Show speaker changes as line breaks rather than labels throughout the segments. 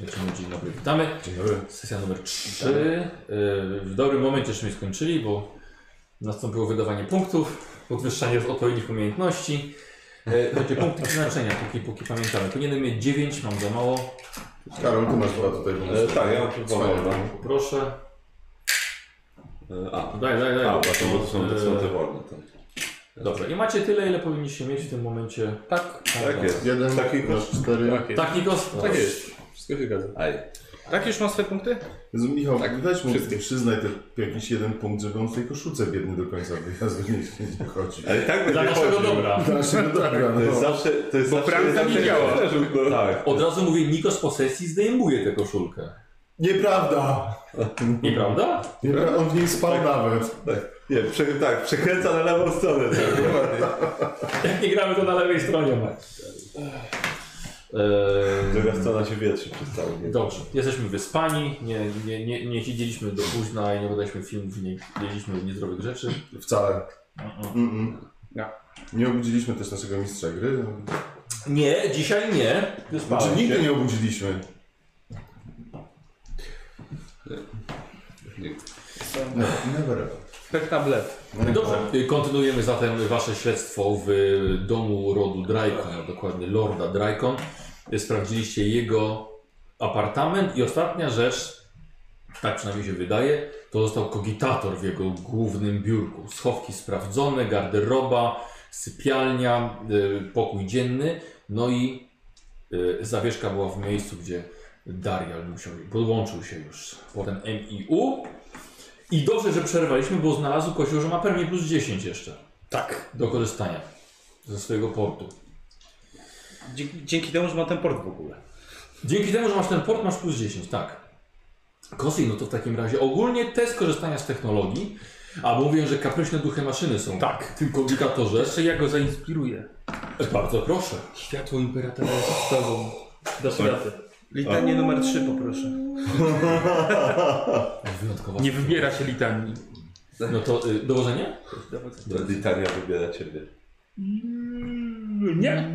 Lecimy, dzień dobry. Witamy.
Dzień dobry.
Sesja numer 3. W dobrym momencie żeśmy skończyli, bo nastąpiło wydawanie punktów, podwyższanie w odpowiednich umiejętności. E, Znaczy punkty przeznaczenia, póki, póki pamiętamy. Powinienem mieć 9, mam za mało.
Karol, ty masz chyba tutaj pomysł.
E, tak, ja mam tu
Swoje.
wolne.
Proszę.
E, A,
Daj, daj, daj.
a właśnie, bo to są, to są te
E,
wolne. Tak,
Dobra, i macie tyle, ile powinniście mieć w tym momencie.
Tak,
tak jest.
Jeden,
Taki
masz cztery.
tak jest.
Tak, Nikos?
Tak jest. Wszystko się zgadza.
Aj,
Tak już mam swoje punkty?
Jezu, Michał, tak, weź mu,
wszystkie.
przyznaj te, jakiś jeden punkt, żeby on w tej koszulce biedny do końca wyjazdu nie, nie chodzi.
ale i tak
Dla
będzie
naszego
chodził.
dobra. tak
Znaczy, no dobra,
To jest
no.
zawsze, to jest
Bo
zawsze...
prawda
zawsze-
nie działa.
No, tak.
Od razu mówię, Nikos po sesji zdejmuje tę koszulkę.
Nieprawda!
Nieprawda?
Niepra on w niej spał nawet.
Nie, prze, tak, przekręca na lewą stronę. Tak, dokładnie.
Jak nie gramy, to na lewej stronie ma.
Druga strona się wietrzy przez cały dzień.
Eee, Dobrze, jesteśmy wyspani, nie, nie, nie, nie siedzieliśmy do późna i nie oglądaliśmy filmów, nie jedliśmy niezdrowych rzeczy.
Wcale. Mm-mm.
Ja.
Mm, Nie obudziliśmy też naszego mistrza gry.
Nie, dzisiaj nie.
Znaczy, nigdy nie obudziliśmy. No, Never.
Pech Tak, na blef.
ever.
Dobrze, y, kontynuujemy zatem wasze śledztwo w y, domu rodu Drykon, a dokładnie Lorda Drykon. Y, Sprawdziliście jego apartament i ostatnia rzecz, tak przynajmniej się wydaje, to został kogitator w jego głównym biurku. Schowki sprawdzone, garderoba, sypialnia, y, pokój dzienny, no i y, zawieszka była w miejscu, gdzie Darial musiał, podłączył się już. Potem MIU. I dobrze, że przerwaliśmy, bo znalazł kościół, że ma pewnie plus 10 jeszcze
Tak.
do korzystania ze swojego portu.
Dzięki, dzięki temu, że mam ten port w ogóle.
Dzięki temu, że masz ten port, masz plus 10, tak. Kosi, no to w takim razie ogólnie test korzystania z technologii, a bo mówiłem, że kapryśne duchy maszyny są.
Tak.
Tylko dyktatorze.
Jeszcze ja go zainspiruję.
Bardzo proszę.
Światło imperatora jest z tobą. Dasz radę.
Litanię
numer 3 poproszę.
Wyjątkowa.
Nie wybiera się litanii.
No to y, dołożenie?
Brytania wybiera ciebie.
Nie.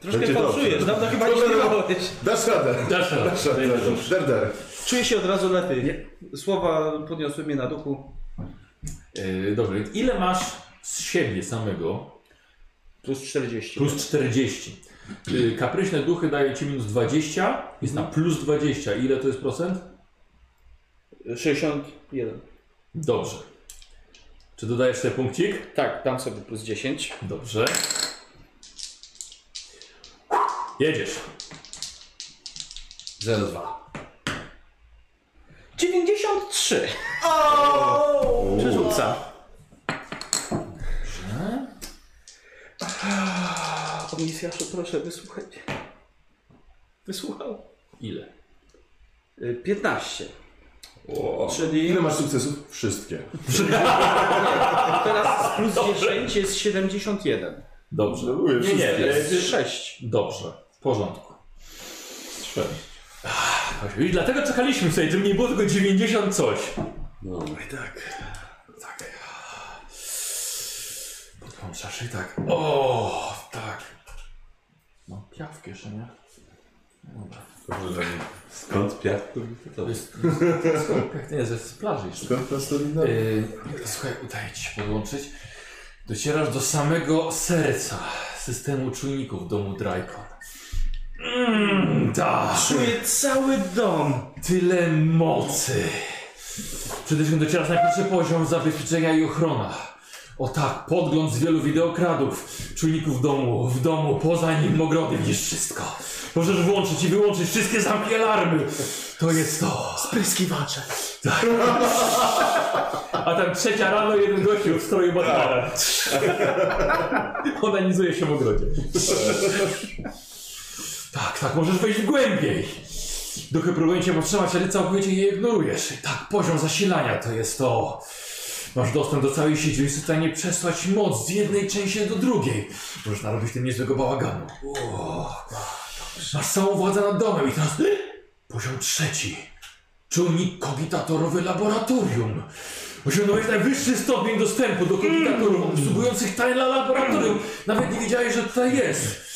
Troszkę
Będzie
popsujesz,
dobrze.
dawno chyba nie śpiewałeś.
Dasz radę.
Dasz radę.
Dasz radę. Der, der.
Czuję się od razu lepiej. Słowa podniosły mnie na duchu.
Y, dobrze, więc ile masz z siebie samego
Plus 40.
plus 40? Y, kapryśne duchy daje ci minus 20, jest na plus 20. Ile to jest procent?
61.
Dobrze. Czy dodajesz sobie punkcik?
Tak, dam sobie plus 10.
Dobrze. Jedziesz. 02.
93. O! Przerzuca. O, Misjaszu, proszę, wysłuchaj mnie. Wysłuchał.
Ile?
Y, 15.
O,
Czyli
Ile masz sukcesów? Wszystkie.
teraz plus 10 jest 71.
Dobrze.
No, były
nie, nie.
wszystkie.
e,
Jest
ty-
6.
Dobrze. W porządku. Ach, I dlatego czekaliśmy sobie, żeby nie było tylko 90 coś.
no.
Podłączasz i tak. O, tak. Mam piawkę jeszcze, nie? Dobra.
Skąd piach?
To jest... Nie, ze z plaży jeszcze.
Piąta stolina.
Yy, słuchaj, udaje ci się podłączyć. Docierasz do samego serca systemu czujników domu Drykon. Mmm, tak.
Czuję cały dom.
Tyle mocy. Przede wszystkim docierasz na pierwszy poziom zabezpieczenia i ochrona. O tak, podgląd z wielu wideokradów, czujników domu, w domu, poza nim ogrody, widzisz wszystko. Możesz włączyć i wyłączyć wszystkie zamki alarmy. To jest to. Tak.
Spryskiwacze.
A tam trzecia rano jeden gościu w stroju Batmana. Onanizuje się w ogrodzie. tak, tak, możesz wejść głębiej. Duchy próbują cię powstrzymać, ale całkowicie je ignorujesz. I tak, poziom zasilania to jest to. Masz dostęp do całej sieci, jesteś w stanie przesłać moc z jednej części do drugiej. Możesz narobić tym niezłego bałaganu. O, Masz samą władzę nad domem i teraz... y, Poziom trzeci. Czujnik kogitatorowy laboratorium. Osiągnąłeś najwyższy stopień dostępu do komentatorów obsługujących tajne laboratorium. Nawet nie wiedziałeś, że tutaj jest.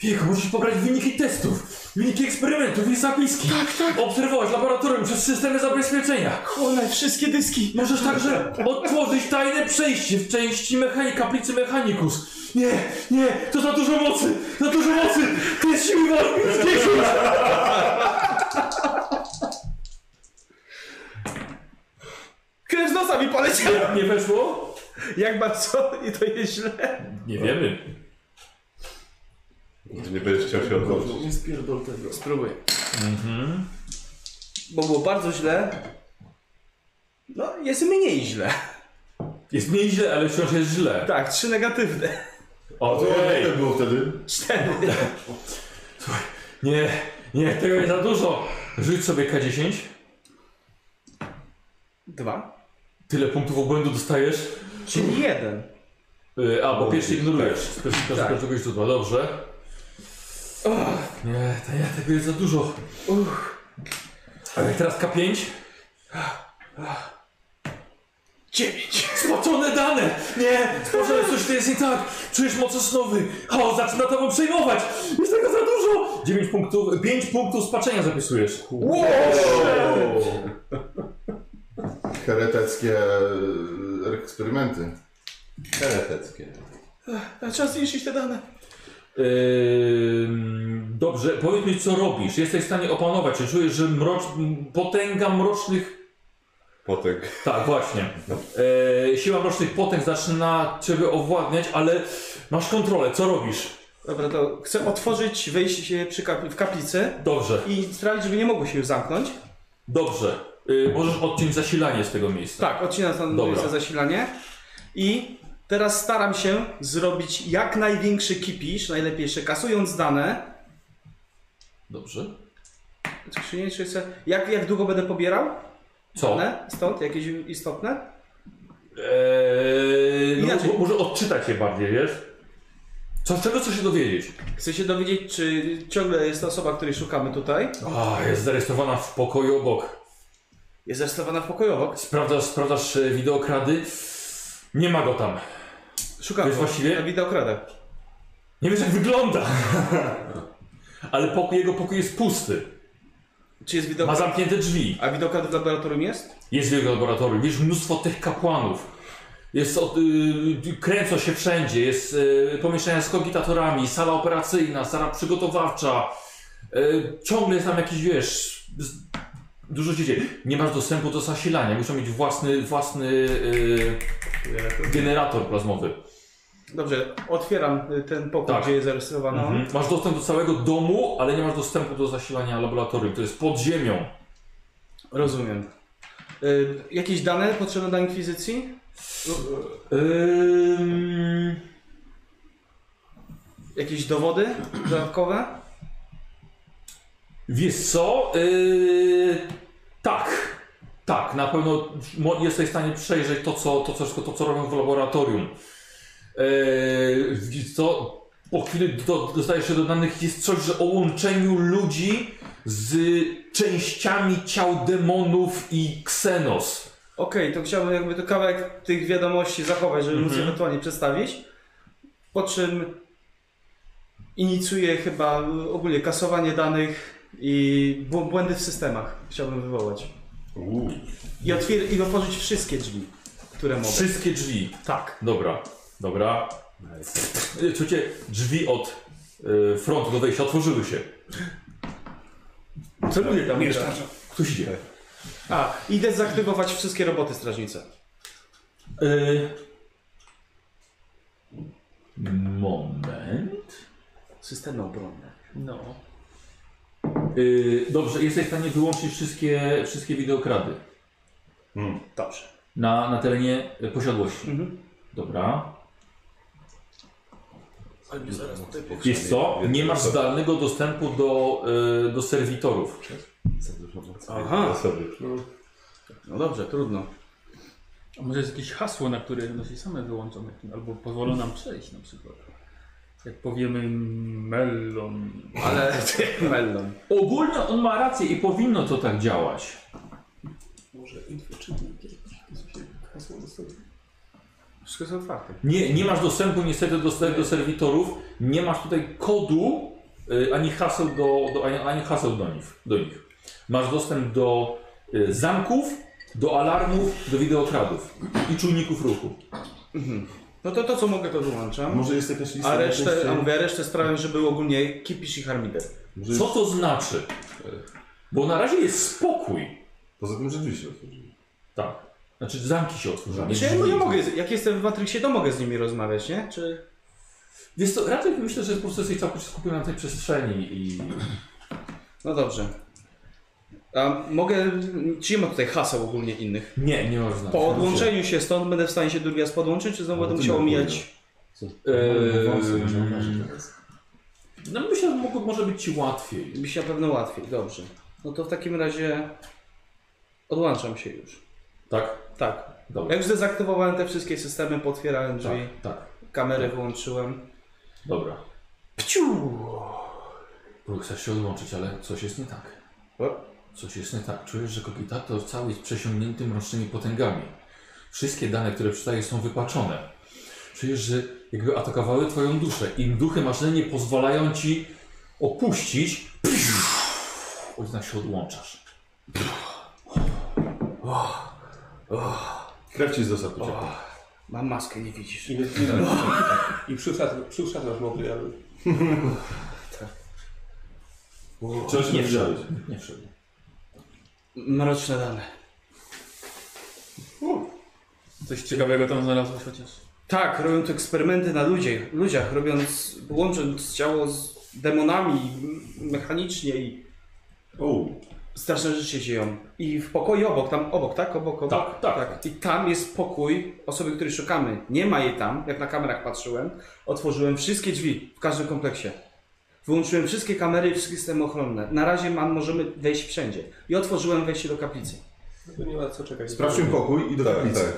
Wieku, musisz pobrać wyniki testów. Wyniki eksperymentów i zapiski. Tak, tak. Obserwować laboratorium przez systemy zabezpieczenia.
One, wszystkie dyski.
Możesz także odtworzyć tajne przejście w części mechanik, kaplicy Mechanicus. Nie, nie, to za dużo mocy! Za dużo mocy! To jest siły woli! 10!
Krew z nosa mi poleciał.
Nie weszło?
Jak bardzo i to jest źle.
Nie wiemy.
Ty nie będziesz chciał się odwrócić.
Nie spierdol tego.
Spróbuję.
Bo było bardzo źle.
No, jest mniej źle.
Jest mniej źle, ale wciąż jest źle.
Tak, trzy negatywne.
A co
Okej.
okay. tak było wtedy?
Cztery.
Nie, nie, tego jest za dużo. Rzuć sobie K10.
Dwa.
Tyle punktów obłędu dostajesz.
Czyli jeden.
Yy, a, bo pierwszy ignorujesz. Specjalnie
Tak.
tak. czegoś źródła, dobrze. Nie, to ja tego jest za dużo. Uch. Ale teraz K5.
Dziewięć.
Spocone dane! Nie! Spocone coś tu jest nie tak! Czujesz mocno snowy! O, zaczyna tobą przejmować! Jest tego za dużo! 9 punktów, 5 punktów spaczenia zapisujesz.
Kareteckie e, eksperymenty.
Kareteckie.
A trzeba zniszczyć te dane.
Ym, dobrze, powiedz mi co robisz. Jesteś w stanie opanować się. Czujesz, że mrocz... m, potęga mrocznych...
Potek.
Tak, właśnie.
No.
Yy, siła mrocznych potęg zaczyna ciebie owładniać, ale masz kontrolę. Co robisz?
Dobra, to chcę otworzyć wejście przy kapli- w kaplicę
Dobrze,
i sprawić, żeby nie mogło się już zamknąć.
dobrze. Yy, możesz odciąć zasilanie z tego miejsca.
Tak, odcinam tam
Dobra.
miejsce zasilanie. I teraz staram się zrobić jak największy kipisz, najlepiej jeszcze kasując dane.
Dobrze.
Skrzynię, czy chcę... jak, jak długo będę pobierał?
Co?
Dane stąd, jakieś istotne?
Eee, no,
Inaczej.
bo- może odczytać je bardziej, wiesz? Co, z czego chcesz się dowiedzieć?
Chcę się dowiedzieć, czy ciągle jest ta osoba, której szukamy tutaj.
A, jest zarejestrowana w pokoju obok.
Jest aresztowana w pokoju obok.
Sprawdzasz, sprawdzasz e, wideokrady? Nie ma go tam.
Szukamy
Wiesz
go
właściwie?
na wideokradę.
Nie wiesz jak wygląda. Ale pokój, jego pokój jest pusty.
Czy jest
Ma
widok...
zamknięte drzwi.
A widokrad w laboratorium jest?
Jest w jego laboratorium. Widzisz mnóstwo tych kapłanów. Jest od, y, kręcą się wszędzie. Jest y, pomieszczenia z kogitatorami, sala operacyjna, sala przygotowawcza. Y, ciągle jest tam jakiś, wiesz, z, dużo się dzieje. Nie masz dostępu do zasilania. Muszą mieć własny, własny y, generator plazmowy.
Dobrze, otwieram y, ten pokój,
Tak.
gdzie jest aresztowana.
Mhm. Masz dostęp do całego domu, ale nie masz dostępu do zasilania laboratorium. To jest pod ziemią.
Rozumiem. Y, jakieś dane potrzebne do inkwizycji?
Ym...
Jakieś dowody dodatkowe?
Wiesz co? Yy, tak. Tak, na pewno mo- jesteś w stanie przejrzeć to, co, to, co, to, co robią w laboratorium. Yy, widzisz co? Po chwili do, dostajesz się do danych, jest coś że o łączeniu ludzi z częściami ciał demonów i ksenos.
Okej, to chciałbym jakby to kawałek tych wiadomości zachować, żeby móc je
Mhm.
ewentualnie przedstawić. Po czym inicjuję chyba y, ogólnie kasowanie danych i bł- błędy w systemach chciałbym wywołać.
Uuu.
I, otwier- i otworzyć wszystkie drzwi, które mogę.
Wszystkie drzwi.
Tak.
Dobra, dobra. Yy, Słuchajcie, drzwi od yy, frontu do wejścia otworzyły się.
Co ludzie tam idę?
Ktoś idzie.
Tak. A, idę zaktywować wszystkie roboty strażnicze.
Y... Moment.
Systemy obronne.
No.
Y... Dobrze, jesteś w stanie wyłączyć wszystkie, wszystkie wideokrady
Dobrze.
na, na terenie y, posiadłości.
Mhm.
Dobra.
Ale mnie zaraz tutaj po...
Wiesz co? Nie masz zdalnego dostępu do, y, do serwitorów.
Za dużo mocy.
Aha.
Osoby.
No dobrze, trudno.
A może jest jakieś hasło, na które nasi same wyłączą, jakim- albo pozwolą nam przejść na przykład. Jak powiemy melon.
Ale melon.
Ogólnie on ma rację i powinno to tak działać.
Może infoczytnik hasło dostępne.
Wszystko jest otwarte.
Nie, nie masz dostępu niestety do, do serwitorów, nie masz tutaj kodu y, ani haseł do, do, ani, ani haseł do nich, do nich. Masz dostęp do y, zamków, do alarmów, do wideokradów i czujników ruchu.
No to to, co mogę, to wyłączam.
Może jest jakaś lista
A resztę, a
najczęściej-
mówię, resztę sprawiam, że był ogólnie kipisz i harmider.
Może
Co to znaczy? Bo na razie jest spokój.
Poza tym, że drzwi się otworzyły.
Tak. Znaczy zamki się otworzyły. nie
Czy Znaczy, ja,
drzwi.
no ja mogę, jak jestem w Matrixie, to mogę z nimi rozmawiać, nie? Czy...
Wiesz co, raczej myślę, że po prostu jesteś całkowicie skupiony na tej przestrzeni i...
No dobrze. A mogę, czy nie ma tutaj haseł ogólnie innych?
Nie, nie można.
Po odłączeniu się stąd będę w stanie się drugi raz podłączyć, czy znowu
Ale
będę
to
musiał
nie
omijać?
Co?
E,
Eee,
No,
Wąsy, może
mm.
okaże teraz.
No myślę, że mogło, może być ci łatwiej.
Mi się na pewno łatwiej, dobrze. No to w takim razie odłączam się już.
Tak?
Tak.
Dobra.
Jak już dezaktywowałem te wszystkie systemy, potwierałem drzwi,
Tak, tak.
kamerę wyłączyłem.
Dobra.
Pciu!
Próbuj chcesz się odłączyć, ale coś jest nie tak.
O.
Coś jest nie tak. Czujesz, że kogitator cały jest przesiągnięty mrocznymi potęgami. Wszystkie dane, które przydaje, są wypaczone. Czujesz, że jakby atakowały twoją duszę. Im duchy maszyny nie pozwalają ci opuścić, odznak się odłączasz.
Krew ci z nosa pociekła.
Mam maskę, nie widzisz.
I, i, i przysadzasz, przysadzasz mody, ja
Wciąż nie widziałeś.
Nie wszedł.
Mroczne dane.
Coś ciekawego tam znalazłeś chociaż.
Tak, robią tu eksperymenty na ludzie, ludziach, robiąc, łącząc ciało z demonami m- mechanicznie i
O,
straszne rzeczy się dzieją. I w pokoju obok, tam obok, tak? Obok,
Tak,
obok.
tak.
I tam jest pokój osoby, której szukamy. Nie ma jej tam, jak na kamerach patrzyłem. Otworzyłem wszystkie drzwi w każdym kompleksie. Wyłączyłem wszystkie kamery i wszystkie systemy ochronne. Na razie mam, możemy wejść wszędzie. I otworzyłem wejście do kaplicy.
Tu nie ma co czekać.
Sprawdźmy pokój i do
Tak,
kaplicy.
tak.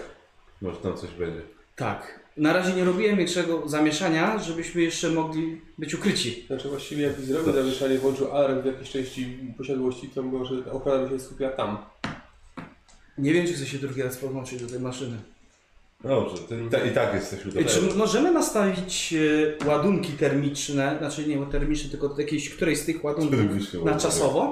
Może tam coś będzie.
Tak. Na razie nie robiłem większego zamieszania, żebyśmy jeszcze mogli być ukryci.
Znaczy właściwie jak zrobił zamieszanie, włączył alarm w jakiejś części posiadłości, to może ta ochrona by się skupiła tam.
Nie wiem, czy chcę się drugi raz podłączyć do tej maszyny.
Dobrze, to i, ta, i tak jesteśmy
Ej,
do
Czy możemy nastawić e, ładunki termiczne, znaczy nie termiczne, tylko do jakiejś którejś z tych ładunków
Termiczne
na
ładunki.
czasowo?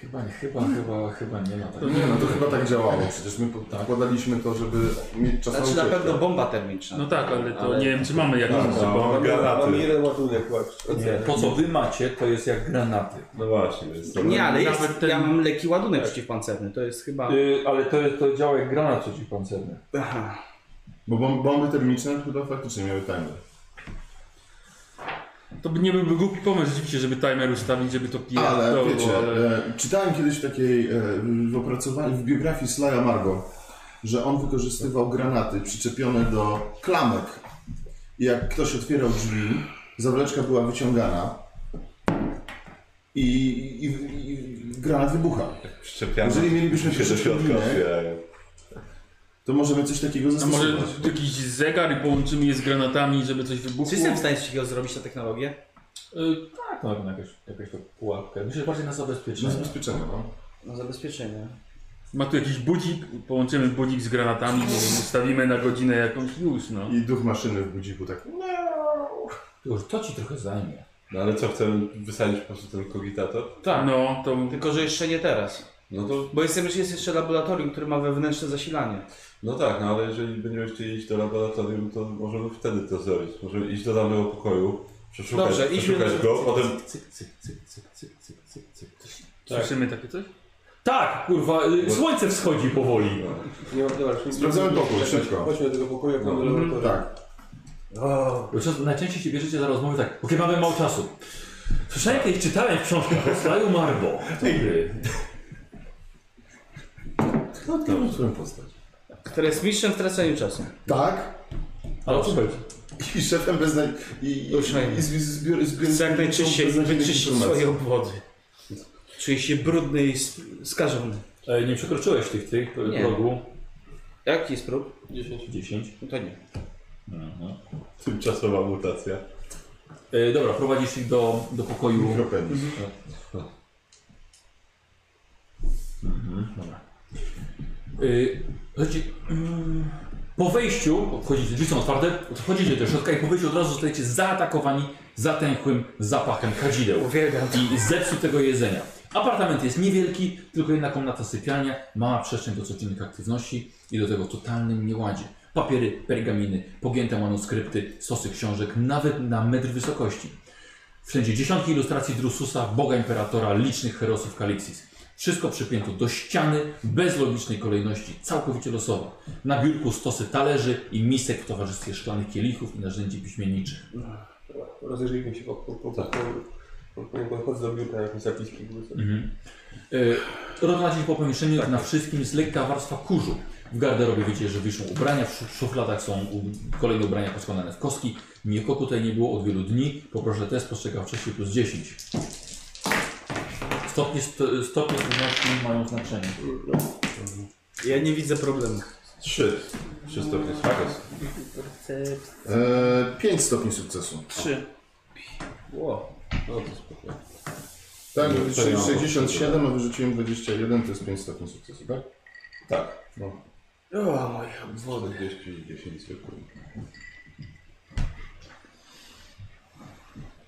Chyba, chyba, chyba, chyba nie ma tak.
Nie no, to chyba tak działało. Przecież my podkładaliśmy to, żeby mieć czasową
Znaczy na
ucieczkę.
pewno bomba termiczna.
No tak, ale to
Ale-
nie wiem, czy mamy jakieś.
No, no.
Mam, mam
granaty.
jeden ładunek właśnie.
Nie, to co wy macie, to jest jak granaty.
No właśnie, więc to...
Nie, ale jest,
Nawet ten- Tak. Y-
ja mam lekki ładunek przeciwpancerny, to jest chyba...
Yy, ale to, to działa jak granat przeciwpancerny.
Aha.
Bo bom- bomby termiczne chyba faktycznie miały timer.
To by nie byłby głupi pomysł rzeczywiście, żeby timer ustawić, żeby to pijało.
Ale
to,
wiecie, e, czytałem kiedyś w takiej, e, w opracowaniu, w biografii Slaya Margo, że on wykorzystywał granaty przyczepione do klamek. I jak ktoś otwierał drzwi, zawleczka była wyciągana i, i, i, i granat wybuchał.
Szczepiamy.
Jeżeli mielibyśmy się
się do środka otwierają.
to możemy coś takiego
A może
zastosować.
jakiś zegar i połączymy je z granatami, żeby coś wybuchło?
Czy jestem w stanie coś takiego zrobić, ta technologię?
Yy, tak, no na jakąś, jakąś tą pułapkę. Myślę, że bardziej na
Na
zabezpieczenie.
zabezpieczenie, no.
No zabezpieczenie.
Ma tu jakiś budzik, połączymy budzik z granatami, nie wiem, ustawimy na godzinę jakąś już, no.
I duch maszyny w budziku tak...
Tylko, że to ci trochę zajmie.
No ale co, chcemy wysadzić po prostu ten kogitator?
Tak. No, to...
Tylko, że jeszcze nie teraz.
No to,
Bo jestem, jest jeszcze laboratorium, które ma wewnętrzne zasilanie.
no tak, no ale jeżeli będziemy chcieli iść do laboratorium, to możemy wtedy to zrobić. Możemy iść do danego pokoju, przeszukać,
Dobrze, idźmy
przeszukać
do-
go, potem
Cyk, cyk, cyk, cyk, cyk, cyk, cyk, cyk. Coś-
Słyszymy takie coś?
Tak, kurwa, y, słońce wschodzi powoli.
Nie ma, dobra, już nie-
Sprawdzamy pokój, szybko. No.
Chodźmy do tego pokoju, jak mamy laboratorium.
Tak.
Bo czas- Najczęściej się bierzecie za rozmowy tak, okej, mamy mało czasu. Słyszałem kiedyś, czytałem w książkach o Slaju Marbo. Dobry.
No to możemy postać.
Które jest mistrzem w traceniu czasu.
Tak.
Ale co będzie?
I szefem bez naj... I, i, i
Ruszajmy.
zbi- zbi- zbi-
Chcę jak najczyściej
beznadziejnych
wyczyścić
informacji.
swoje obwody. Czuję się brudny i s- skażony.
E, nie przekroczyłeś tych, tych
Nie.
progu.
Jaki jest prób?
10.
10.
No To nie.
tymczasowa mutacja.
Mhm. E, dobra, prowadzisz ich do, do
Mhm.
pokoju.
Mikropenis.
Y, Słuchajcie, mm, Po wejściu, wchodzicie, drzwi są otwarte, wchodzicie do środka i po wyjściu od razu zostajecie zaatakowani zatęchłym zapachem kadzideł
Uwielbiam.
i zepsutego jedzenia. Apartament jest niewielki, tylko jedna komnata sypialnia, mała przestrzeń do codziennych aktywności i do tego w totalnym nieładzie. Papiery, pergaminy, pogięte manuskrypty, stosy książek, nawet na metr wysokości. Wszędzie dziesiątki ilustracji Drususa, Boga Imperatora, licznych herosów Kalixis. Wszystko przypięto do ściany, bez logicznej kolejności, całkowicie losowo. Na biurku stosy talerzy i misek w towarzystwie szklanych kielichów i narzędzi piśmienniczych.
Rozejrzyjmy się po, po, po, po, po, po, bo chodzę do biurka jakieś zapiski.
Mhm. Y, Rozmawiacie po pomieszczeniu, na wszystkim jest lekka warstwa kurzu. W garderobie wiecie, że wiszą ubrania, w szu- szufladach są u- kolejne ubrania poskładane w kostki. Mieko tutaj nie było od wielu dni. Poproszę test postrzegawczości plus 10. Stopnie, st- stopnie trudności mają znaczenie.
Ja nie widzę problemu.
Trzy. Trzy stopnie sukcesu.
E, 5 stopni sukcesu.
Trzy.
Ło. No to spoko.
Tak,
Nie, to nie mam
67, a wyrzuciłem 21, to jest 5 stopni sukcesu, tak?
Tak.
No.
O, moje.
40, 10 sekund.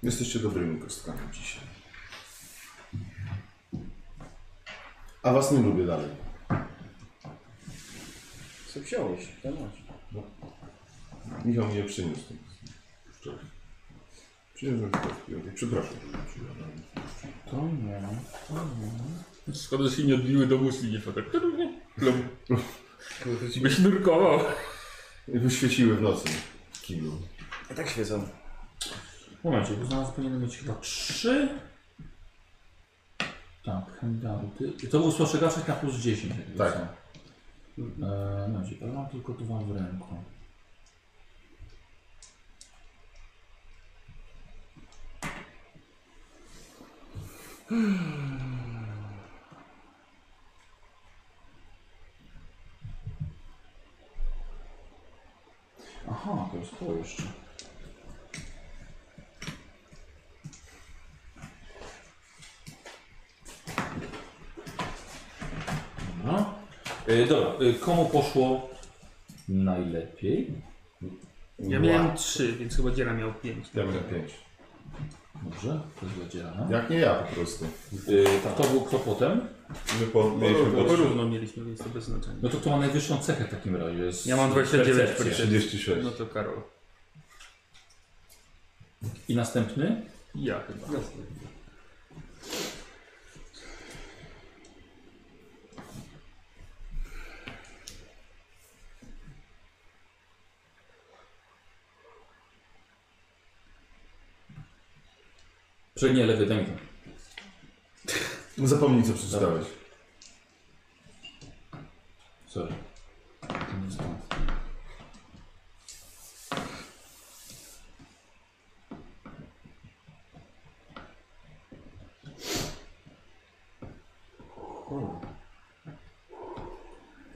Jesteście dobrymi kostkami dzisiaj. A was nie lubię dalej.
Co wziąłeś? To masz.
No. Michał mnie przyniósł. tym. Wczoraj. Przyniosłem wczoraj. Przepraszam.
To nie. Szkoda, że się nie odbiły do muszli, nie tak. Byś nurkował.
Wyświeciły w nocy. Kilu.
A tak świecą.
Momencie, bo znalazł powinien mieć chyba 3. Tak, handouty. I to był spostrzegawczość na plus 10. jakby
Tak.
są. E, no, gdzie to? mam tylko dwa w ręku. Aha, to jest to jeszcze. No. Y, dobra, y, komu poszło najlepiej?
Ja miałem trzy, więc chyba Dziera miał pięć.
Ja miałem 5.
Dobrze, to jest dla Dzierana.
Jak nie ja po prostu.
Y, tak, to był kto potem?
My po,
No,
mieliśmy po trzy.
Porówno mieliśmy, więc to bez znaczenia.
No to kto ma najwyższą cechę w takim razie? Jest
Ja mam 29
percepcja.
36.
No to Karol.
I następny?
Ja chyba.
Przednie lewy dęka.
No Zapomnij co przeczytałeś.
Sorry. To nie jest to.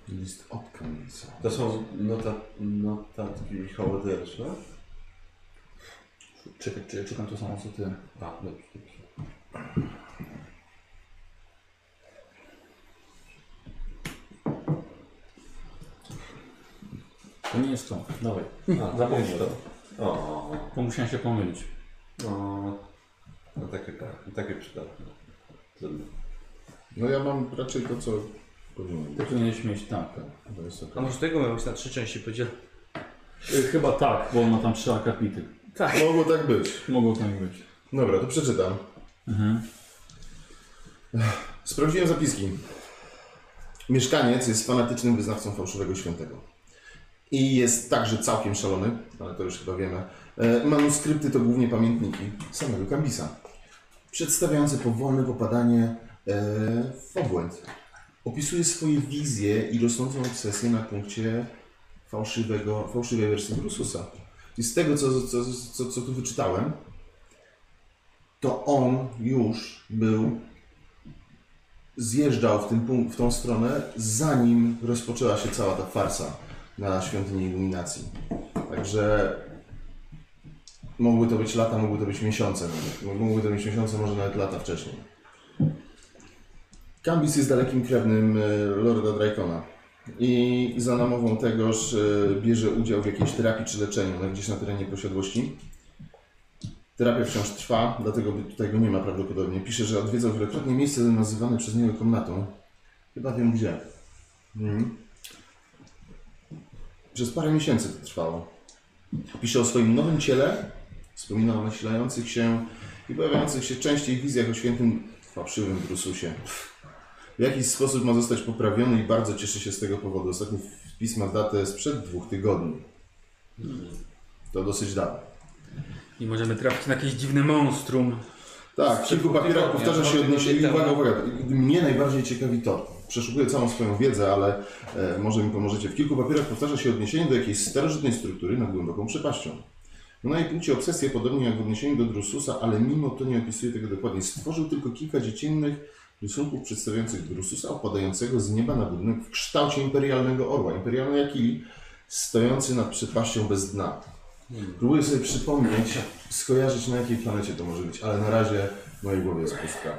List Opkamisa.
To są nota, notatki Michała Derczna.
Czekaj, czy ja czytam to samo co ty?
A, dobrze, dobrze.
To nie jest to. Dawaj.
Hm,
A,
Zapomnij
to.
to.
O,
Bo musiałem się pomylić.
o. No takie tak, takie przydatne. Trudno.
No ja mam raczej to, co powinien
Ty
być.
powinieneś mieć tak.
To jest ok.
A może tego miał być na trzy części podziel?
Y, chyba tak, bo on ma tam trzy akapity.
Mogło tak być.
Mogło tam być.
Dobra, to przeczytam. Sprawdziłem zapiski. Mieszkaniec jest fanatycznym wyznawcą fałszywego świętego. I jest także całkiem szalony, ale to już chyba wiemy. E, Manuskrypty to głównie pamiętniki samego Kambisa, przedstawiające powolne popadanie e, w obłęd. Opisuje swoje wizje i rosnącą obsesję na punkcie fałszywego, fałszywej wersji Drususa. I z tego, co, co, co, co tu wyczytałem, to on już był, zjeżdżał w, tym, punkt- w tą stronę, zanim rozpoczęła się cała ta farsa na świątyni iluminacji. Także mogły to być lata, mogły to być miesiące, mogły to być miesiące, może nawet lata wcześniej. Kambis jest dalekim krewnym e, Lorda Drakona. i za namową tegoż e, bierze udział w jakiejś terapii czy leczeniu no, gdzieś na terenie posiadłości. Terapia wciąż trwa, dlatego by- tutaj go nie ma prawdopodobnie. Pisze, że odwiedzał wielokrotnie miejsce nazywane przez niego komnatą. Chyba wiem gdzie. Mhm. Przez parę miesięcy to trwało. Pisze o swoim nowym ciele, wspomina o nasilających się i pojawiających się częściej wizjach o świętym fałszywym Drususie w jakiś sposób ma zostać poprawiony i bardzo cieszę się z tego powodu. Ostatni wpis ma datę sprzed dwóch tygodni. To dosyć dawno.
I możemy trafić na jakieś dziwne monstrum.
Tak, w kilku papierach powtarza się odniesienie. Uwaga, uwaga. Mnie najbardziej ciekawi to. Przeszukuję całą swoją wiedzę, ale e, może mi pomożecie. W kilku papierach powtarza się odniesienie do jakiejś starożytnej struktury nad głęboką przepaścią. No i płci obsesję, podobnie jak w odniesieniu do Drususa, ale mimo to nie opisuje tego dokładnie. Stworzył tylko kilka dziecinnych rysunków przedstawiających Drususa opadającego z nieba na budynek w kształcie imperialnego orła, imperialnej Akili, stojący nad przepaścią bez dna. Próbuję sobie przypomnieć, skojarzyć na jakiej planecie to może być, ale na razie w mojej głowie jest pustka.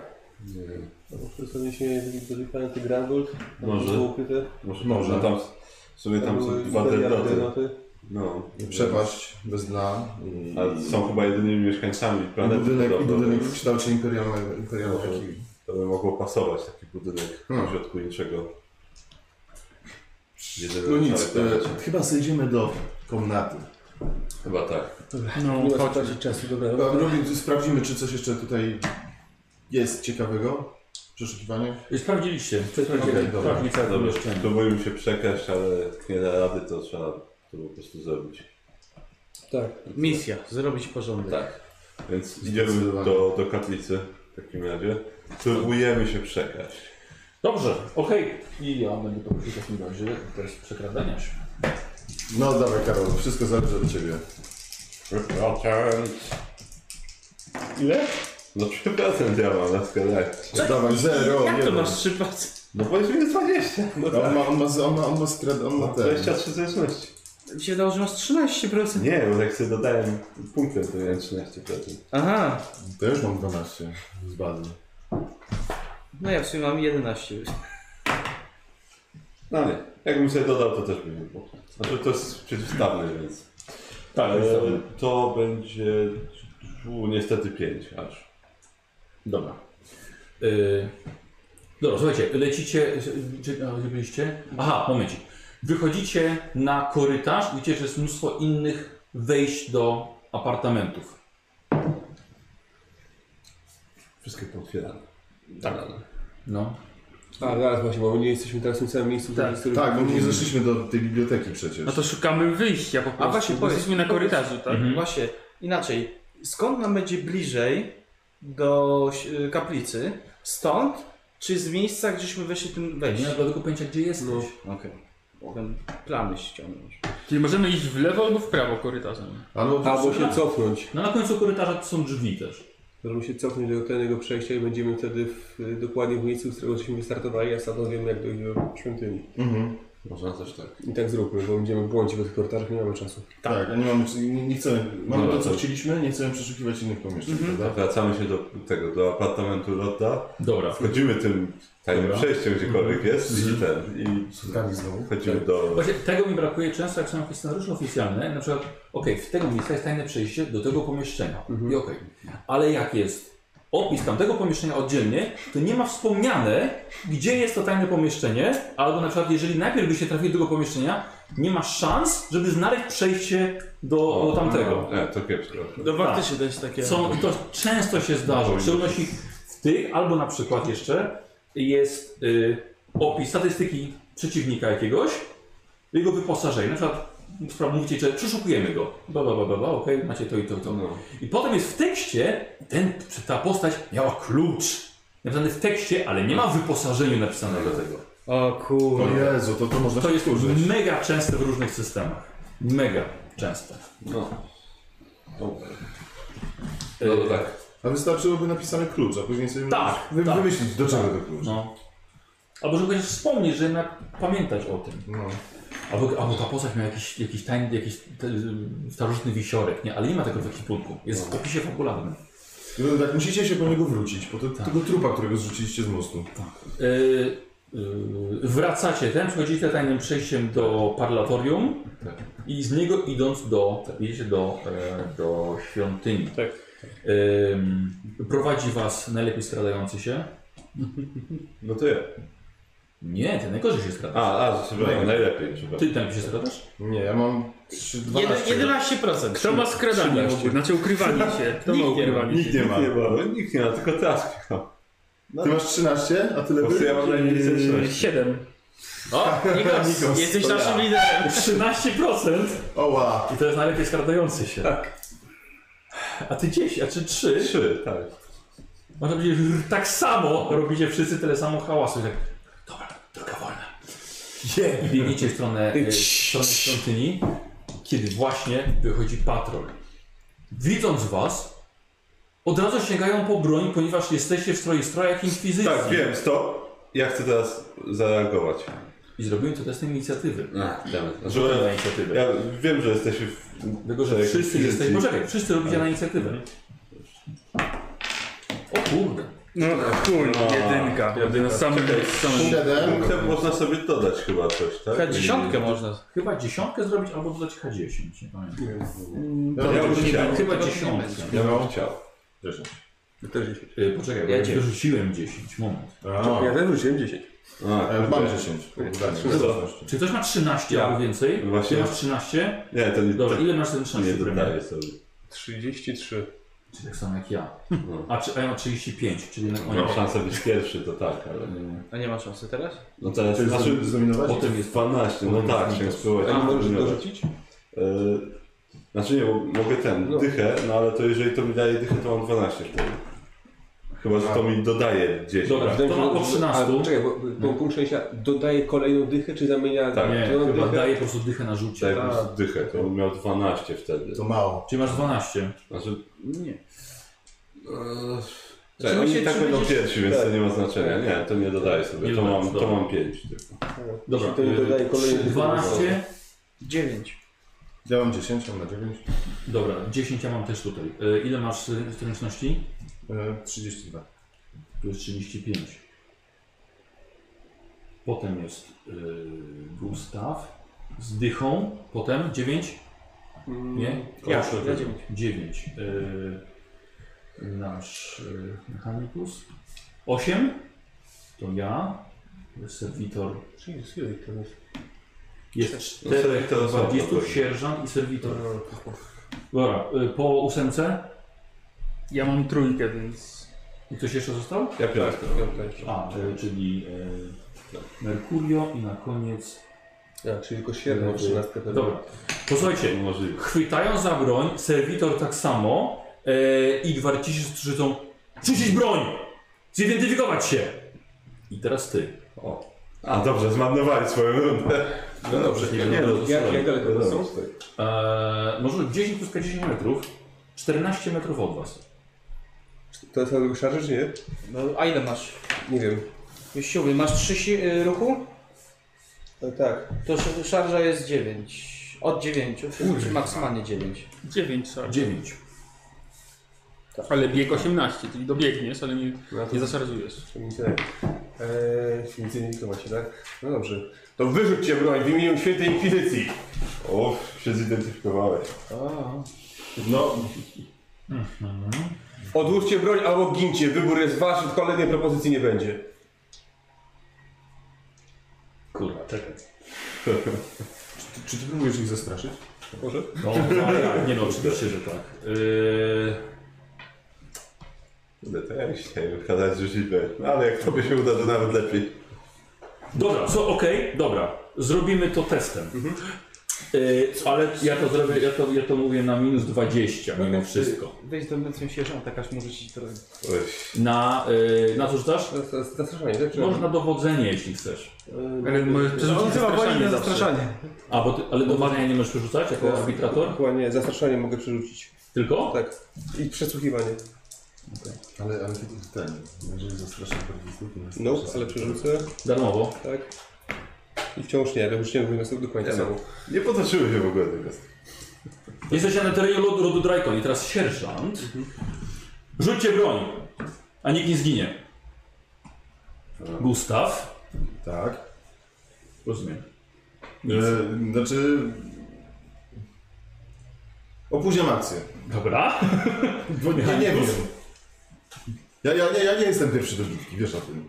No, po prostu odniesienie do tej planety Grandult. Tam
Może.
było ukryte.
Może,
Może.
może. Tam, sobie tam są
były
dwa
imperialne
dedoty.
noty.
No.
Przepaść bez dna i,
Ale są chyba jedynymi mieszkańcami
i,
planety.
budynek, i
podobno,
budynek
więc
w kształcie imperialnego imperialnego
Może.
kiwi.
To by mogło pasować taki budynek
Hmm.
w środku niczego. Jedyny
No
szary
nic,
planecie.
e, chyba zejdziemy do komnaty.
Chyba tak.
No,
Nie ma
chodź.
sprawdzić czasu, dobra.
A Robin, sprawdzimy, czy coś jeszcze tutaj jest ciekawego w przeszukiwaniach.
Sprawdziliście.
Okej,
Sprawdziliście.
dobra.
Sprawdzili całe
Dobra,
pomieszczenie.
próbujmy się przekraść, ale jak nie da rady, to trzeba to po prostu zrobić.
Tak.
Misja, zrobić porządek.
Tak. Więc idziemy
Zdecydowanie.
do, do kaplicy w takim razie. Próbujemy się przekraść.
Dobrze, okej. I ja będę prosił w takim razie teraz przekradania się.
No dawaj Karol, wszystko zależy od Ciebie.
Procent.
Ile?
No 3% ja mam na skalę.
Dawaj, zero,
To
jeden.
masz trzy palce.
No powiedzmy 20. No
On
tak.
ma, on ma, z- on ma, on ma, skrad, on ma ten.
23 zręczności.
Mi się wydało, że masz 13%.
Nie, bo jak sobie dodałem punktem, to miałem 13%.
Aha,
To już mam 12 z bazy.
no ja w sumie mam 11 już.
No nie, jakbym sobie dodał, to też by nie było. Znaczy to jest przeciwstawne, więc.
Tak,
E,
jest
to będzie u, niestety 5 aż.
Dobra. Yy, dobra, słuchajcie, lecicie. Czy, a, gdzie byliście? Aha, momencik. Wychodzicie na korytarz, i widzicie, że jest mnóstwo innych wejść do apartamentów.
Wszystkie potwierdzam.
Tak. No.
A, Tak, zaraz właśnie, bo nie jesteśmy teraz w tym samym miejscu,
Tak,
w którym-
Tak, bo my nie zeszliśmy do tej biblioteki przecież.
No to szukamy wyjścia po prostu.
właśnie,
bo
powiedz-
Jesteśmy na korytarzu, tak?
Mhm.
Właśnie, inaczej. Skąd nam będzie bliżej do si- kaplicy? Stąd? Czy z miejsca, gdzieśmy weszli tym
Nie
wejść?
mam żadnego pojęcia, gdzie jesteś.
No.
Okej. Mogę plany ściągnąć.
Czyli możemy iść w lewo albo w prawo korytarzem.
Albo,
Albo się cofnąć.
No na końcu korytarza to są drzwi też.
Możemy się cofnąć do kolejnego przejścia i będziemy wtedy w, dokładnie w miejscu, z którego żeśmy wystartowali, a stamtąd wiemy jak dojść do świątyni.
Mhm.
Można też tak.
I tak zróbmy, bo będziemy błądzić w tych korytarzach, nie mamy czasu.
Tak, a nie mamy, nie, nie chcemy,
No
mamy
Dobra,
to co
to-
chcieliśmy, nie chcemy przeszukiwać innych pomieszczeń,
Mhm.
prawda?
Wracamy się do tego, do apartamentu Rodda.
Dobra.
Wchodzimy tym tajnym
Dobra.
przejściem gdziekolwiek jest i ten. I
Spotkali znowu.
wchodzimy do.
Właśnie tego mi brakuje często, jak są jakieś scenariusze oficjalne, na przykład, okej, w tego miejsca jest tajne przejście do tego pomieszczenia. I okej. Ale jak jest opis tamtego pomieszczenia oddzielnie, to nie ma wspomniane, gdzie jest to tajne pomieszczenie, albo na przykład, jeżeli najpierw by się trafili do tego pomieszczenia, nie ma szans, żeby znaleźć przejście do, do tamtego.
Nie, E, to kiepsko.
No
faktycznie
to jest takie...
Są, i to często się zdarza, w szczególności No w tych, albo na przykład jeszcze jest y, opis statystyki przeciwnika jakiegoś, jego wyposażenie. Na przykład spraw- mówicie, że przeszukujemy go, bla, bla, bla, bla, bla okej, macie to i to i to.
No.
I potem jest w tekście, ten, ta postać miała klucz. Napisany w tekście, ale nie ma w wyposażeniu napisanego tego.
O
O
kurde.
Jezu, to, to można
To
się
jest
wkurzyć.
mega częste w różnych systemach. Mega częste.
No. Dobra.
Y,
No to tak.
A wystarczyłoby napisany klucz, a później sobie
Tak,
wy,
tak.
wymyślić, do czego to klucz.
No. Albo żeby chociaż wspomnieć, że jednak pamiętać o tym.
No.
Albo, albo ta postać miała jakiś, jakiś tajny, jakiś te, starożytny wisiorek, nie? Ale nie ma tego w ekwipunku. Jest w opisie fabularnym.
Tak.
I powiem tak, musicie się po niego wrócić, po te, tego trupa, którego zrzuciliście z mostu.
Yy, Yy, Wracacie ten, przechodzicie tajnym przejściem do parlatorium i z niego idąc do, jedziecie do, e, do świątyni.
Tak.
Ym, prowadzi was najlepiej stradający się.
No to ja.
Nie, ty najgorzej się stradasz.
A, a, przepraszam, najlepiej. przepraszam.
Ty tam się stradasz?
Nie, ja mam 3, 12.
11%.
Kto ma skradanie? w ogóle? Znaczy ukrywanie się. Kto ma
Nikt nie ma.
ukrywanie
Nikt
się?
nie ma.
Nie ma, no nikt nie ma, tylko ty Aspik ma.
Ty masz 13, a tyle
No. Po prostu ja mam najmniej
Yy,
zręczności.
7.
O, Nikos,
Nikos,
jesteś
to ja.
naszym liderem.
13%!
Oła.
I to jest najlepiej skradający się.
Tak.
A ty 10, a czy 3?
Trzy, tak.
Można powiedzieć, że tak samo robicie wszyscy tyle samo hałasu. Tak, dobra, droga wolna. I biegniecie w stronę, e, w stronę świątyni, kiedy właśnie wychodzi patrol. Widząc was, od razu sięgają po broń, ponieważ jesteście w stroju strojach inkwizycji.
Tak, wiem, stop. Ja chcę teraz zareagować.
I zrobiłem to testem inicjatywy.
Ach,
Zrobiłem na inicjatywę.
Ja wiem, że jesteśmy w...
Dlatego, że
Tak,
wszyscy
inkwizycji.
jesteście... Poczekaj, wszyscy robicie na inicjatywę. O kurde.
No chuj, jedynka. Jedynka. Samym, samym.
7.
Punktem można sobie dodać chyba coś, tak?
Chyba dziesiątkę można.
Chyba dziesiątkę zrobić albo dodać H10, nie pamiętam.
Ja
Ja bym chciał.
Chyba dziesiątkę.
Ja bym chciał.
Y, Poczekaj, bo
Ja
ja
dziewięć.
wyrzuciłem 10, moment.
Ja też rzuciłem 10.
A,
A, e, Mam 10. Udanie.
Czy ktoś ma 13 albo więcej?
No Właśnie.
Ty masz 13?
Nie, to nie,
Dobra,
to
ile masz ten
nie
13 premier?
dodaję sobie.
33.
Czyli tak samo jak ja.
No.
A, czy, a ja mam 35, czyli na
Mam
koniec.
szansę być pierwszy, to tak, ale...
A nie ma szansy teraz?
No teraz,
To jest
znaczy,
znaczy, zdominować?
potem jest 12, no
Potem
tak,
jest
się spróbować.
A możesz dorzucić?
Y, Znaczy nie, bo mogę ten,
No.
dychę, no ale to jeżeli to mi daje dychę, to mam 12 wtedy. Chyba, że to mi dodaje 10.
Tak.
Dobra. To ma po 13.
A, czekaj, bo bo punkt szczęścia dodaje kolejną dychę, czy zamienia...
Tak.
Nie,
to
chyba
dychę?
daje po prostu dychę na rzucie.
Daję po prostu Tak, dychę, to bym miał 12 wtedy.
To mało.
Czyli masz 12.
Znaczy,
Nie.
Eee,
my
Czekaj, oni
się-
i tak
czy
będą
będziesz-
pierwsi, więc
tak.
to nie ma znaczenia. Nie, to nie dodaję sobie.
Nie
to,
dodajesz,
mam, to
dobra.
mam 5 tylko.
Dobra,
to nie
y,
dodaje kolejnych
trzy- 12.
9.
Ja mam 10, on ma 9.
no.
Dobra, 10 ja mam też tutaj. Y, Ile masz y, zręczności?
E, 32.
Plus 35. Potem jest y, Gustaw z dychą. Potem 9.
Mm,
Nie?
Ja,
Proszę,
ja dziewięć.
9. Yy, nasz yy, mechanikus. 8. To ja. Serwitor.
Jezus, ile ich tam jest?
Jest
No,
4
serwitor osobno
gwardzistów,
pewnie.
sierżant i serwitor.
No,
Dobra, y, po ósemce.
Ja mam trójkę, więc...
I ktoś jeszcze został?
Ja piątkę. no.
A, y, czyli y, Mercurio i na koniec.
A, Tak, czyli tylko sierpnia 13 pewnie.
Dobra. Posłuchajcie,
Możliwe.
chwytają za broń, serwitor tak samo e, i gwarciści krzyczą rzucić broń! Zidentyfikować się! I teraz ty.
O. A dobrze, zmarnowali swoją rundę. No dobrze,
nie
nie
wiem.
no,
Jak- jak daleko
no,
są?
tak.
E, może 10 plus 10 metrów, 14 metrów od was.
To jest na drugi szarze, czy nie?
No, a ile masz?
Nie wiem.
Siły, masz 3 si- y, ruchu?
Ale tak.
To sz- szarża jest 9. Od 9, czyli maksymalnie 9.
9 szar.
9.
Ale bieg 18, czyli dobiegniesz, ale nie,
No to-
nie zaszarżujesz.
To mi się tak. Eee, nic nie macie, tak? No dobrze. To wyrzućcie broń w imieniu świętej inkwizycji.
O, się zidentyfikowałeś.
No,
Odłóżcie broń albo gincie. Wybór jest wasz, kolejnej propozycji nie będzie.
Kurwa, czekaj.
czy ty próbujesz ich zastraszyć?
Może?
No, no, tak, nie no, oczywiście, że tak. E,
No to ja chciałem kazać rzucić B. No ale jak tobie się uda, to nawet lepiej.
dobra, co, okej, dobra. Zrobimy to testem.
Mhm.
E, ale ja to zrobię, ja to, ja to mówię na minus 20 mimo wszystko.
Weź do mecją sierżanta, każ mu rzucić broń.
Oj,
Na, e, na co rzucasz?
To jest- to jest Zastraszanie, tak? Czy- Eee,
Można dowodzenie, jeśli chcesz.
Ale możesz przerzucić zastraszanie zawsze.
A, bo ty, ale dowodzenia nie możesz wyrzucać jako
Tak.
arbitrator?
Chyba nie, zastraszanie mogę przerzucić.
Tylko?
Tak. I przesłuchiwanie.
Ale, ale ty, ten, jeżeli zastraszasz bardzo
No, ale przerzucę.
Darmowo.
Tak. I wciąż nie, ale już nie mówię na tak. do końca.
Nie no. Nie potoczyły się w ogóle tego.
Jesteście na terenie lodu, rodu Drykon i teraz sierżant. Rzućcie broń, a nikt nie zginie. Gustaw.
Tak.
Rozumiem.
E, znaczy... Opóźniam akcję.
Dobra.
Bo nie, nie wiem. Ja, ja, nie, ja nie jestem pierwszy do rzutki, wiesz o tym.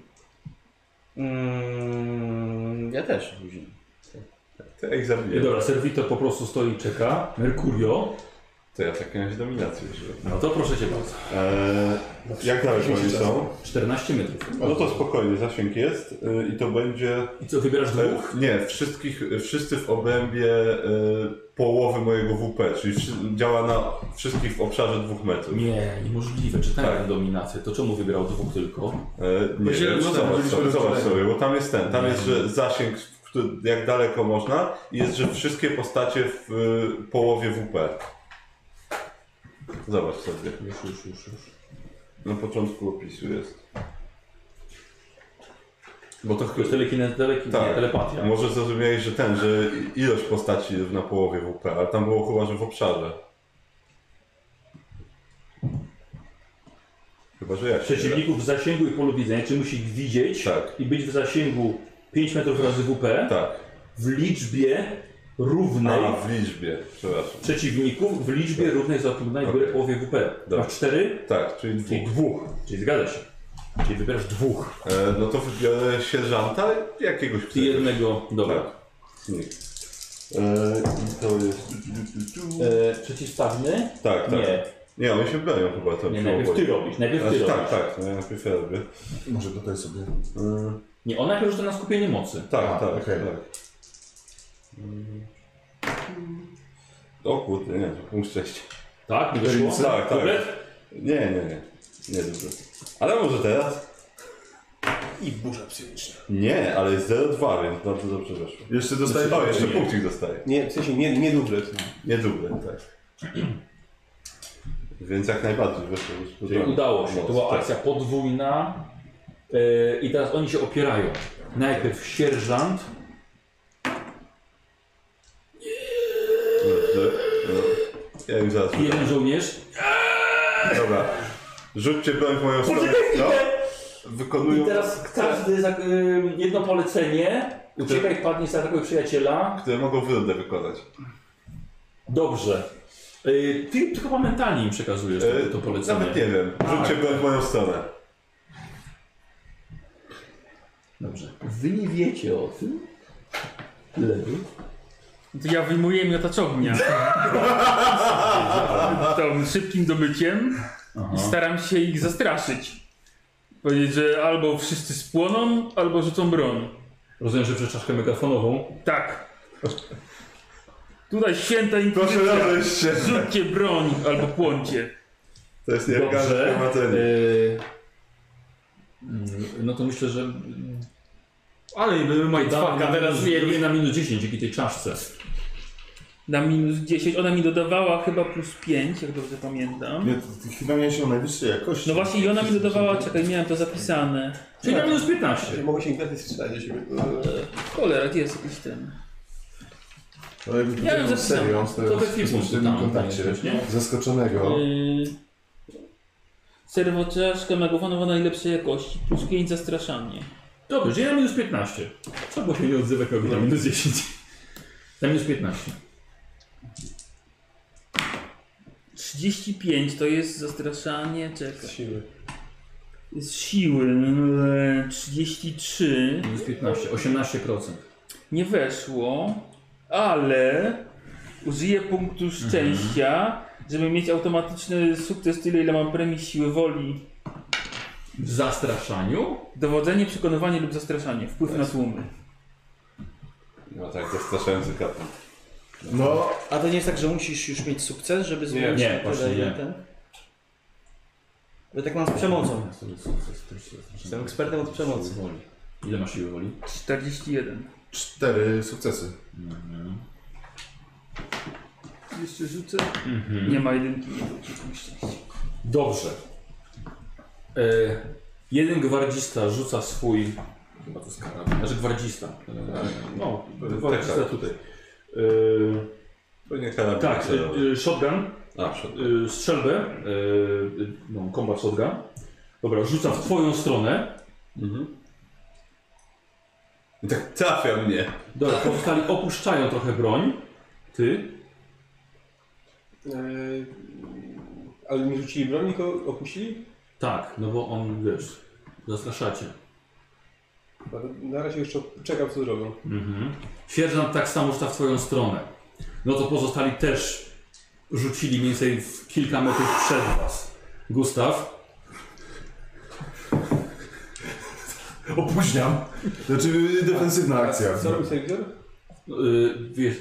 Mm, ja też później.
To ja ich zabiję.
Dobra, Servito po prostu stoi i czeka. Mercurio.
To ja w takim razie dominację użyję.
No to proszę cię bardzo.
Eee, jak daleko oni są?
14 metrów.
No to spokojnie, zasięg jest y, i to będzie...
I co, wybierasz dwóch?
E, Nie, wszystkich, wszyscy w obrębie e, połowy mojego WP, czyli wszy, działa na wszystkich w obszarze dwóch metrów.
Nie, niemożliwe. Czytałem
Tak.
dominację. To czemu wybrał dwóch tylko?
E, nie,
Będzie-
wiem,
no tak,
zobacz,
będzie
sobie,
się
zobacz
rozdzielenie.
sobie, bo tam jest ten, tam jest, że zasięg, który, jak daleko można i jest, że wszystkie postacie w y, połowie WP. Zobacz sobie.
Już, już, już, już.
Na początku opisu jest. Bo to
To jest telekine, telekine,
Tak.
nie, telepatia.
Może zrozumiałeś, że ten, że ilość postaci jest na połowie WP, ale tam było chyba, że w obszarze. Chyba, że ja się
Przeciwników w zasięgu i polu widzenia, czyli musi ich widzieć
Tak.
i być w zasięgu 5 metrów razy WP
mylę. Tak.
w liczbie równej
A, w liczbie, przepraszam.
przeciwników w liczbie równej zatrudnionej okay.
Tak. Okej.
połowie WP.
Dobra.
Masz 4,
Tak, czyli dwóch.
czyli dwóch, czyli zgadza się. Czyli wybierasz dwóch.
E, no to wybiorę sierżanta i jakiegoś
Ty jednego, dobra.
Tak. Nie. E, I to jest...
E, przeciwstawny?
Tak, tak.
Nie,
Nie, oni się bronią chyba. To
nie,
przy
najpierw ty
obozie.
robisz, najpierw ty
Znaczy,
robisz.
tak, tak, no ja najpierw ja robię.
Może tutaj sobie...
E,
Nie, ona najpierw rzuca na skupienie mocy.
Tak,
A,
tak,
okej.
tak. O kurde, nie, to punkt szczęścia.
Tak, nie wyszło?
Tak, tak.
Dobre?
Nie, nie, nie. Nie dużo. Ale może teraz?
I burza psychiczna.
Nie, ale jest 0,2, więc bardzo dobrze weszło.
Jeszcze dostaję...
Znaczy, o, jeszcze punkcik dostaję.
Nie, w sensie nie, nie duże.
Nie duble, tak. Więc jak najbardziej weszło. już
Czyli udało się. To była
tak.
akcja podwójna. E, I teraz oni się opierają. Najpierw sierżant.
Dobrze. No. Ja im zaraz uda.
Jeden żołnierz.
Dobra. Rzućcie broń w moją stronę. No. Wykonują...
I teraz każdy za, y, jedno polecenie. Uciekaj, padnie, zaatakuj przyjaciela.
Które mogą wyrdę wykonać.
Dobrze. Y, ty tylko pamiętanie im przekazujesz
E,
to, to polecenie. Tak.
Nawet nie wiem. Rzućcie broń w moją stronę.
Dobrze. Wy nie wiecie o tym. Lewy.
To ja wyjmuję miotacownię. Tą szybkim dobyciem i staram się ich zastraszyć. Powiedzieć, że albo wszyscy spłoną, albo rzucą broń.
Rozumiem, że przez czaszkę megafonową.
Tak. Tutaj święta
Proszę
inkwizycja.
rozejść się.
Rzućcie broń albo płoncie.
To jest
Dobrze.
nieeleganckie prowadzenie.
Y, mm, no to myślę, że
Ale nie będę
Dawaj,
majtwaka teraz
zrobię
mieli.
na minus 10 dzięki tej czaszce.
Na minus 10. Ona mi dodawała chyba plus 5, jak dobrze pamiętam.
Nie, to- to chyba miałem się o najwyższej jakości.
No właśnie i ona mi dodawała, czekaj, miałem to zapisane.
Czyli na minus 15.
Mogę się inaczej strzelać do siebie.
Cholera, gdzie jest jakiś ten?
No, jak
Ja bym
widziałem
zapisał.
serię, on stoi
To
w
te filmy
bezpośrednim
tam,
no
kontakcie.
nie?
Zaskoczonego.
Yy, serwoczaszka magowana najlepszej jakości, plus 5 zastraszanie.
Dobrze, czyli na minus 15. Co było się nie odzywać, jak na minus 10? Na minus 15.
35 to jest zastraszanie, czekaj.
Siły.
Z siły yy, 33
Minus 15, 18%.
nie weszło, ale użyję punktu szczęścia, żeby mieć automatyczny sukces tyle ile mam premii siły woli.
W zastraszaniu?
Dowodzenie, przekonywanie lub zastraszanie, wpływ na tłumy.
No tak, zastraszający kapitan.
No,
A to nie jest tak, że musisz już mieć sukces, żeby zmienić
nie, właśnie
tyle, ile
nie.
ten? Ja tak mam z przemocą. Jestem ekspertem od przemocy.
Siły woli. Ile masz siły woli?
41.
cztery sukcesy.
Jeszcze rzucę. Nie ma jedynki, nie wróci, tam szczęście.
Dobrze. E, jeden gwardzista rzuca swój. Chyba to jest karabin. Znaczy gwardzista. No, gwardzista
tak.
tutaj.
To nie
E,
karabin.
tak,
celowy.
e, e, shotgun.
A, przed-
y, strzelbę, y, y, no, combat shotgun. Dobra, rzuca w twoją stronę.
I tak trafia mnie.
Dobra, powstali opuszczają trochę broń. Ty?
Eee, ale nie rzucili broni, tylko opuścili?
Tak, no bo on, wiesz, zastraszacie.
No, Na razie jeszcze czekam, co zrobią.
Mhm. Sierżant tak samo szta w twoją stronę. No to pozostali też rzucili mniej więcej w kilka metrów przed was. Gustaw,
Opóźniam. Znaczy defensywna
Tak.
akcja.
Co robi serwizor?
yy, wiesz,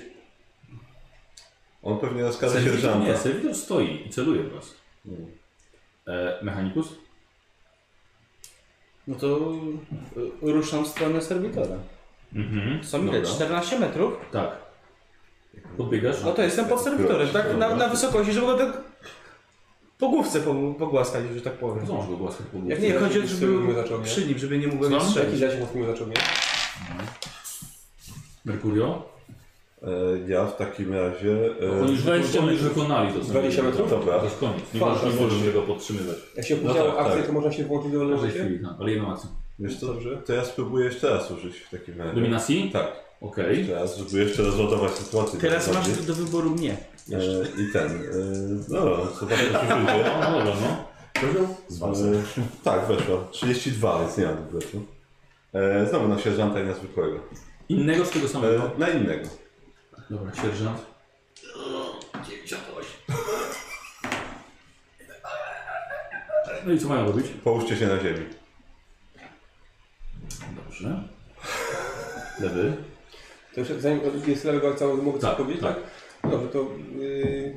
On pewnie nas każe
serwitor, nie,
sierżanta.
serwitor stoi i celuje w was. E, mechanikus?
No to y, ruszam w stronę serwitora.
Mhm.
Co mi
Dobra.
leci? 14 metrów?
Tak. Podbiegasz?
No to jestem pod serwitorem, tak? Na, na wysokości, żeby go tak po główce po- pogłaskać, że tak powiem.
Zdąż go głaskać po głowie.
Jak nie, chodzi o to,
Jaki
żeby
zasięg
był
mu zaciągnie?
przy nim, żeby nie mogłem
Co?
Jaki
strzelić.
zasięg mu zaciągnie?
Mercurio?
E, Ja w takim razie... e,
Oni No, już,
20
oni już
metrów.
wykonali to. co
20
mieli.
metrów?
Dobra, to jest koniec. Nie możesz, nie
Fantastycznie.
możesz tego podtrzymywać.
Jak się
No
opóźniało
tak,
akcję,
tak.
to można się włączyć do
Każdej
loży?
chwili, tak, ale jedną akcję.
Wiesz co,
Dobrze.
to ja spróbuję jeszcze raz użyć w takim razie.
Dominacji?
Tak,
Okej.
jeszcze raz, żeby jeszcze raz ładować sytuację.
Teraz
tak
masz
bardziej.
do wyboru mnie.
E, I ten... E, no, zobaczmy, co wyjdzie.
No dobra, no.
E, tak, weszło. 32, więc nie mam dubletu. E, znowu na sierżanta i na zwykłego.
Innego z tego samego.
E, na innego.
Dobra, sierżant. No i co mają robić?
Połóżcie się na ziemi.
Dobrze. Lewy.
To jeszcze zanim jest lewa całą mogę coś
Tak,
powiedzieć,
tak.
tak? Dobrze, to yy,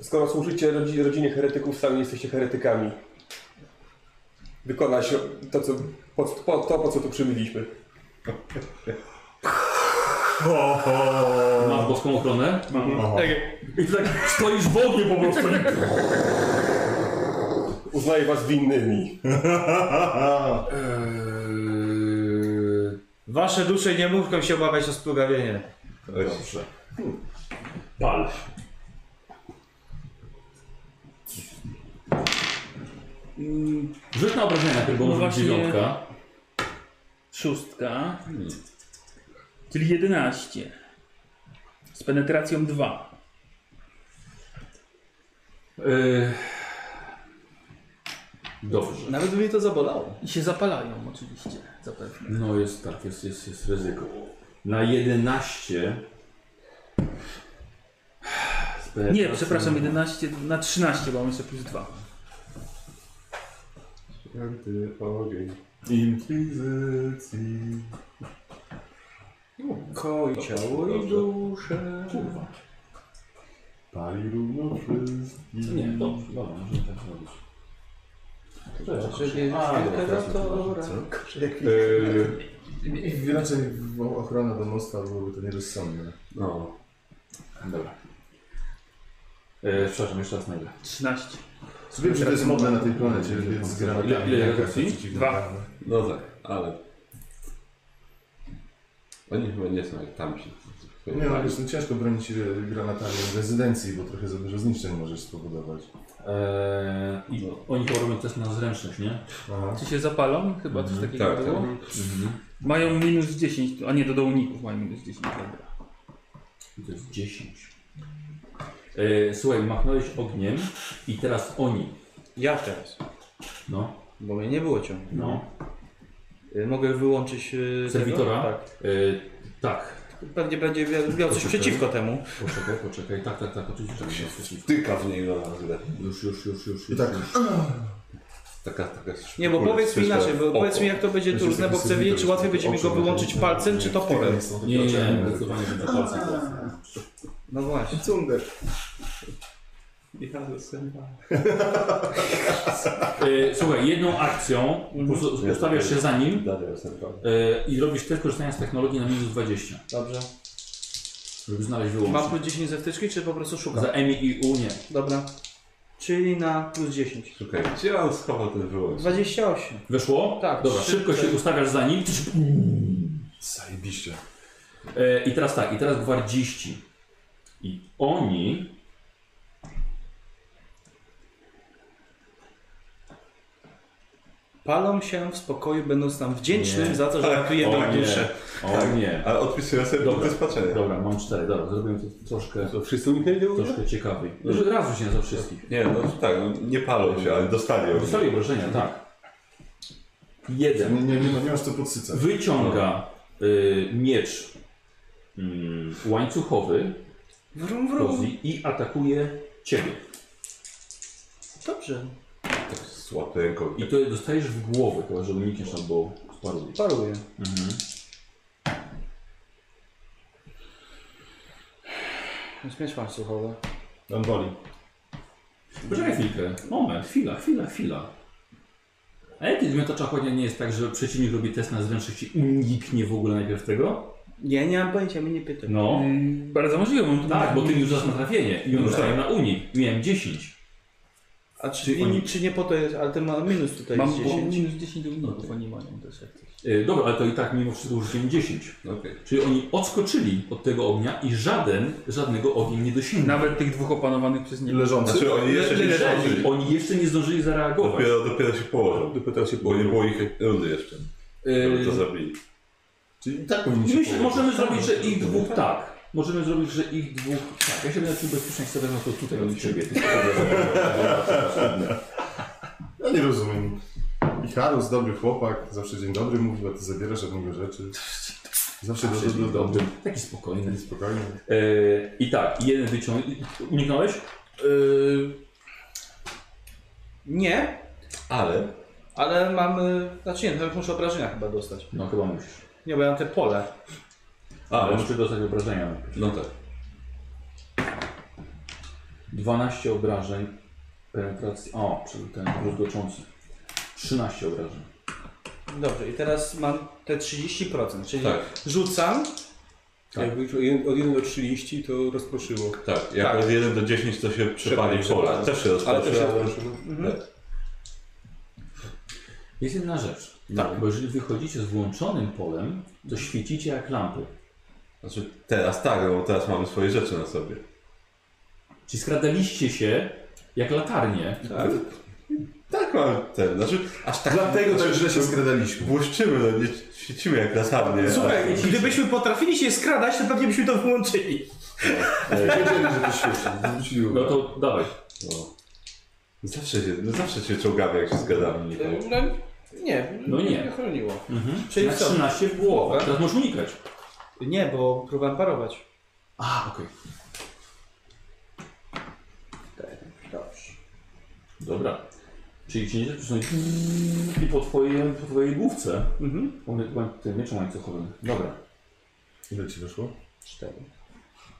skoro służycie rodzi, rodzinie heretyków, sami jesteście heretykami. Wykona się to, co, po, po, to, po co tu przybyliśmy.
Masz boską ochronę.
Aha.
I ty tak stoisz w ogniu po prostu.
Uznaję was winnymi.
Wasze dusze nie muszą się obawiać o splugawienie.
Dobrze.
Pal. Rzuć na obrażenia najpierw, bo
No
może być
właśnie.
dziewiątka.
Szóstka. Czyli 11. Z penetracją 2.
Yy. Dobrze.
Nawet by mnie to zabolało.
I się zapalają oczywiście, zapewne.
No jest tak, jest, jest, jest ryzyko. Na 11.
Nie, przepraszam, 11 na 13, bo mam jeszcze plus 2.
Antyogień.
Inkwizycji.
Koi ciało i duszę.
Kurwa.
Pali równo wszystkich.
Nie, dobrze, dobra, możemy tak zrobić.
Żeby
A,
chwilkę
dobra, teraz
zatora.
co? Yy, Raczej w- ochrona domostwa byłoby to nierozsądne.
No.
Dobra. E, przepraszam, jeszcze raz na ile?
13.
Wiem, że to jest modne na tej planecie, więc gra
Ile- ile racji?
Dwa.
no tak, ale... Oni chyba nie są jak tamci.
Nie no, wiesz, no ciężko bronić się granatami w rezydencji, bo trochę za dużo zniszczeń możesz spowodować.
E, I oni chyba robią test na zręczność, nie?
Aha.
Czy się zapalą? Chyba coś takiego
tak,
było.
Mhm.
Mają minus 10, a nie do dołników mają minus 10. Dobra.
I to jest 10. E, słuchaj, machnąłeś ogniem i teraz oni.
Ja teraz,
No,
bo mnie nie było ciągle.
no.
Y, Mogę wyłączyć... y,
Serwitora?
tego? Tak.
E, tak.
Pewnie będzie miał- miał coś
Poczekaj.
przeciwko temu.
Poczekaj, poczekaj. Tak, tak, tak, oczywiście. tak.
Tyka w niego nagle.
Już, już, już, już.
I
już,
tak,
już.
Taka, taka szpikula,
Nie, bo powiedz mi
strzela
inaczej,
w
bo
oko.
powiedz mi jak to będzie
Wiesz,
trudne,
jest
Znaczy, bo chcę
taki
wiedzieć, czy
symbol,
łatwiej będzie mi go
oczy na
no.
wyłączyć
tym-
palcem, czy toporem.
Nie, nie, nie, zdecydowanie tak. będzie palcem.
No właśnie.
Cunder.
E, słuchaj, jedną akcją
Mhm.
us- ustawiasz się za nim
Dalej obserwował.
e, i robisz test korzystania z technologii na minus 20,
Dobrze.
żeby znaleźć
Mam
wyłącznik.
plus 10 ze wtyczki, czy po prostu szukam?
Za Emi i U nie.
Dobra. Czyli na plus 10.
Szukaj, gdzie on schował ten wyłącznik?
28.
Wyszło?
Tak,
Dobra,
trzy,
szybko się
cztery.
ustawiasz za nim.
Zajebiście.
E, I teraz tak, i teraz gwardziści. I oni.
Palą się w spokoju, będąc nam wdzięcznym za to, że
Tak,
ratujemy
o
ich
nie.
duszę.
O nie.
Ale odpisuję sobie
Dobra.
punkty spaczenia.
Dobra, mam cztery. Dobra, zrobimy to troszkę,
To wszyscy uniknęli tego?
troszkę ciekawiej. Że Razu się za wszystkich.
Nie, no tak, no, nie palą się, ale dostali ogólnie.
Dostali obrażenia, tak. Jeden.
Nie, nie, nie, no, nie masz co podsycać.
Wyciąga y, miecz y, łańcuchowy
Wrum, wrum.
Rozi i atakuje ciebie.
Dobrze.
Tak słabo ręką.
I to dostajesz w głowę, chyba że unikniesz albo sparujesz.
Paruję. Mhm. Śmieć masz słuchowe.
On boli.
Poczekaj chwilkę. Moment, chwila, chwila, chwila. A jaki zmiotacza chłodnia nie jest tak, że przeciwnik robi test na zręczność i uniknie w ogóle najpierw tego?
Ja nie mam pojęcia, mnie nie pytaj.
No.
Mm, Bardzo możliwe, mam
Tak, bo ty już zaś na trafienie i on
No
rzucają na unik. Miałem 10.
A czy,
Czy oni-
czy nie po to jest, ale ten ma minus tutaj
Mam
jest 10.
minus 10 do minutów, oni mają też jak coś.
Yy, dobra, ale to i tak mimo wszystko rzuciłem 10.
Okej.
Czyli oni odskoczyli od tego ognia i żaden, żadnego ognia nie dosięgnął.
Nawet tych dwóch opanowanych przez niego.
Leżący?
Znaczy oni jeszcze nie
Leżeli.
zdążyli.
Oni jeszcze nie zdążyli zareagować.
Dopiero, dopiero się położą.
Dopytał się
Bo nie było ich rundy jeszcze, żeby
Yy,
to zabili.
Czyli i tak powinni się
Myślę,
położyć.
możemy zrobić, że ich dwóch tak. Możemy zrobić, że ich dwóch tak. Ja się będę czuł bezpiecznie, chcę wezmę to tutaj od ciebie. Ty
Ja nie rozumiem. I Harus, dobry chłopak, zawsze dzień dobry mówił, a ty zabierasz od niego rzeczy. Zawsze do, do, do, do,
Dobry. Taki spokojny.
Spokojnie.
E, I tak, jeden wyciąg... Uniknąłeś?
Nie,
Ale
ale mam. y, Znaczy nie, to już muszę obrażenia chyba dostać.
No chyba musisz.
Nie, bo ja mam te pole.
A, bo muszę dostać obrażenia najpierw.
No tak.
12 obrażeń. Penetracji. O, czyli ten rozgoczący. 13 obrażeń.
Dobrze, i teraz mam te 30%, czyli
Tak.
rzucam.
Tak.
Jak byliśmy od jeden- od 1 do 30 to rozproszyło.
Tak, jak od 1 do 10 to się przepali pola. Też się Mhm.
Ale też
rozpoczyna.
rozproszyło.
Jest jedna rzecz. Tak. Bo jeżeli wychodzicie z włączonym polem, to świecicie jak lampy.
Znaczy teraz tak, no bo teraz mamy swoje rzeczy na sobie.
Czyli skradaliście się jak latarnie.
Tak, tak mamy ten, znaczy aż tak... Dlatego
Tak źle się skradaliśmy.
Błyszczymy, no nie świecimy jak latarnie.
Słuchaj,
Tak.
gdybyśmy potrafili się skradać, to pewnie byśmy to wyłączyli.
Wiedzieli, że to świeci. Zwrócili
No
uwagę.
to dawaj.
No. Zawsze się, no zawsze się czołgamy jak się zgadamy nikomu.
No nie,
No nie. Mhm.
nie chroniło.
Czyli
Czyli
na
co?
13 w głowę. Teraz możesz unikać.
Nie, bo próbowałem parować.
A, okej.
Dobrze.
Tak, Dobra. Czyli cię nie zaczynają i po, twoje, po twojej główce.
Mhm.
Łań- łań- Tym mieczem łańcuchowym. Dobra.
Ile ci wyszło?
Cztery.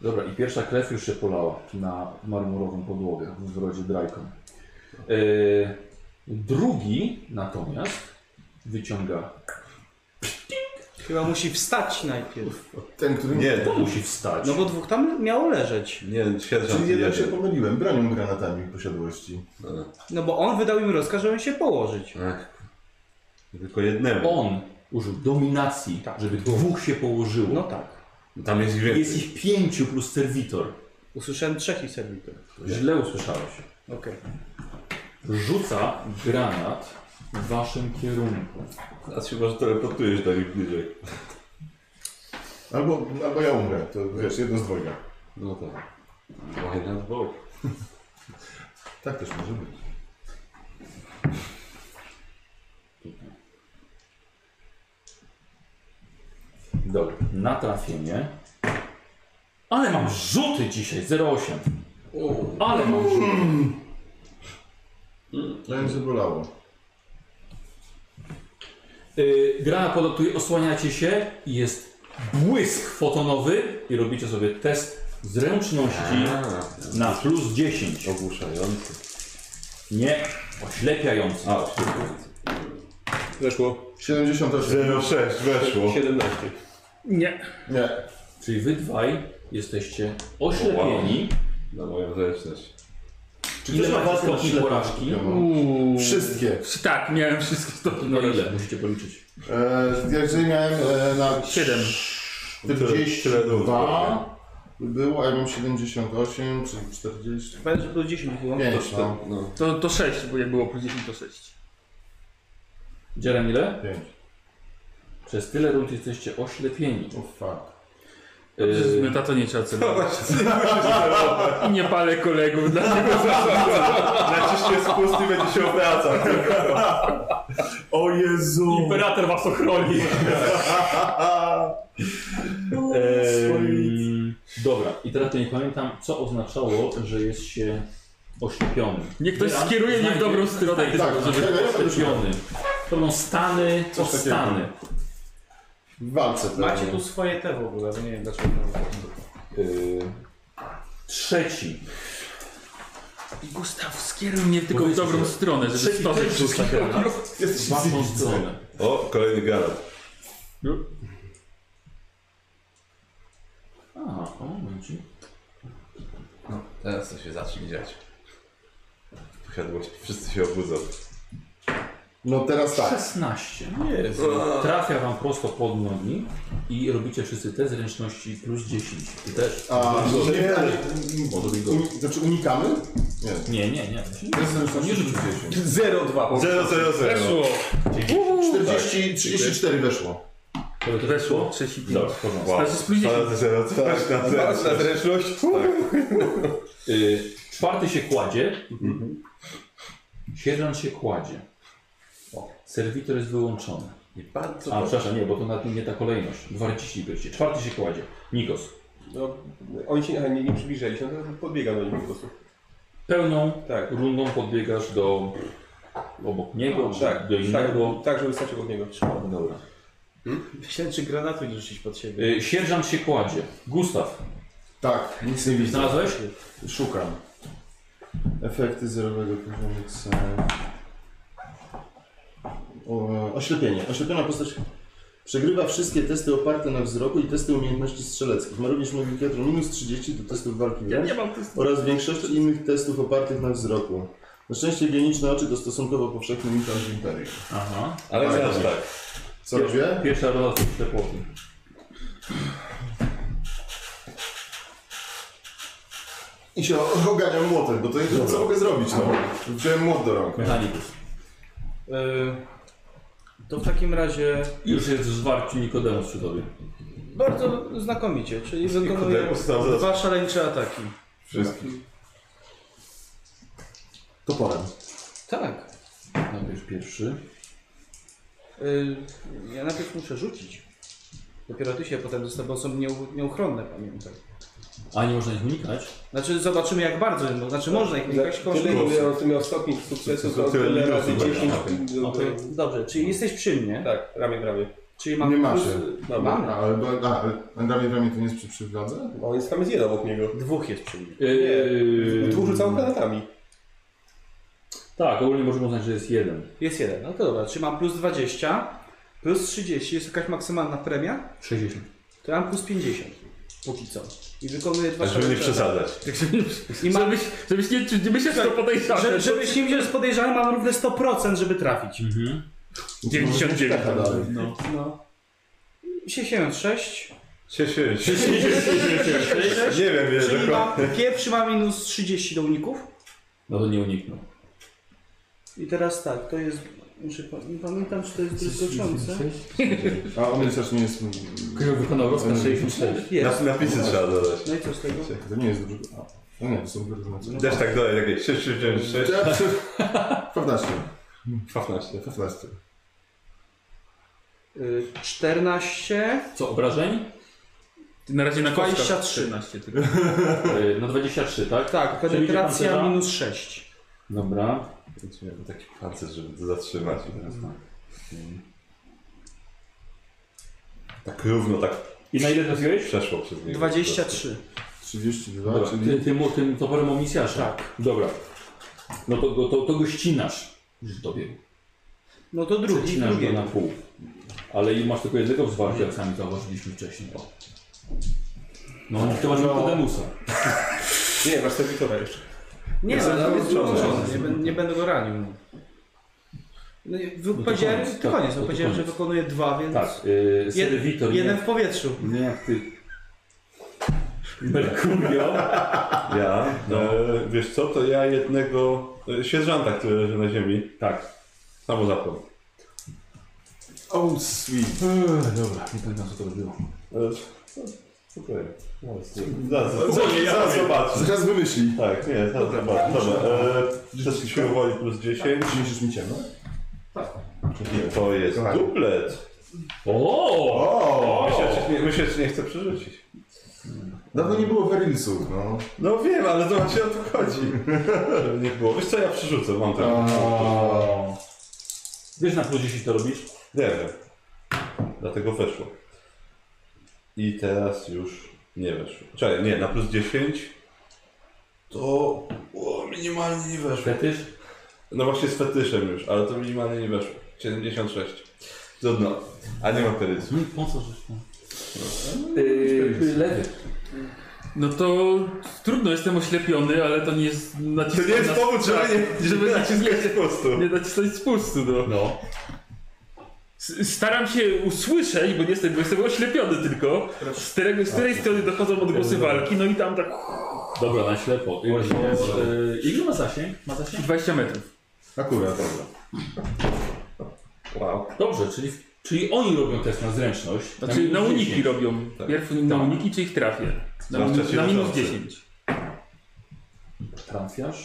Dobra, i pierwsza krew już się polała na marmurową podłogę w zgrodzie Drajkon. Yy, drugi natomiast wyciąga.
Chyba musi wstać najpierw.
Ten, który nie.
Nie,
To musi wstać.
No bo dwóch tam miało leżeć.
nie, sierżant
Czyli jeden się
jeden.
pomyliłem. Bronią granatami posiadłości.
No bo on wydał im rozkaz, żeby się położyć.
Ach, Tylko jednemu.
On użył dominacji,
Tak.
żeby dwóch się położyło.
No tak.
Tam jest ich
Jest
więcej.
ich pięciu plus serwitor.
Usłyszałem trzech i serwitor.
Źle usłyszałeś.
Okej.
rzuca granat w waszym kierunku.
A ty się może teleportujesz do nich bliżej.
Albo, albo ja umrę. To wiesz, jedno z dwojga.
No tak. Why not both?
Tak też może być.
Dobra, na trafienie. Ale mam rzuty dzisiaj, 08. Ale mam rzuty.
To mi zabolało.
Yy, granat podatuje, osłaniacie się i jest błysk fotonowy i robicie sobie test zręczności na plus 10.
Ogłuszający.
Nie, oślepiający.
A, oślepiający.
Weszło
78.
06 No weszło.
17.
Nie.
Nie.
Czyli wy dwaj jesteście oślepieni.
Na moją zręczność.
Czy
Ile
ktoś ma
macie
walkę No
stopni
ślepą?
porażki?
Ja mam.
Uuu.
Wszystkie.
Tak, miałem wszystkie stopnie.
No ile? Musicie policzyć.
E, jeżeli miałem e, na
7.
Tyle- tyle
42
było.
było, a ja mam 78, czyli 40.
Chyba, że było 10 było.
Pięć, no.
No.
To, to 6, bo jak było plus 10 to 6.
Dzielam ile?
Pięć.
Przez tyle rund jesteście oślepieni.
O fuck.
Yy,
Na to nie trzeba celować.
I nie palę kolegów, dlatego
Naciśnie spust i będzie się obracał.
O Jezu!
imperator was ochroni.
em, dobra, i teraz to nie pamiętam, co oznaczało, że jest się oślepionym.
Niech ktoś
Zbieram,
skieruje mnie w
znajdzie-
dobrą stronę.
Tak, tak, żeby
tak, tak.
oślepiony. To będą stany,
Coś takiego.
stany.
W walce pewnie.
Macie tu swoje te w ogóle, bo nie wiem dlaczego.
Yy, trzeci.
Gustaw, skieruj mnie tylko w
Powiedzcie,
dobrą
że-
stronę, żeby
Trzeci
stworzyć
też
wszystkich.
jest waszą stronę.
O, kolejny galant.
Aha, o, momencik.
Teraz to się zacznie dziać. Wychadłość, wszyscy się obudzą.
No teraz tak.
16. No Trafia wam prosto pod nogi i robicie wszyscy te zręczności plus 10. Ty też.
A, no,
Dobrze.
nie, nie,
Może być
uni, znaczy unikamy?
nie, nie, nie.
Nie rzucił
0,
0,2.
0, 0.
Weszło.
40, 34 weszło.
Weszło, trzeci
Dobra,
pilot.
w porządku.
Wow.
Znaczy spóźnili.
Sala 0, tak, na
Na
zero.
zręczność?
Y, czwarty się kładzie. Sierżant się kładzie. Serwitor jest wyłączony.
I bardzo
A,
dobrze.
przepraszam, nie, bo to nawet nie ta kolejność. Gwardziści byliście. Czwarty się kładzie. Nikos.
No, oni się aha, nie, nie przybliżali się, no to podbiegam do nich po prostu.
Pełną
Tak.
rundą podbiegasz do obok niego, czy
Tak,
do innego.
tak, tak, żeby stać obok niego.
Dobra.
Myślałem, czy granatu nie rzucić pod siebie.
Y, sierżant się kładzie. Gustaw.
Tak, nic nie widzę.
Znalazłeś?
Szukam. Efekty zerowego poziomu C. O, Oślepienie. Oślepiona postać przegrywa wszystkie testy oparte na wzroku i testy umiejętności strzeleckich. Ma również modyfikator minus 30 do testów walki wręcz
mam testu.
oraz większości innych testów opartych na wzroku. Na szczęście bioniczne oczy to stosunkowo powszechny mitan w Imperium.
Aha.
Ale teraz tak.
Co robię?
Pierwsza rola to ślepłoty.
I się oganiam młotem, bo to jest co mogę zrobić, no. Wziąłem młot do rąk.
Mechanikus.
Y, to w takim razie
Już jest w zwarciu Nikodemus przy tobie.
bardzo znakomicie, czyli wykonuję
Nikodemus tam zaraz-
dwa szaleńcze ataki.
Wszystkich.
Toporem.
Tak.
Najpierw pierwszy.
Y, ja najpierw muszę rzucić. Dopiero ty się potem dostaw, bo są nieu, nieuchronne, pamiętaj.
A nie można ich unikać.
Znaczy zobaczymy jak bardzo, bo znaczy można ich unikać
Tyle
kosztuje.
ile on miał stopień sukcesu, to on
Tyle
tyle
minusów
razy
będzie.
10. do-
Okej.
Dobrze, czyli jesteś przy mnie.
Tak, ramię w ramię.
Czyli mam
Nie
plus-
macie.
Mamy.
Mamy.
A, ale a, ale ramię w ramię to nie jest przy przywladze?
No, On jest tam jest jeden obok niego.
Dwóch jest przy mnie.
Yy,
Tu rzucał granatami.
Tak, ogólnie możemy uznać, że jest jeden.
Jest jeden. No to dobra, czyli mam plus 20, plus 30, jest jakaś maksymalna premia,
60.
to ja mam plus 50. Póki co. I wykonuję dwa
A żeby nie
szaleńcze ataki.
przesadzać.
I mam
Żebyś, żebyś nie, nie myślał, że to podejrzane.
Że, żebyś nie widział, że jest podejrzany, mam równe 100%, żeby trafić.
Mhm.
99.
Tak, dalej.
No.
No. 76.
Się, się, się.
Nie
Nie wiem, wiesz,
Czyli
dokładnie.
ma, pierwszy ma minus 30 do uników.
No to nie uniknął.
I teraz tak, to jest... Muszę, pa- nie pamiętam, czy to jest druzgoczące.
A on też nie jest... E,
Krył wykonał rozkaz 64.
Jest.
Nas- Napisy trzeba dodać.
No i co z tego?
Czekaj, to nie jest dużo... A, no nie, to są wyrównane.
Też tak dalej, takie 6, 6, 9, 6.
15.
15.
15.
Y, 14.
Co, obrażeń?
Na razie na kostkach.
23.
13 tylko.
Yy, Na 23, tak?
Tak,
Przebicie
penetracja
pancerza?
minus 6.
Dobra.
Miałem taki pancerz, żeby to zatrzymać. Mm. Tak równo, tak
I na ile trafiłeś?
przeszło przez niego.
23.
32,
Dobra, ty,
czyli...
ty, mu- tym toporem omnisjasza. Tak. Dobra. No to, go- to, to go ścinasz. Już dobiegł.
No to drugi,
Ścinasz go
drugi.
na pół. Ale i masz tylko jednego wzwarcia, jak sami zauważyliśmy wcześniej. O. No, to masz no. Nikodemusa.
Nie, masz serwitora jeszcze.
Nie,
Jest
ale jest
zakończony.
wyłączony, nie, bę- nie będę go ranił. No, i wy-
to
powiedziałem,
koniec,
to
tak,
koniec,
to to
no, powiedziałem, że
koniec.
wykonuję dwa, więc
Tak, yy,
jed,
Serwitor.
jeden w powietrzu.
Nie, jak ty. Merkurio.
tak Ja,
No.
e, wiesz co, to ja jednego e, sierżanta, który leży na ziemi,
Tak.
samozapłon.
Old Sweet.
Eee, dobra, nie pamiętam co to było.
E,
Okej.
No,
Zaraz, zaraz, zaraz zobaczę.
Zaraz wymyśli.
Tak, nie, zaraz zobaczę. Dobra,
E,
eee, wszystkich się uwoli plus 10.
Przyniesiesz mi ciemno?
Nie, to jest
Kochani.
dublet.
O!
O!
Myślę, że nie, myślę, że nie chcę przerzucić.
Dawno nie było Werylsów, no.
No wiem, ale to właśnie o to chodzi. Żeby nie było. Wiesz co, ja przerzucę, mam tam.
O. Wiesz na plus 10 to robisz?
Nie wiem. Dlatego weszło. I teraz już nie weszło. Czekaj, nie, na plus 10. To o, minimalnie nie weszło.
Fetysz?
No właśnie z fetyszem już, ale to minimalnie nie weszło. 76. Trudno. A nie ma peryzmu.
Po co żeś tam?
Yy, lewy.
No to trudno, jestem oślepiony, ale to nie jest
To
naciskanie
nie jest powód, żeby nie,
żeby
żeby naciskać
nie-
po prostu.
Nie nacisnąć spustu, no.
No.
S- Staram się usłyszeć, bo nie jestem, bo jestem oślepiony tylko, z, którego, z której strony dochodzą odgłosy walki, no i tam tak
Dobra, na ślepo. I
Właśnie,
to, yy, Ile ma zasięg? Ma zasięg?
20 metrów.
Akurat, dobra.
Wow.
Dobrze, czyli, czyli oni robią test na zręczność.
Znaczy na
minus
uniki
10.
robią.
Tak.
Pierw na uniki, czy ich trafię. Na,
Zwłaszcza
min-
ci
na minus
leżący.
10.
Trafiasz.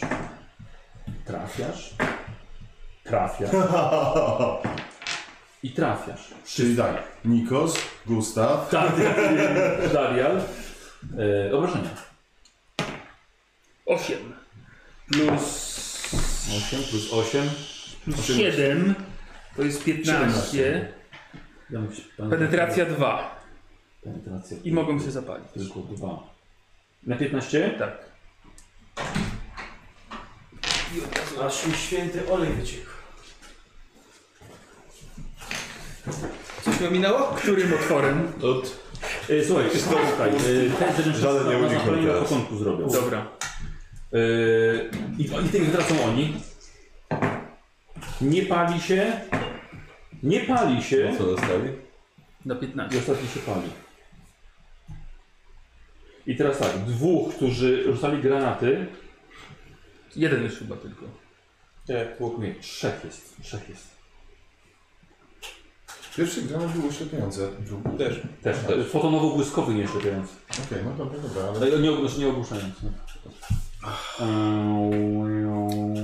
Trafiasz. Trafiasz. I trafiasz.
Czyli tak, Nikos,
Tak.
Gustaw.
Darial. Darial. Yy, obrażenia.
8 plus
8 plus 8.
plus 7 to jest 15.
Ja mam się-
Penetracja 2
Penetracja.
i mogą się zapalić.
Tylko 2. Na 15?
Tak.
Aż mi święty olej wyciekł. Coś mi ominęło?
Którym otworem?
Od...
E, słuchaj, słuchaj, e, te zręczności
Żaden nie
na- na
uniknął
zapalenie na
teraz.
początku zrobią.
Dobra.
E, i, I tych tracą oni. Nie pali się. Nie pali się.
Co dostali?
Na
I
15.
ostatni się pali. I teraz tak, dwóch, którzy rzucali granaty.
Jeden już chyba tylko.
Nie.
Nie, trzech jest. Trzech jest.
Pierwszy granat był oślepiający, a drugi też.
Też, też. fotonowo-błyskowy nie szczepiający.
Okej, no dobra, dobra, ale...
Ale nie, ogłusz, nie ogłuszający.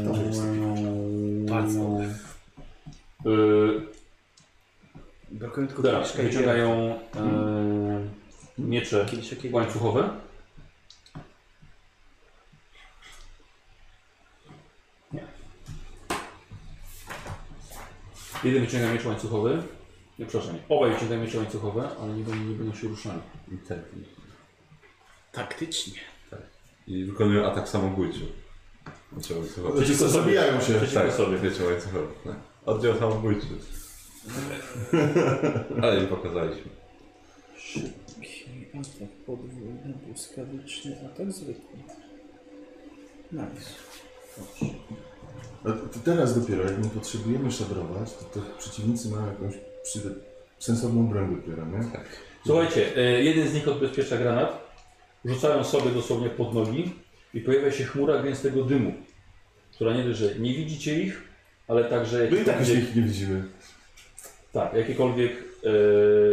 Dobry jest
Bardzo. Yy,
Brakuje tylko
Dobra,
kieliszka i
Tak, wyciągają e, miecze
kieliszek i
łańcuchowe. Nie. Jeden wyciąga miecz łańcuchowy. Nie, przepraszam, nie. obaj wyciągają miecze łańcuchowe, ale nie będą, nie będą się ruszali.
I tak.
Taktycznie.
I wykonują atak samobójczy. Trzeba wycofać.
Znaczy, zabijają się.
Przeciwko
Tak,
sobie.
wiecie łańcuchowy. Tak. Oddział samobójczy. Ale im pokazaliśmy.
Atak podwójny, błyskawiczny, atak zwykły. Nice.
A to teraz dopiero, jak nie potrzebujemy szabrować, to, to przeciwnicy mają jakąś przyde... sensowną broń dopiero, nie?
Słuchajcie, e, jeden z nich odbezpiecza granat, rzucają sobie dosłownie pod nogi i pojawia się chmura gęstego dymu, która nie dość, że nie widzicie ich, ale także
My i tak już
jakiekolwiek,
ich nie widzimy.
tak, jakiekolwiek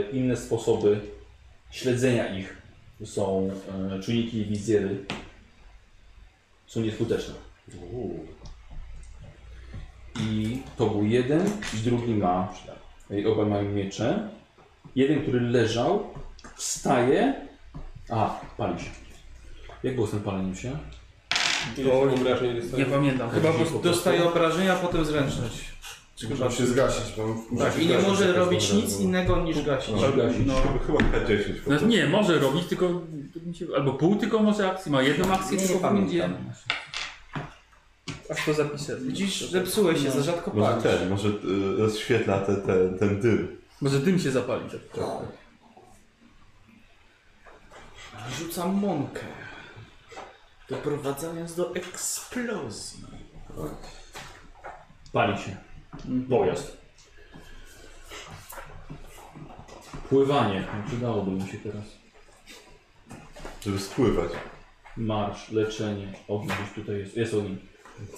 e, inne sposoby śledzenia ich są e, czujniki i wizjery są nieskuteczne. I to był jeden, i drugi ma. I oba mają miecze. Jeden, który leżał, wstaje. A, pali się. Jak było z tym paleniem się?
Ile to obrażeń
Nie
dostali?
pamiętam. Chyba po prostu.
Dostaje obrażenia, potem zręczność.
Muszę się zgasić, bo... muszę
Tak,
się
i nie
zgasić,
może
tak
robić
powiem,
nic
bo-
innego niż gasić.
Gasić.
No.
Chyba- Chyba K10 po
No,
Znaczy,
prostu.
nie, może robić tylko. Albo pół tylko może akcji, ma jedną akcję
Nie
tylko
pamiętam.
będzie. Aż to zapiszę.
Widzisz, zepsułeś się,
No.
za rzadko
Może
palisz.
ten, może y, rozświetla te, te, ten dym.
Może dym się zapali. tak.
Rzucam mąkę. Doprowadzając do eksplozji.
Pali się. Pojazd. Pływanie. No, Przydałoby mi się teraz.
Żeby spływać.
Marsz, leczenie. Ogień gdzieś tutaj jest. Jest ogień.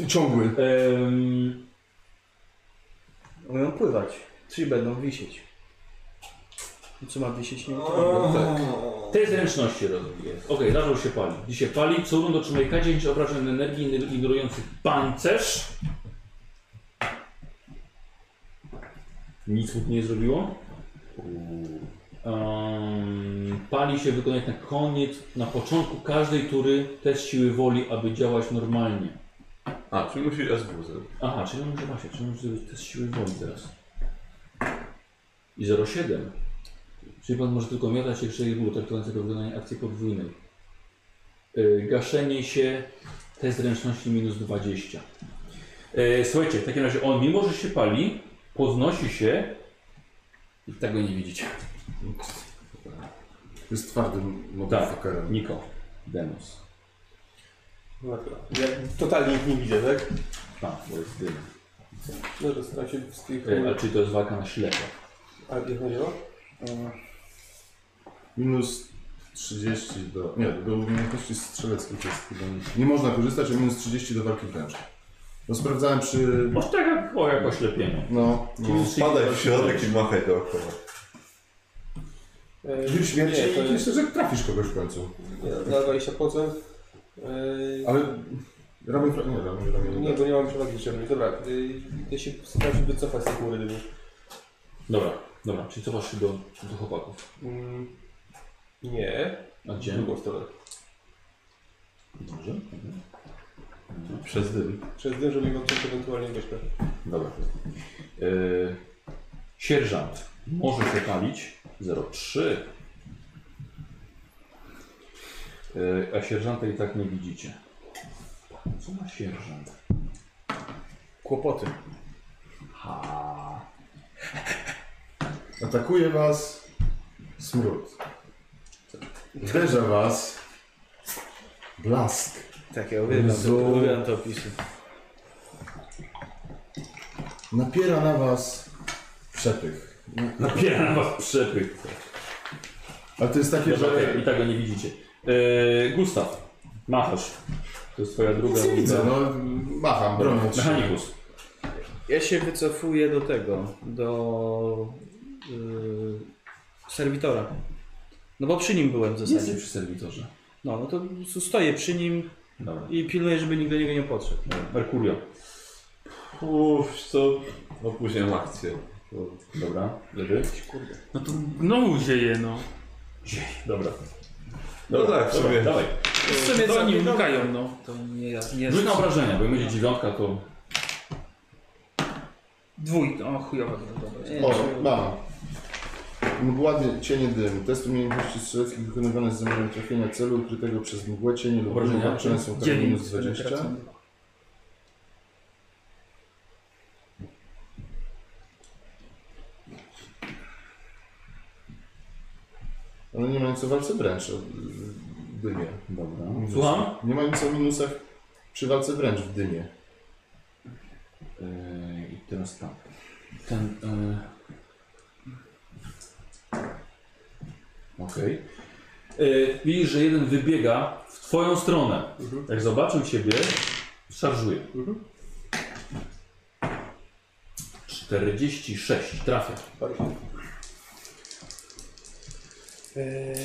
Ciągły.
Ehm,
Umieją pływać. Czyli będą wisieć. I Co ma wisieć? Nie no,
Te zręczności rozwija. Okej, rażą się pali. Dzisiaj pali, co runda otrzymuje K10 obrażeń energii ign- ignorujących pancerz. Nic mu to nie zrobiło. Um, pali się wykonać na koniec, na początku każdej tury test siły woli, aby działać normalnie.
A, czyli musi SW zrobić.
Aha, czyli on może właśnie, czyli on może zrobić test siły woli teraz. I 0,7. Czyli pan może tylko miotać się jeżeli było traktowane jako wykonanie akcji podwójnej. Yy, gaszenie się, test zręczności minus 20. Yy, słuchajcie, w takim razie on, mimo że się pali, podnosi się i tak go nie widzicie.
Jest twardym
Tak,
motherfuckerem.
Niko, Demos.
Dobra. Ja totalnie ich nie widzę, tak?
Tak, bo jest dym.
No to staram się z tych...
Yy, a czy to jest walka na ślepo?
A jak chodziło?
Tak.
Minus 30 do... Nie, do umiejętności strzeleckich jest chyba nic. Nie można korzystać, a minus 30 do walki wręcz. No sprawdzałem przy...
Może tak jak, o, jak oślepienie.
No, no.
Spadaj w środek
tak.
i machaj dookoła.
E,
Drzwi śmierci
Nie, to
i
jest...
myślę, że trafisz kogoś w końcu.
Nie, na 20%. Yy,
Ale... Ramię... fra- Nie, ramię, ramię
Nie,
nie da.
bo nie mam przewagi liczebnej. Dobra, y, ja się staram się wycofać z tej chmury dymu.
Dobra, dobra, czyli cofasz się do, do chłopaków.
Mm, nie,
A
w
gdzie?
drugą stronę.
Dobrze. mhm.
Przez dym.
Przez dym, żeby go odciąć ewentualnie gościa.
Dobra. Yy, sierżant może się palić 03. Yy, a sierżanta i tak nie widzicie. Co ma sierżant?
Kłopoty.
Ha.
Atakuje was... Smród. Uderza was... Blask.
Tak, ja uwielbiam,
Jezu.
to, uwielbiam te opisy.
Napiera na was... Przepych.
Napiera na was przepych.
Ale to jest takie,
Dobra,
że...
okej, I tak go nie widzicie. Yy, Gustaw, machasz. To jest twoja druga
Nic nie widzę,
runda.
no. Macham, bronię.
Mechanikus.
Ja się wycofuję do tego, do yy, serwitora. No bo przy nim byłem w
Jesteś
zasadzie.
przy serwitorze.
No, no to po prostu stoję przy nim
Dobra.
i pilnuję, żeby nikt do niego nie podszedł.
Merkurio.
Uff, co? Opóźniam akcję.
Dobra. Lewy.
No to znowu zieje, no.
Dobra.
No tak, w
Dobra,
sumie.
dawaj.
W sumie
To
za
oni
mnie, no.
unikają, no. To nie ja. Nie
Rzuć na obrażenia, bo jak będzie dziewiątka, to
Dwój, o chujowa to dobra.
Nie,
O, mam. Mgła, dy- cienie, dym. Test umiejętności strzeleckich wykonywany z zamiarem trafienia celu ukrytego przez mgłę, cienie lub
Obrażenia?
dym obarczone są karą
Dziewięć.
minus 20. Ale nie ma nic o walce wręcz o y, dymie.
Dobra.
Minus.
Słucham?
Nie ma nic o minusach przy walce wręcz w dymie.
Yy, I teraz tak. Ten. Yy... Okej. Yy, widzisz, że jeden wybiega w twoją stronę. Jak zobaczył ciebie, szarżuje. 46, trafia.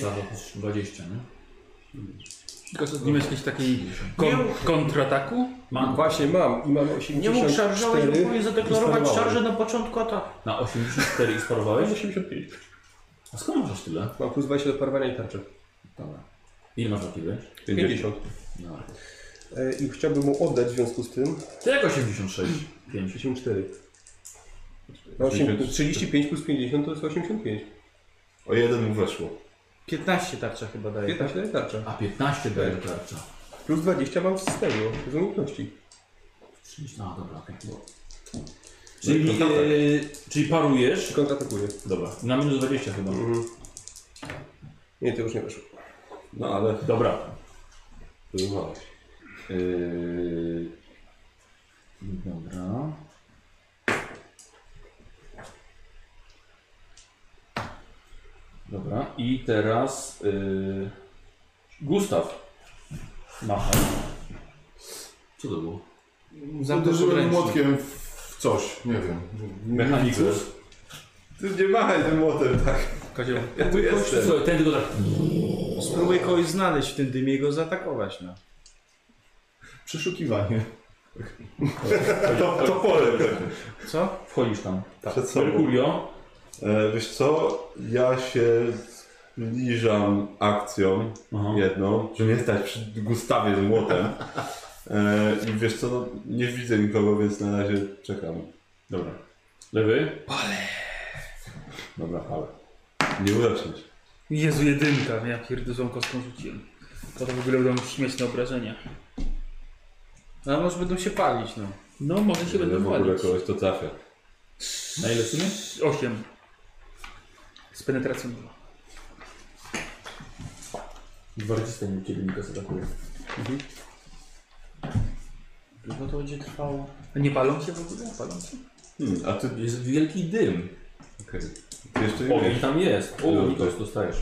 Trafia plus 20, nie?
Tylko co, nie masz jakiejś takiej kon kontrataku?
Ma
Właśnie mam i mam 84.
Nie mógł szarżować, bo powinien
i
zadeklarować
sparowałem.
szarżę na początku ataku.
na 84 i sparowałeś?
85.
A skąd masz aż tyle?
Mam plus 20 do parowania i tarczy.
Dobra. Ile masz na tyle?
50.
Dobra.
E, I chciałbym mu oddać w związku z tym
Ty jak 86? 5.
84. No, 8, 35 plus 50 to jest 85.
O jeden mu weszło.
15 tarcza chyba daje.
15 daje tarcza.
A 15 daje tarcza.
Plus 20 mam z tego, z umiejętności.
30, no dobra, okej.
No
Czyli,
i to tak.
e, czyli parujesz?
Czy kontratakuje?
Dobra. Na minus 20 chyba.
Nie, to już nie weszło.
No ale
Dobra.
wyzywałeś.
E, Yy... Dobra. Dobra, i teraz yy... Gustaw. Macha. Co to było?
Zamknął
Uderzyłem
podręcznik.
młotkiem w w coś, nie wiem.
Mechanikus?
Ty nie machaj tym młotem, tak.
Kazio,
Ja tu jestem.
słuchaj, ten tylko tak...
Spróbuj kogoś znaleźć w tym dymie i go zaatakować, no.
Przeszukiwanie.
To, to pole. pewnie.
Co?
Wchodzisz tam.
Przed sobą.
Mercurio,
E, wiesz co, ja się zbliżam akcją
Aha.
jedną, że nie stać przy Gustawie z młotem. E, I wiesz co, no, nie widzę nikogo, więc na razie czekam. Dobra.
lewy,
Dobra, ale. Nie ulepszyć.
Jezu, jedynka. Ja pierdolą kostką rzuciłem. To, to w ogóle będą śmieszne obrażenia.
No może będą się palić, no.
No, może się
Ale
będą
w ogóle
walić.
kogoś to trafia.
na ile w sumie?
8. Z penetracją dwa.
Gwardzista nie ciebie Nikas atakuje.
Długo to będzie trwało.
A Nie palą się w ogóle? Palą się?
Hmm, a ty...
Jest wielki dym.
Okej. Ty jeszcze nie
Ogień
wiesz.
tam jest. O,
Dobra.
Nikas, dostajesz.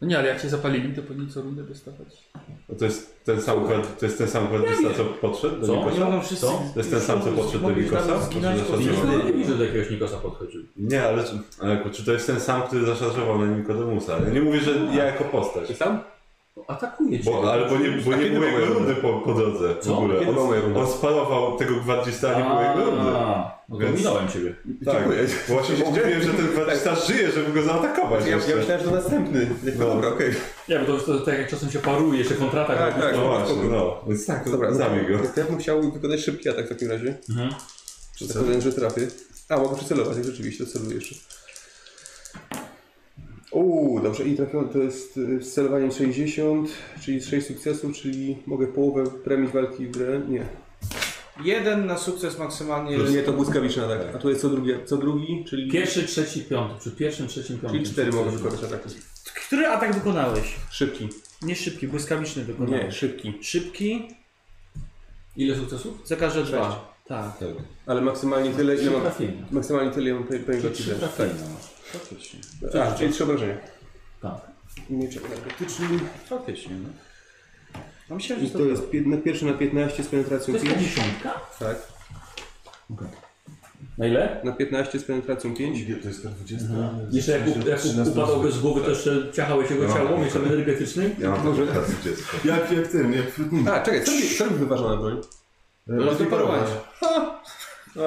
No nie, ale jak się zapalili, to powinni co rundę dostawać.
A To jest ten sam układ, to jest ten sam układ Gusta, co podszedł
Co?
do Nikosa?
Oni mogą wszyscy...
Co?
To jest ten sam, co podszedł do
Mogli
Nikosa?
tam zginąć
Znaczy,
pod
Nie,
zaszacował.
nie, nie widzę, do jakiegoś Nikosa podchodził.
Nie, ale czy, ale czy to jest ten sam, który zaszarżował na Nikodemusa? Ja nie mówię, że ja jako postać.
Sam?
Atakuje cię.
Bo, ale bo nie, bo nie było jego rundy po, po drodze w
Co?
ogóle.
Kiedy
On,
była moja runda?
on sparował tego gwardzista, a nie było jego rundy.
A, no to
Więc-
minąłem ciebie.
Tak,
Dziękuję.
właśnie się dziwiłem, że ten gwardzista żyje, żeby go zaatakować
Ja, ja
jeszcze.
myślałem, że to następny.
No.
No. Dobra, okej.
Nie, bo to, to, tak jak czasem się paruje, jeszcze kontrata.
Tak, tak.
No właśnie, no. Więc tak,
Dobra,
zabij go.
To ja bym chciał wykonać szybki atak w takim razie.
Mhm.
Zakładając, że trafię. A, mogę przycelować, jak rzeczywiście, to celuję jeszcze. Uuu, dobrze, i trafiłem, to jest y, z celowaniem 60, czyli 6 sukcesów, czyli mogę połowę premii walki w grę. Nie,
Jeden na sukces maksymalnie...
Plus-
nie, to błyskawiczny atak, a tu jest co drugi, co drugi czyli,
Pierwszy, trzeci, piąty. Przy pierwszym, trzecim, piątym.
czyli 4 mogę wykonać ataki.
Który atak wykonałeś?
Szybki.
Nie szybki, błyskawiczny wykonałeś.
No.
Nie, szybki.
Szybki,
Ile sukcesów?
za każde dwa. Tak.
Ale maksymalnie tyle, ile
Trzy
mam,
trafienia.
maksymalnie tyle, ile mam pre- premii walki w
Trzy
grę.
trafienia.
Faktycznie.
tak. A, czyli 3 obrażenia.
Tak.
Mieczek energetyczny.
Faktycznie, no. A No, myślałem,
I
że to...
to jest pię- na pierwszy na 15 z penetracją
To jest
5.
ta dziesiątka?
Tak.
Na ile?
Na 15 z penetracją 5.
Gdzie to jest ta 20?
Mhm. Jeszcze jak, u- jak u- upadałby z głowy, to jeszcze ciachałeś jego
No.
ciało mieczem energetycznym?
Ja mam
Może-
Może... teraz dziecko.
Jak, jak tym, jak frytnik.
A, czekaj, co robi- co robi wyważona broń?
E,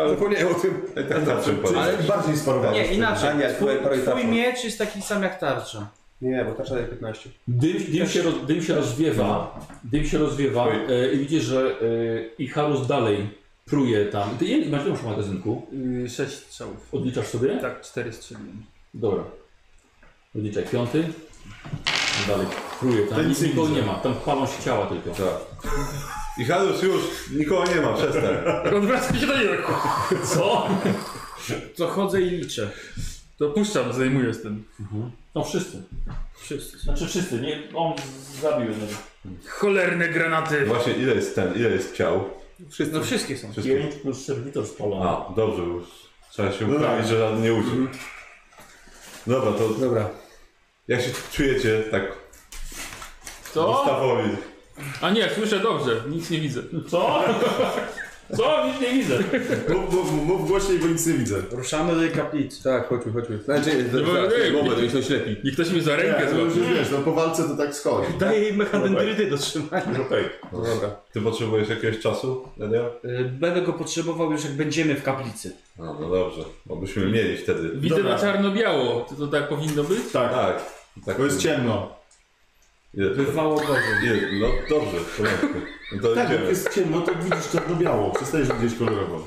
Zapomniałem o tym.
Tak, tak,
Ale bardziej sparowane.
Nie,
A
inaczej.
nie,
twój,
parę
twój
etapów.
miecz jest taki sam jak tarcza.
Nie, bo tarcza daje 15.
Dym, dym, się, roz, dym się rozwiewa. Dym się rozwiewa e, i widzisz, że e, i Harus dalej pruje tam. Ty ile masz w magazynku?
6 strzałów.
Odliczasz sobie?
Tak, 4 strzeliłem.
Dobra. Odliczaj piąty. Dalej pruje tam. Nic nikogo nie ma. Tam palą się ciała tylko.
I Halusz już, nikogo nie ma, przestań.
Odwracam się do niego.
Co?
To chodzę i liczę.
To puszczam, zajmuję z tym.
No wszyscy.
Wszyscy.
Znaczy wszyscy. Nie, on zabił no. jednego.
Cholerne granaty.
Właśnie, ile jest ten, ile jest ciał?
No wszystkie są.
Wszystkie?
5 plus serwitor spalony.
A, dobrze, już trzeba się upewnić, że żaden nie użył. Mhm. Dobra, to
Dobra.
jak się czujecie tak
Co?
ustawowi?
A nie, słyszę dobrze, nic nie widzę.
Co? Co? Nic nie widzę.
Mów, mów, mów głośniej, bo nic nie widzę.
Ruszamy do tej kaplicy.
Tak, chodźmy, chodźmy. Znaczy,
Nie, bo- nie,
zaraz, moment,
nie.
oni są ślepi.
Niech ktoś mi za
Nie,
rękę
no już
złapie.
wiesz, no po walce to tak schodzi.
Daję jej mechadendryty do trzymania.
Tak,
Okej.
No dobra.
Ty potrzebujesz jakiegoś czasu, Daniel?
Y, Będę go potrzebował już jak będziemy w kaplicy.
No, no dobrze, bo byśmy mieli wtedy.
Widzę
Dobra.
na czarno-biało. Czy to tak powinno być?
Tak,
Tak, tak.
bo jest ciemno.
Ile, to-
Bywało gorzej.
ile, no dobrze, w porządku. No to
Tak, jak
idziemy.
jest ciemno, to widzisz czarno-biało. Przestajesz widzieć kolorowo.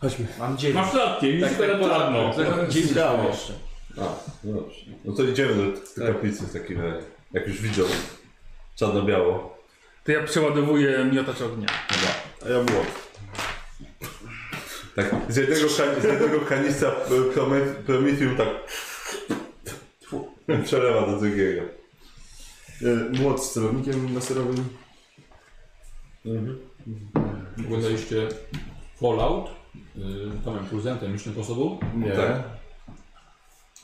Chodźmy.
Mam dziewięć.
Masz latki, mi się
Tak,
teraz
tak,
poradno.
tak, dziewięć
Dało.
mam jeszcze.
A, no dobrze. No to idziemy do tej kaplicy w takim razie. Jak już widzą czarno-biało.
To ja przeładowuję miotacz ognia.
A ja było.
Tak, z jednego, kan- z jednego kanistra Promet- Prometheum tak przelewa do drugiego.
E, Młot z celownikiem laserowym.
Oglądaliście Fallout, y, Tomem Cruzem, ten Mission Impossible.
Nie.
Tak.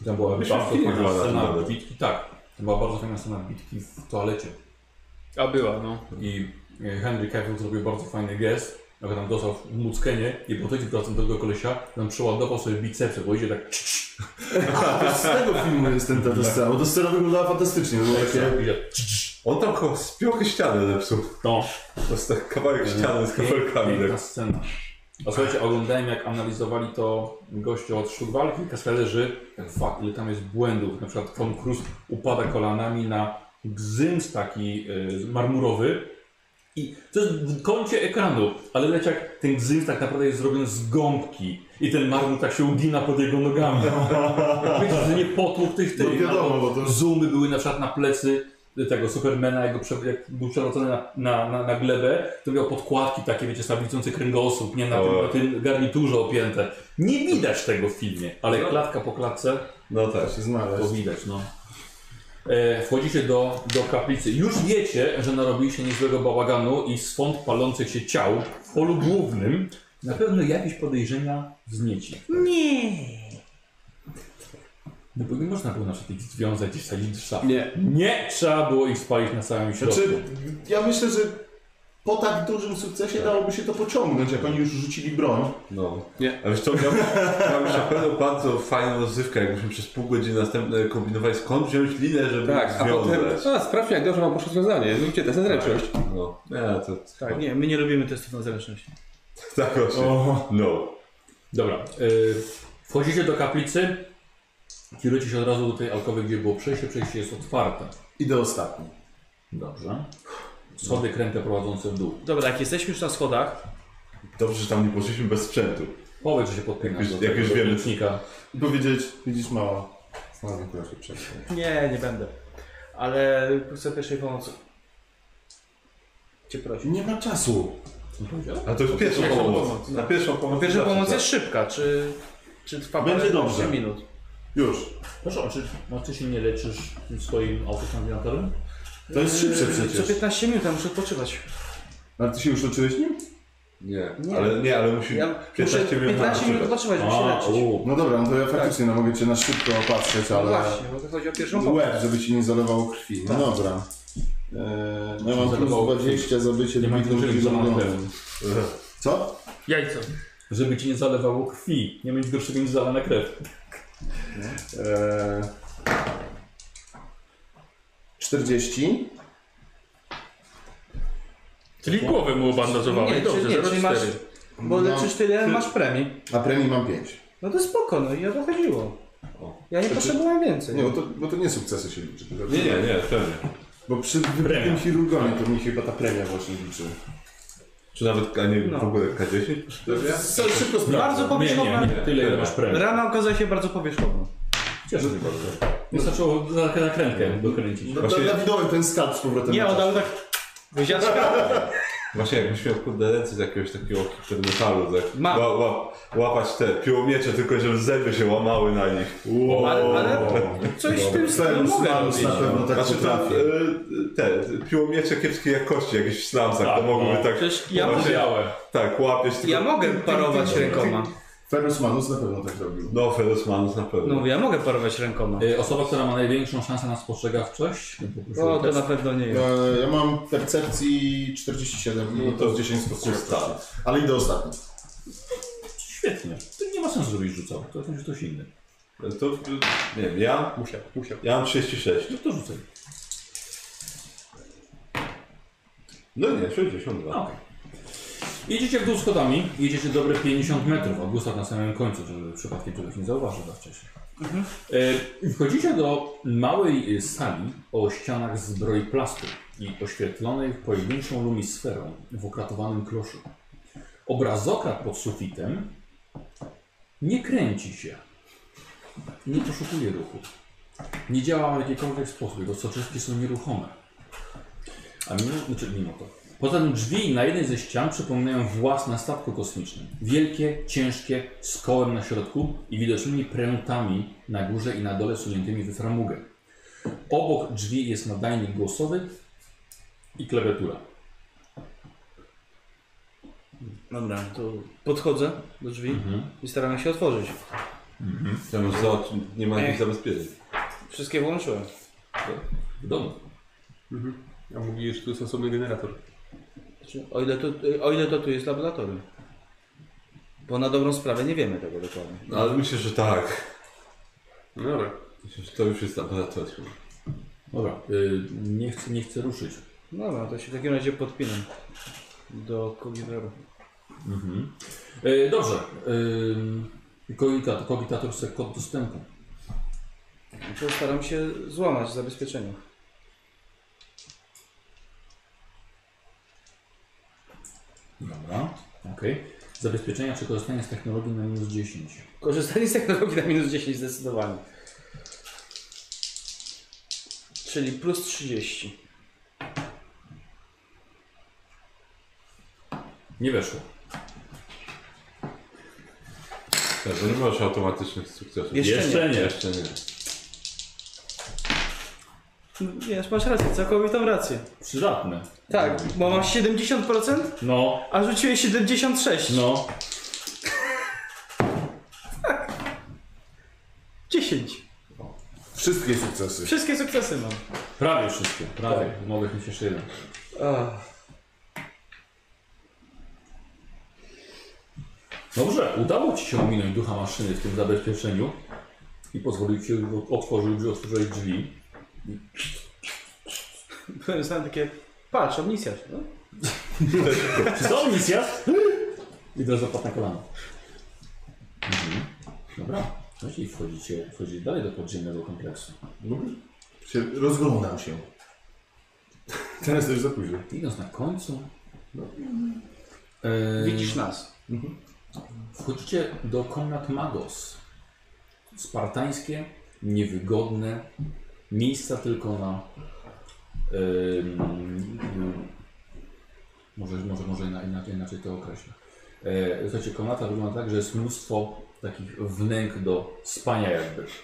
Tam była
Myślę,
bardzo
że film
fajna
wygląda
scena
nawet.
bitki, tak. To była bardzo fajna scena bitki w toalecie.
A była, no.
I y, Henry Cavill zrobił bardzo fajny gest, jak tam dostał w muckenie i po trzecim pracą tego kolesia, tam przeładował sobie bicepsy, bo idzie tak...
A, to z tego filmu jest ten tata scena, bo ta scena wyglądała fantastycznie. Było takie...
Idzie...
On tam chyba spiął ścianę zepsuł.
No.
To jest tak kawałek ściany z kafelkami.
Piękna
Tak.
scena. A słuchajcie, oglądałem jak analizowali to goście od sztuk walki, kaskaderzy, jak fuck, ile tam jest błędów. Na przykład Tom Cruise upada kolanami na gzyms taki y, marmurowy i to jest w kącie ekranu, ale leci jak ten gzyms tak naprawdę jest zrobiony z gąbki i ten marmur tak się ugina pod jego nogami. Wiecie, że nie potłuk tych tych.
No wiadomo, bo to-
Zoomy były na przykład na plecy tego Supermana, jak, go prze, jak był przewrócony na, na, na, na glebę, to miał podkładki takie, wiecie, stabilizujące kręgosłup, nie na tym,
O.
na tym garniturze opięte. Nie widać tego w filmie, ale klatka po klatce
No tak.
się
to
znaleźć.
widać, no. E, wchodzicie do, do kaplicy. Już wiecie, że narobiliście niezłego bałaganu i swąd palących się ciał w polu głównym. Na pewno jakieś podejrzenia wznieci. Nie. No bo nie można było na przykład ich związać i wsadzić w szafę.
Nie.
Nie trzeba było ich spalić na samym środku.
Znaczy, ja myślę, że po tak dużym sukcesie dałoby się to pociągnąć, jak oni już rzucili broń.
No.
Nie.
A wiesz co, miał, miał Chappelle bardzo fajną rozrywkę, jakbyśmy przez pół godziny następne kombinowali skąd wziąć linę, żeby
Tak,
ich
a potem...
związać.
A, sprawdźmy, jak dobrze wam poszło związanie. Zróbcie test na zręczność.
No. Nie, to...
Tak, nie, my nie robimy testów na zręczność.
Tak właśnie. No.
Dobra. Y, wchodzicie do kaplicy. Kierujecie się od razu do tej alkowy, gdzie było przejście. Przejście jest otwarte.
Idę ostatni.
Dobrze. Schody kręte prowadzące w dół.
Dobra, jak jesteśmy już na schodach,
Dobrze, że tam nie poszliśmy bez sprzętu.
Powiedz, że się podpinasz
Jak już-
do
jak
tego
już wiemy.
licznika.
I powiedzieć, widzisz mała. Znalazłem trochę przeszło.
nie, nie będę. Ale chcę pierwszej pomocy. Cię prosi.
Nie ma czasu.
A to już pierwsza
Pierwszą
pomoc.
pomoc,
Na pierwszą pomoc.
Pierwsza
zawsze
pomoc
tak.
jest szybka, czy, czy trwa
Będzie
parę-
dobrze.
trzy minut?
Już.
Proszę, a czy, a czy się nie leczysz tym swoim autokombinatorem?
To jest szybsze
Co
przecież.
15 minut, ja muszę odpoczywać.
Ale ty się już leczyłeś nim?
Nie,
Nie.
ale nie, ale musi.
Ja muszę
15 minut.
15 minut odpoczywać, muszę
A,
leczyć.
u.
No dobra, no to ja faktycznie no, mogę cię na szybko opatrzeć,
No
ale...
właśnie, bo to chodzi o pierwszą pomoc.
Łeb, żeby ci nie zalewało krwi. No dobra. Eee, no ja mam
Zalewało
plus 20 za bycie
Nie ma
limitną
dużych
krwi Co?
Jajco.
Żeby ci nie zalewało krwi. Nie mieć gorszego niż zalana krew.
Eee, 40.
Czyli głowę mu
Nie,
obandażowałeś. no Dobrze,
czy, nie, czyli masz,
0,4.
bo
No.
leczysz tyle, masz premii.
A premii mam 5.
No to spoko, no i o to chodziło.
O.
Ja nie potrzebowałem więcej.
Nie, bo to, bo to nie sukcesy się liczy.
Nie, nie, nie, pewnie.
Bo przy wybitym chirurgonie to mi chyba ta premia właśnie liczy.
Czy nawet, a nie
No.
w ogóle K10?
Co, szybko sprawdzę.
Bardzo
Nie, nie,
powierzchowna.
nie. Tyle, ile masz premii.
Rana okazała się bardzo powierzchowna.
Cieszę się bardzo. Wystarczyło za- nakrętkę dokręcić.
No,
Właśnie-
Ja widałem ten skarb z powrotem.
Nie,
na czas.
oddał tak wyziaczka.
Właśnie jakbyś miał kurde ręce z jakiegoś takiego hipermetalu, tak?
Mam.
Ła, ła, łapać te piłomiecze, tylko żeby zęby się łamały na nich.
Wow.
Ale, ale coś w tym stylu
Ten
mogę
slalus
robić.
na pewno tak
znaczy to,
potrafię.
e, te piłomiecze kiepskiej jakości, jakieś w slamsach, to mogłyby tak,
Przecież ja
właśnie,
Białe.
tak łapieć.
Ja mogę parować rękoma.
Ferus Manus na pewno tak robił.
No, Ferosmanus na pewno.
No mówię, ja mogę parować rękoma.
Y, Osoba, która ma największą szansę na spostrzegawczość. bym poprosił
O,
o
to
test.
na pewno nie jest.
E, Ja mam percepcji 47, no to z 10 sposób. Ale idę ostatni.
Świetnie. To nie ma sensu, żebyś rzucał. To będzie ktoś inny.
No.
E, To, nie wiem, ja,
Musiał, musiał.
ja mam 36.
No to rzucaj.
No nie, 62.
No, Okej. Jedziecie w dół schodami, jedziecie dobre 50 metrów, a Gustaw na samym końcu, żeby przypadkiem czegoś nie zauważył za wcześnie. E, Wchodzicie do małej y, sali o ścianach z broiplastu i oświetlonej pojedynczą lumisferą w okratowanym kloszu. Obrazokrat pod sufitem nie kręci się, nie poszukuje ruchu, nie działa w jakikolwiek sposób, jego soczewki są nieruchome. A mimo, znaczy mimo to. Poza tym drzwi na jednej ze ścian przypominają włas na statku kosmicznym. Wielkie, ciężkie, z kołem na środku i widocznymi prętami na górze i na dole suniętymi we framugę. Obok drzwi jest nadajnik głosowy i klawiatura.
Dobra, to podchodzę do drzwi i staram się otworzyć.
Ja może za, nie ma jakichś zabezpieczeń.
Wszystkie włączyłem.
W domu.
A mówisz, że tu jest osobny generator.
Znaczy, O ile, to, o ile to tu jest laboratorium. Bo na dobrą sprawę nie wiemy tego dokładnie.
No, ale myślę, że tak.
No dobra.
Myślę, że to już jest laboratorium.
Dobra, y, nie, chcę, nie chcę ruszyć.
No Dobra, to się w takim razie podpinam do kogileru.
Y, dobrze. Y, kogitator, kogitator chce kod dostępu.
To staram się złamać zabezpieczenie.
Dobra, okej. Zabezpieczenia czy korzystanie z technologii na minus 10.
Korzystanie z technologii na minus 10 zdecydowanie. Czyli plus 30.
Nie weszło.
Tak, bo nie masz automatycznych sukcesów.
Jeszcze
Jeszcze
nie.
nie. Jeszcze nie.
Wiesz, masz rację, całkowitą rację.
Przydatne.
Tak, bo mam 70%,
No,
a rzuciłeś 76.
no.
10.
Wszystkie sukcesy.
Wszystkie sukcesy mam.
Prawie wszystkie. Prawie. Mogę mieć jeszcze jeden. Dobrze, udało Ci się ominąć ducha maszyny w tym zabezpieczeniu i pozwolił Ci otworzyć, otworzyć drzwi.
Byłem sam takie, patrz, omnisjasz. No?
Czy to misja? I teraz zapadł na kolano. Mhm. Dobra, no i wchodzicie, wchodzicie dalej do podziemnego kompleksu.
Się rozglądam się. Teraz to już za późno.
Idąc na końcu.
Widzisz nas.
Wchodzicie do komnat Magos. Spartańskie, niewygodne, miejsca tylko na. em, em, może, może, może ina- inaczej, inaczej to określę. E, słuchajcie, komnata wygląda tak, że jest mnóstwo takich wnęk do spania, jakby w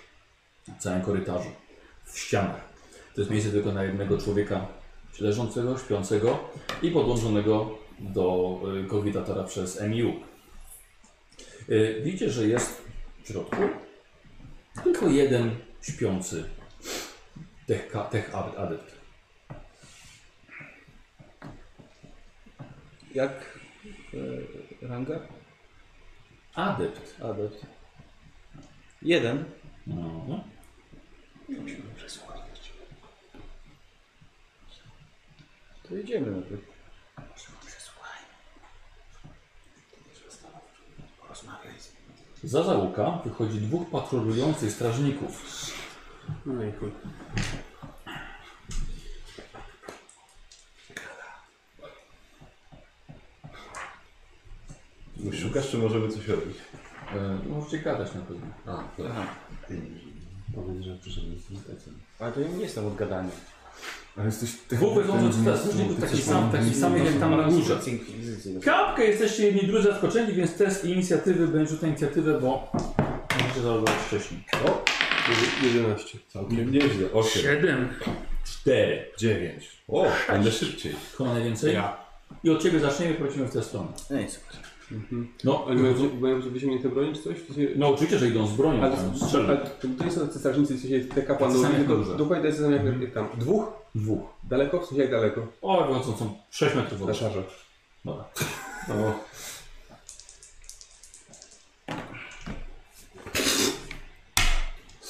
całym korytarzu, w ścianach. To jest miejsce tylko na jednego człowieka leżącego, śpiącego i podłączonego do y, kogitatora przez MU. Y, Widzicie, że jest w środku tylko jeden śpiący tech, tech adept.
Jak e, ranga?
Adept.
Adept. Jeden.
No.
To idziemy na to.
Za załuka wychodzi dwóch patrolujących strażników.
No i chuj.
No, Szukasz, czy możemy coś robić?
Y, Możecie gadać na pewno.
A, no.
Ale to ja nie jestem od gadania.
Ale jesteś...
Dwóch wychodzących strażników takich sam, takich samych jak tam na górze. Kapkę jesteście jedni drudzy zaskoczeni, więc test inicjatywy będzie na inicjatywę, bo możecie zareagować wcześniej.
O! 11.
Całkiem nieźle. Osiem.
7.
Cztery.
Dziewięć.
O, będę szybciej.
Kto ma najwięcej? I od ciebie zaczniemy, prosimy w tę stronę.
No i super.
No,
Ale mają, mają wyciągnięte broń czy coś? W sensie-
no oczywiście, że idą z bronią.
y, Ale
tam,
to,
strzelby.
ale to, to nie są tacy strażnicy, w sensie te
Tacy sami
kapłanowie,
jak
tylko
duże.
dokładnie tacy sami jak, jak tam. Dwóch?
Dwóch.
Daleko? W sensie jak daleko?
O, wychodzą są 6 metrów
Na
od
szarze.
Dobra.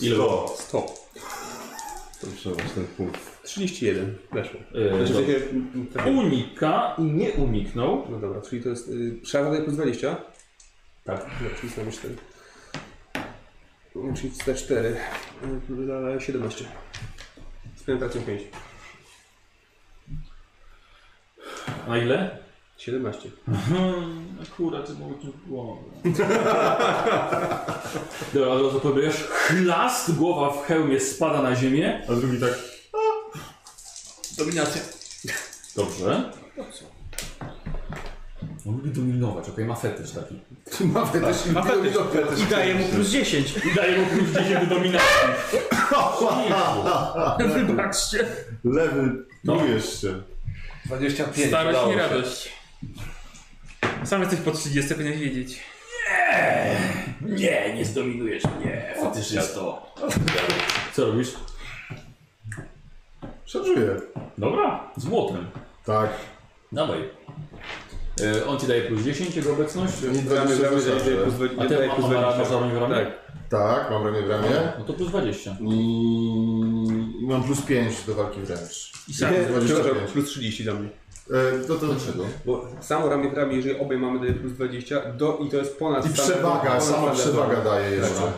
Ile?
Sto.
100.
To trzeba mieć ten punkt.
31. Weszło.
Yy,
Znaczy,
dobra.
takie, takie,
Unika i nie uniknął.
no dobra, czyli to jest y, szara daje plus 20.
Tak.
No, czyli znamy 4. Czyli y, 4. Dla 17. Z penetracją 5.
Na ile?
17.
Hmm, akurat to mogło być głowa. Dobra, od razu pobierasz. Chlast, głowa w hełmie spada na ziemię.
A drugi tak...
Dominacja.
Dobrze. On lubi dominować, okej, ma fetysz taki.
Ma też...
Ma fetysz. I daję mu plus 10.
I daje mu plus 10 do dominacji.
Wybaczcie.
Lewy... No. jeszcze.
25.
Starość
udało
i
się.
radość. Sam jesteś po 30, powinieneś wiedzieć.
Nie, nie zdominujesz mnie, fetyszysto. Co robisz?
Szarżuję.
Dobra, złotem.
Tak.
Dawaj. E, on ci daje plus 10 jego obecność?
I 24 zawsze.
A ty ma, ma, masz ramię w ramię?
Tak.
Tak, mam ramię w ramię.
No to plus 20.
I, I mam plus 5 do walki wręcz.
I sam.
Nie,
Przepraszam, plus 30 dla mnie.
E, no to dlaczego?
Bo samo ramię w ramię, jeżeli obaj mamy daje plus 20, do i to jest ponad
I
standard-
przewaga,
ponad
sama
standardowo.
przewaga daje jeszcze.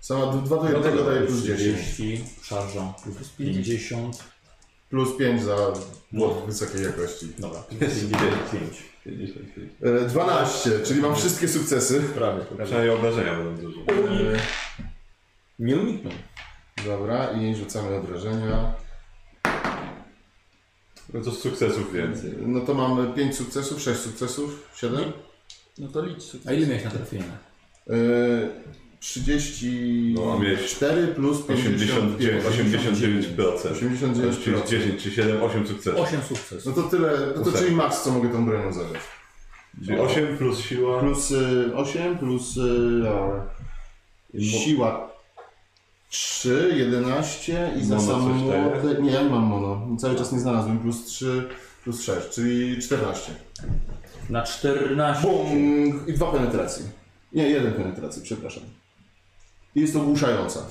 Sama 2 do 1 daje plus 10.
30, szarża, plus 50.
Plus 5 za błot wysokiej jakości.
Dobra, 55.
55.
E, 12, czyli mam wszystkie sukcesy.
Prawie.
Przynajmniej obrażenia będą duże.
E,
Nie uniknął.
Dobra, i rzucamy obrażenia.
No to sukcesów więcej.
No to mamy 5 sukcesów, 6 sukcesów, 7?
No to licz.
A ile miałeś na trafienie?
Yy, 34
No, a mieć
plus
89,
55.
89%.
89
Czyli 10 czy 7, 8 sukcesów.
8 sukces.
No to tyle, no to czyli maks co mogę tą bronią zabrać.
Czyli 8 plus siła.
Plus y, 8 plus y,
No.
e, siła 3, 11 i za
Mono
sam
coś daje?
młody. Nie, ja nie mam mono. Cały czas nie znalazłem. Plus 3 plus 6, czyli 14.
Na 14.
Bum! I dwa penetracje. Nie, jeden penetracji, przepraszam. I jest ogłuszająca.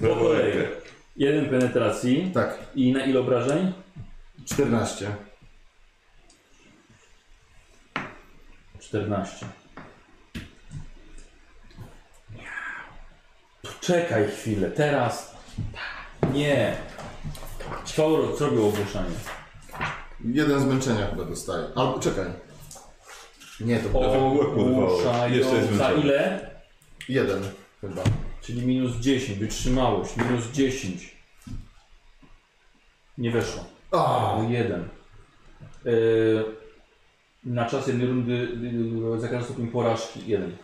No
Po kolei. Jeden penetracji.
Tak,
I na ile obrażeń?
14.
14. Czekaj chwilę, teraz. Tak. Nie. Co zrobił ogłuszanie?
Jeden zmęczenia chyba dostaje. Albo czekaj. Nie, to był
Jeszcze jest
Ogłuszająca
zmęczony.
ile?
jeden chyba.
Czyli minus 10, wytrzymałość, minus 10. Nie weszło.
A,
O jeden. Yy, na czas jednej rundy yy, za każdym stopniem porażki jeden.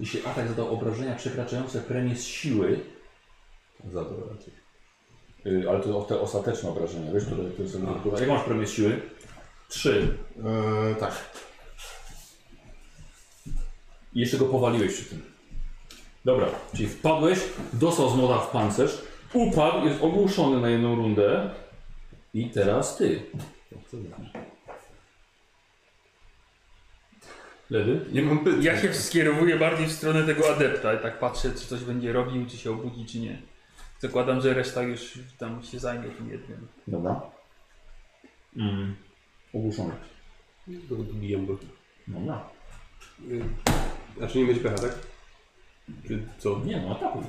Jeśli atak zadał obrażenia przekraczające premię z siły,
Za to raczej.
yy, ale to te ostateczne obrażenia, wiesz, które, które są dodatkowe. Jak masz premię z siły? Trzy.
e, tak.
I jeszcze go powaliłeś przy tym. Dobra, czyli wpadłeś, dostał z moda w pancerz, upadł, jest ogłuszony na jedną rundę. I teraz ty. Lewy?
Nie mam pytań.
Ja się skierowuję bardziej w stronę tego adepta i tak patrzę, czy coś będzie robił, czy się obudzi, czy nie. Zakładam, że reszta już tam się zajmie tym jednym.
Dobra. Mm. Ogłuszony.
Dobijam go.
Dobra.
Znaczy nie mieć pecha, tak?
Czy co?
Nie no, atakuj.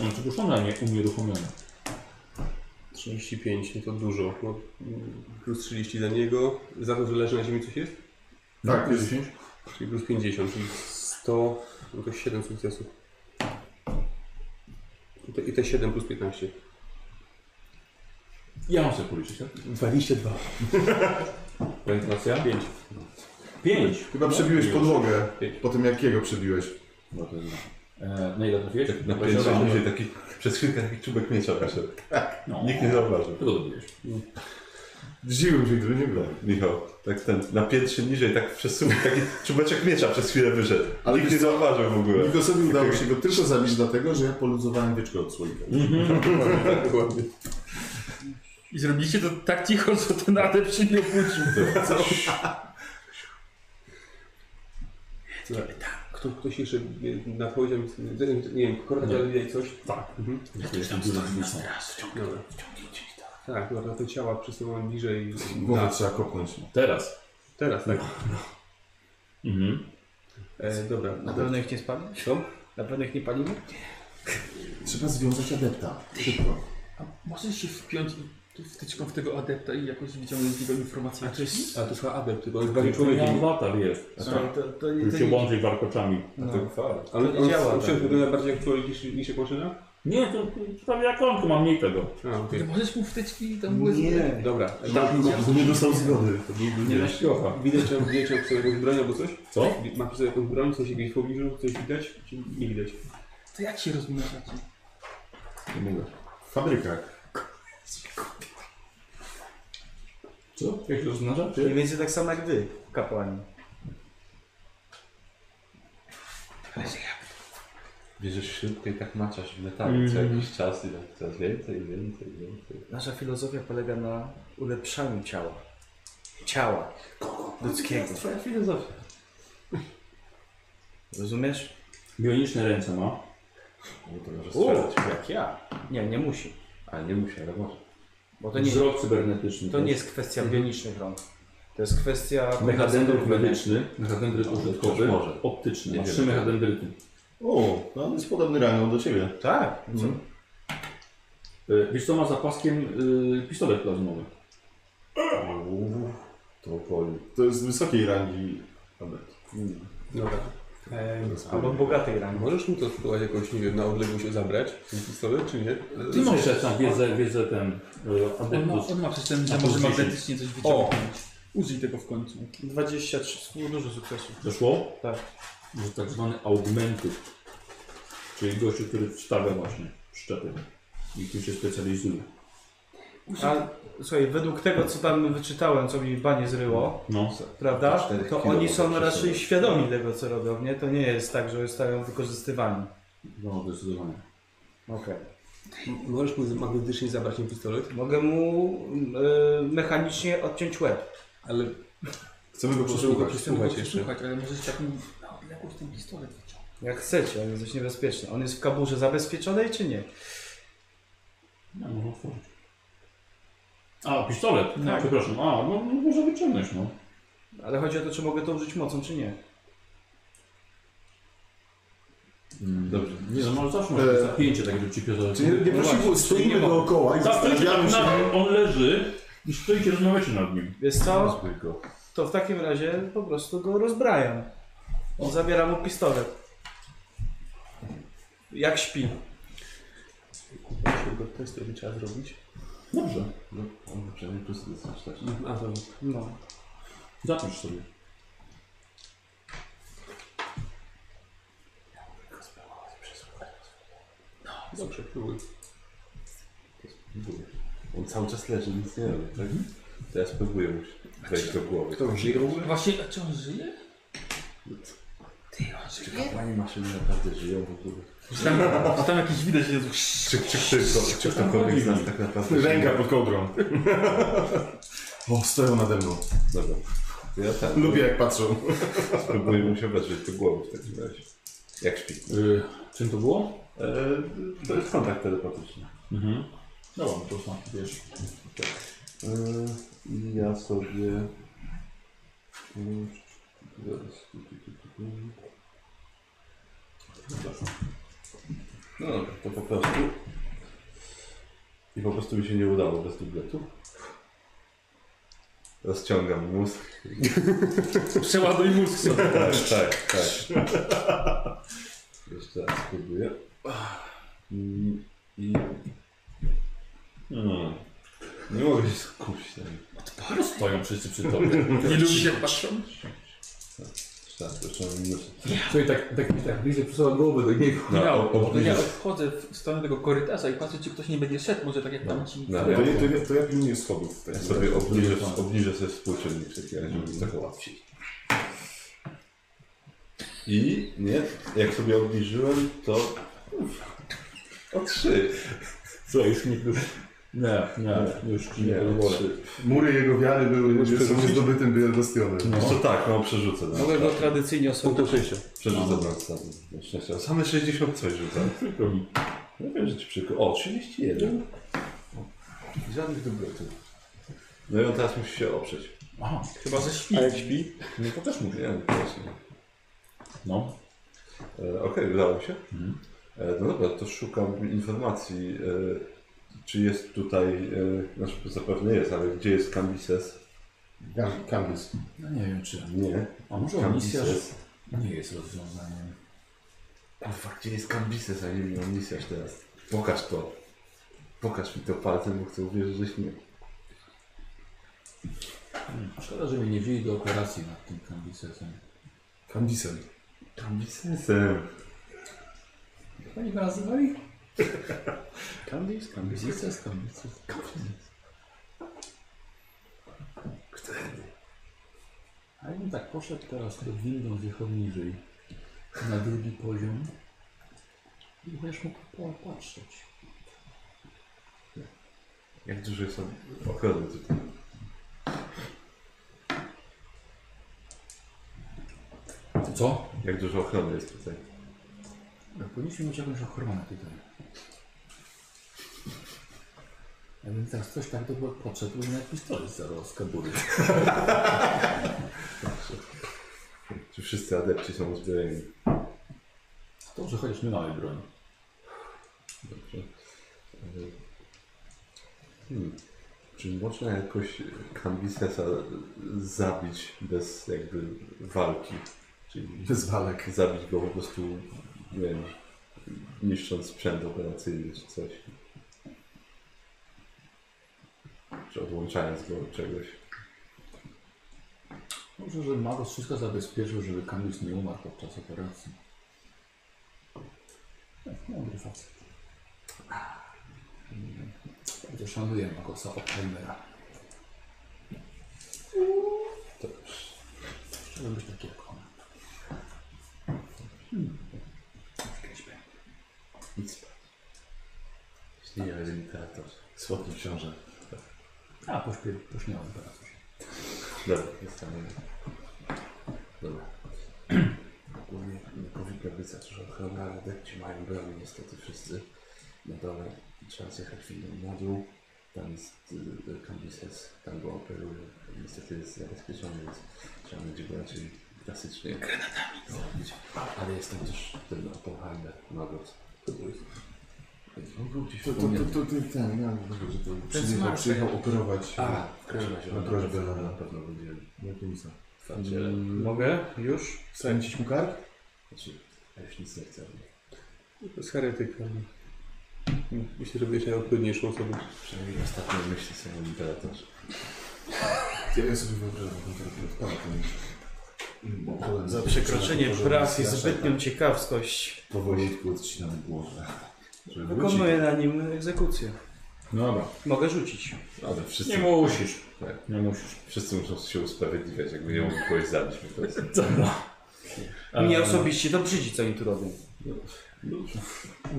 On jest ogłuszony, a nie unieruchomiony.
35, no to dużo. No, plus 30 dla niego. Za to, że leży na ziemi coś jest?
Tak, jest 10.
Czyli plus 50, czyli 100, no to 7 sukcesów. I te, I te 7 plus 15.
Ja mam sobie policzyć, tak?
22.
Penetracja?
5.
Pięć.
Chyba przebiłeś podłogę po tym jak jego przebiłeś.
No to jest. E, na ile trafiłeś?
Tak
Tak,
Na
Dwadzieścia.
50 taki, przez chwilkę taki czubek miecza wyszedł.
No.
Nikt nie zauważył.
Tylko dobiłeś.
Zdziwiłem się, gdyby nie było.
Michał, tak ten, na piętrze niżej, tak przesunie, taki czubeczek miecza przez chwilę wyszedł.
Ale
Ale nikt nie
wiesz co?
zauważył w ogóle.
Nikosowi udało się go tylko zabić dlatego, że ja poluzowałem wieczko od słoika.
Dokładnie.
I zrobiliście to tak cicho, że ten adept się nie obudził.
Kto, ktoś jeszcze y, na poziom, y, nie wiem, korona dalej coś?
Tak.
Mhm.
Jesteś tam dużo
Dobra. Tak, dobra, te ciała przesuwam bliżej.
Głowę
Na,
trzeba kopnąć.
Teraz.
teraz, tak.
Mhm.
E, dobra.
No, Na pewno ich nie spalimy?
Co?
Na pewno ich nie palimy?
Trzeba związać adepta. Szybko.
A możesz się wpiąć i wtyczką w tego adepta i jakoś wyciągnąć z niego informację.
A to chyba Abel, tylko on jest bardziej człowiekiem.
Wata jest.
To, to, to, nie-
Już
to
się
nie...
łączy warkoczami.
No.
Ale
nie
on
działa,
działa. Czy
tak.
wygląda bardziej jak człowiek niż, niż jak maszyna?
Nie, to, to prawie jak on, tu mam mniej tego.
A, okej.
Ty możesz mu wtyczki tam
Nie.
Dobra.
Tak, no, Bo nie dostał zgody. To byłby
Nie na śpiocha.
Widać, czy widać jak sobie jakąś broń albo coś?
Co?
Ma przy sobie jakąś broń, coś jakiegoś pobliżu, coś widać? Czy nie widać?
To jak się rozmnażacie?
w fabrykach.
Co? Jak się oznacza?
Mniej więcej tak samo jak wy, kapłani.
Bierzesz szybko i tak maczasz w metalu
Mhm.
co jakiś czas i tak coraz więcej, więcej, więcej.
Nasza filozofia polega na ulepszaniu ciała. Ciała. Ludzkiego.
Twoja filozofia.
Rozumiesz?
Bioniczne ręce ma.
No to może
U,
strzelać.
jak ja. Nie, nie musi.
A nie musi, ale może.
Bo to nie,
Wzrok cybernetyczny. tak?
to nie jest kwestia bionicznych rąk. To jest kwestia...
Mechadendryt
wewnętrzny.
medyczny, mechadendryt
Ktoś
użytkowy,
może.
optyczny.
Nie
Ma
wiem.
trzy mechadendryty.
O, no on jest podobny rangą do ciebie.
Tak. Co?
Y, Wiesz co, ma za paskiem y, pistolet plazmowy.
Uuu, to boli.
To jest wysokiej rangi. Robert.
Dobra. Ehm,
Albo bogatej rangi.
możesz mu to spróbować jakoś, nie wiem, na odległość zabrać? Ten pistolet, czy nie? E,
Ty masz jeszcze tam wiedzę, wiedzę ten... y,
On ma,
Adeptus.
on ma przecież ten, że
A
może
plus 10.
magnetycznie coś wyciągnąć. Użyj tego w końcu.
23. Było dużo sukcesów.
Doszło?
Tak.
Że tak zwany augmenty. Czyli gościu, który wstawia właśnie szczepy. I tym się specjalizuje.
A, słuchaj, według tego, co tam wyczytałem, co mi banie zryło,
No.
prawda?
Czterech
To
kilo
oni są
mogę
raczej
przesunąć.
świadomi tego, co robią, nie? To nie jest tak, że zostają wykorzystywani.
No, zdecydowanie.
Okej.
Możesz mu magnetycznie zabrać ten pistolet?
Mogę mu y, mechanicznie odciąć łeb.
Ale
Chcemy go
możemy go
przesłuchać.
przesłuchać jeszcze.
Słuchaj, ale możesz tak mi... No, jakoś ten pistolet wyciągnąć.
Jak chcecie, on jest dość niebezpieczny. On jest w kaburze zabezpieczonej czy nie?
No, można otworzyć. A, pistolet.
Tak.
Przepraszam. A, no, no można wyciągnąć, no.
Ale chodzi o to, czy mogę to użyć mocą, czy nie.
Dobrze.
Nie, no, może zawsze może
E,
eee. zapięcie, tak jakby ci pierdolę.
Czy nie, No nie prosimy, stoimy dookoła i
Tak, stoicie
zastanawiamy
tak
się.
nad, on leży i stoicie, rozmawiacie nad nim.
Wiesz co?
Zbyt go.
To w takim razie po prostu go rozbrajam. On zabiera mu pistolet. Jak śpi.
Jakiego testu by trzeba zrobić?
Dobrze,
No, on przynajmniej pusty jest też.
A, dobra.
No.
zapisz sobie.
No, Dobrze, próbuj.
Próbuję. On cały czas leży, nic nie robi, tak?
Mhm.
To ja spróbuję mu wejść do głowy.
To żyje w ogóle?
Właśnie, a czy on żyje?
Pani maszyny naprawdę żyją w ogóle.
Czy tam, czy tam jakiś widać, że jest...
Czy, czy, czy, czy, czy ktokolwiek z nas tak naprawdę
Ręka pod kołdrą. O, stoją nade mną.
Dobra. To ja tak.
Lubię jak patrzą.
Spróbuję mu się wejść do głowy w takim razie. Jak śpi.
Yy, czym to było?
E, to jest kontakt telepatyczny.
Mhm. Dobra, no to sam, wiesz.
E, I ja sobie... Mm, zaraz, tu, tu, tu, tu, tu. No dobra, to po prostu... I po prostu mi się nie udało bez dubletu. Rozciągam mózg.
Przeładuj mózg sobie.
tak, tak. Jeszcze raz spróbuję. Mm, I... No, nie mogę się skupić na nim.
Stoją wszyscy przy tobie.
Nie lubi się patrzą.
Jeszcze raz, jeszcze mam minutę.
Czyli tak, tak, tak bliżej przesuwa głowę do niego.
No, o-
No, to ja
obniżę.
odchodzę w stronę tego korytarza i patrzę, czy ktoś nie będzie szedł, może tak jak tam ci...
No,
To, ja- to, ja- to ja pilnuję schodów. w
Ja
takim
sobie
razie.
obniżę, obniżę sobie współczynnik w takim razie, żeby trochę łatwiej. I nie, jak sobie obniżyłem, to o trzy.
Co, już nie już. Nie, nie, już ci nie
Nie, o
pozwolę.
trzy.
Mury jego wiary były są zdobytym wielbastionem.
Jeszcze tak, no przerzucę. No.
Mogę go tradycyjnie osobić.
Punktem szczęścia.
Przerzucę na następny. Na szczęście. a Same 60 coś rzucam.
Przykro mi.
No wiem, że ci przykro. O, 31. Żadnych dubletów. No i on teraz musi się oprzeć.
Aha,
Chyba ze
A
świt.
jak śpi?
no to też mówię.
Nie, no właśnie.
No.
E, Okej, udało mi się. E, no dobra, to szukam informacji, e, czy jest tutaj, e, znaczy zapewne jest, ale gdzie jest Cambises?
Kambis.
No nie wiem czy.
Nie.
A może misja, że nie jest rozwiązaniem.
Kurwa, gdzie jest Cambises, a nie mi Onisiasz teraz? Pokaż to. Pokaż mi to palcem, bo chcę uwierzyć, że śmie.
Szkoda, że mnie nie wzięli do operacji nad tym kambicesem.
Kambisem.
Cambisesem.
Pani go nazywali?
Kambis, kambis.
Kambices, kambices. Kambices.
Wtedy.
A jakbym tak poszedł teraz to windą zjechał niżej. Na drugi poziom. i będziesz mógł popatrzeć.
Jak dużo jest ochrony tutaj?
Co?
Jak dużo ochrony jest tutaj?
No, powinniśmy mieć jakąś ochronę tutaj. Jakbym teraz coś tak dobrze podszedł, bym na pistolet zaraz z kabury.
Czy wszyscy adepci są uzbrojeni?
Dobrze, chociaż nie mamy broni.
Dobrze. Y, Hmm. Czy można jakoś Cambises zabić bez jakby walki? Czyli
Bez walek.
zabić go po prostu, nie wiem, niszcząc sprzęt operacyjny czy coś. Czy odłączając go od czegoś.
Dobrze, że Magos wszystko zabezpieczył, żeby Kamius nie umarł podczas operacji. Tak, Mądry facet. Chociaż szanuję Magosa Oppenheimera. Dobrze. Chciałbym być taki jak on.
Nic. Nie wiem, imperator. Słodki książę.
A, pośpie- pośmiałem teraz już.
Dobra, zostawiam. Dobra. Ogólnie nie powinno być za dużo ochrony, ale adepci mają broń niestety wszyscy. Na dole trzeba zjechać w inną na dół. Tam jest y, Cambises, tam go operują. Niestety jest zabezpieczony, więc trzeba będzie go raczej klasycznie zrobić. Ale jest tam też ten Oppenheimer, Magos. Więc on był gdzieś
To, to, to, to, to ten, ja mówię, że to przyjechał,
smarty.
przyjechał operować
A, w każdym razie
na
on
prośbę
na-
na
na pewno będzie
Jakimisa.
twardzielem.
Mogę? Już?
Skręcić mu kark?
Znaczy, ja już nic nie chcę.
Z heretyka. Myślę, że będziesz najodpowiedniejszą osobą.
Przynajmniej ostatnie myśli są o imperatorze.
Ja, ja sobie wyobrażam konkretnie odpala ten...
Za
No,
przekroczenie praw i zbytnią ciekawskość
Powolutku odcinam głowę. Żeby wrócić.
wykonuję na nim egzekucję.
No dobra.
Mogę rzucić.
Ale wszyscy,
Nie musisz.
Tak.
Nie musisz.
wszyscy muszą się usprawiedliwiać, jakby nie mogli kogoś zabić po prostu.
Mnie osobiście to brzydzi, co oni tu robią.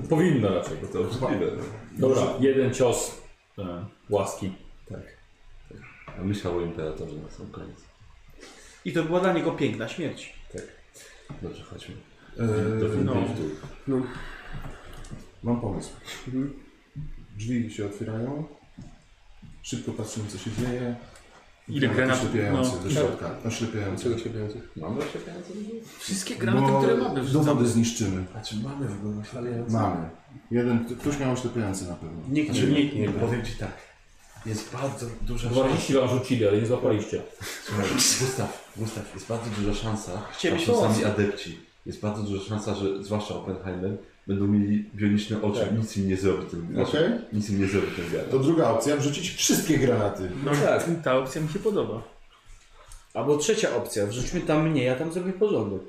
Powinno raczej.
No to obrzydliwe. no.
Dobra, jeden cios e, łaski.
Tak. A myślał o imperatorze na sam koniec.
I to była dla niego piękna śmierć.
Tak. Dobrze, chodźmy.
Eee,
Do
no.
no. w dół.
Mam pomysł.
Mhm.
Drzwi się otwierają. Szybko patrzymy, co się dzieje.
Ile granatów?
Oślepiający
No.
do środka. Oślepiający.
Czego się biorący?
Mamy oślepiające?
Wszystkie
Bo
granaty, które mamy.
Do wody No, zniszczymy.
A czy mamy w ogóle oślepiające?
Mamy. Jeden, kto- ktoś miał oślepiający na pewno.
Nikt nie
Znaczy,
wie.
nikt nie Powiem ci tak. Jest bardzo duża szansa.
20 wam rzucili, ale nie złapaliście.
Słuchaj, Gustaw, Gustaw, jest bardzo duża szansa.
Chciałem
Tam są
pomóc.
sami adepci. Jest bardzo duża szansa, że zwłaszcza Oppenheimer będą mieli bioniczne oczy. Nic im nie zrobi ten
Okej.
Nic im nie zrobi ten wiatr.
To druga opcja, wrzucić wszystkie granaty.
No tak, ta opcja mi się podoba.
Albo trzecia opcja, wrzućmy tam mnie, ja tam zrobię porządek.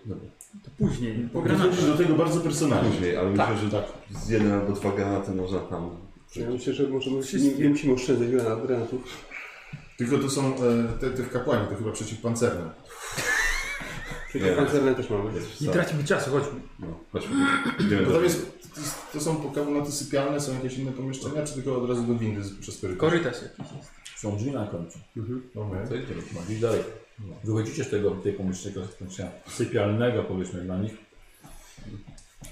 To później. Po
Podchodzisz do tego bardzo personalnie.
Później, ale myślę, że z jeden albo dwa granaty można tam...
Ja myślę, że możemy, nie, nie musimy oszczędzać granat, granatów.
Tylko to są e, te, te w kapłani, to chyba przeciwpancerne.
Nie.
Przecież pancerne też mamy.
Jest
Nie tracimy czasu, chodźmy.
No, chodźmy. Idziemy
To, tam
do...
jest, to, to są pokawunaty sypialne, są jakieś inne pomieszczenia, czy tylko od razu do windy z- przez korytarz?
Korytarz jakiś jest.
Są drzwi na końcu.
Dobra.
To idziemy.
No, gdzieś dalej. Wychodzicie z tego tej pomieszczenia pomieszczenia sypialnego, powiedzmy dla nich.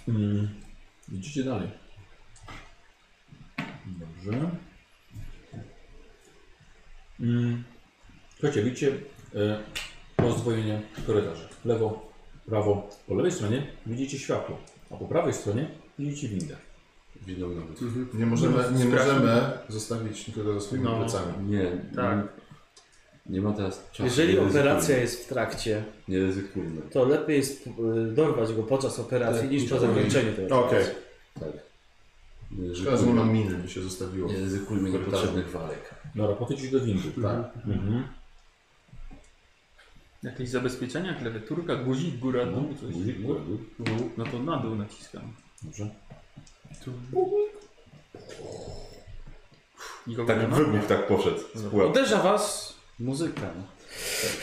Mm. Idziecie dalej. Dobrze. Mm. Słuchajcie, widzicie e, rozdwojenie korytarza. Lewo, prawo. Po lewej stronie widzicie światło, a po prawej stronie widzicie windę.
Winą nawet.
Nie możemy, nie
Sprawdźmy.
możemy zostawić nikogo za swoimi
No.
plecami.
Nie,
Tak.
nie ma teraz czasu.
Jeżeli
nie ryzykujmy.
operacja jest w trakcie,
Nie ryzykujmy.
to lepiej jest y, dorwać go podczas operacji
Tak,
niż po zakończeniu tej
Okej.
operacji.
Tak. Nie
Szkoda, że nie mam
ryzykujmy,
miny, by się zostawiło.
nie ryzykujmy niepotrzebnych walek.
Dobra, podchodzicie do windy.
Tak.
Mhm.
Jakieś zabezpieczenia, klawiaturka, guzik, góra, dół, coś.
Guzik, góra, dół.
No to na dół naciskam.
Dobrze.
Nikogo nie
Tak
ma? Tak, no.
wybuch tak poszedł z pułapki.
Uderza was muzyka.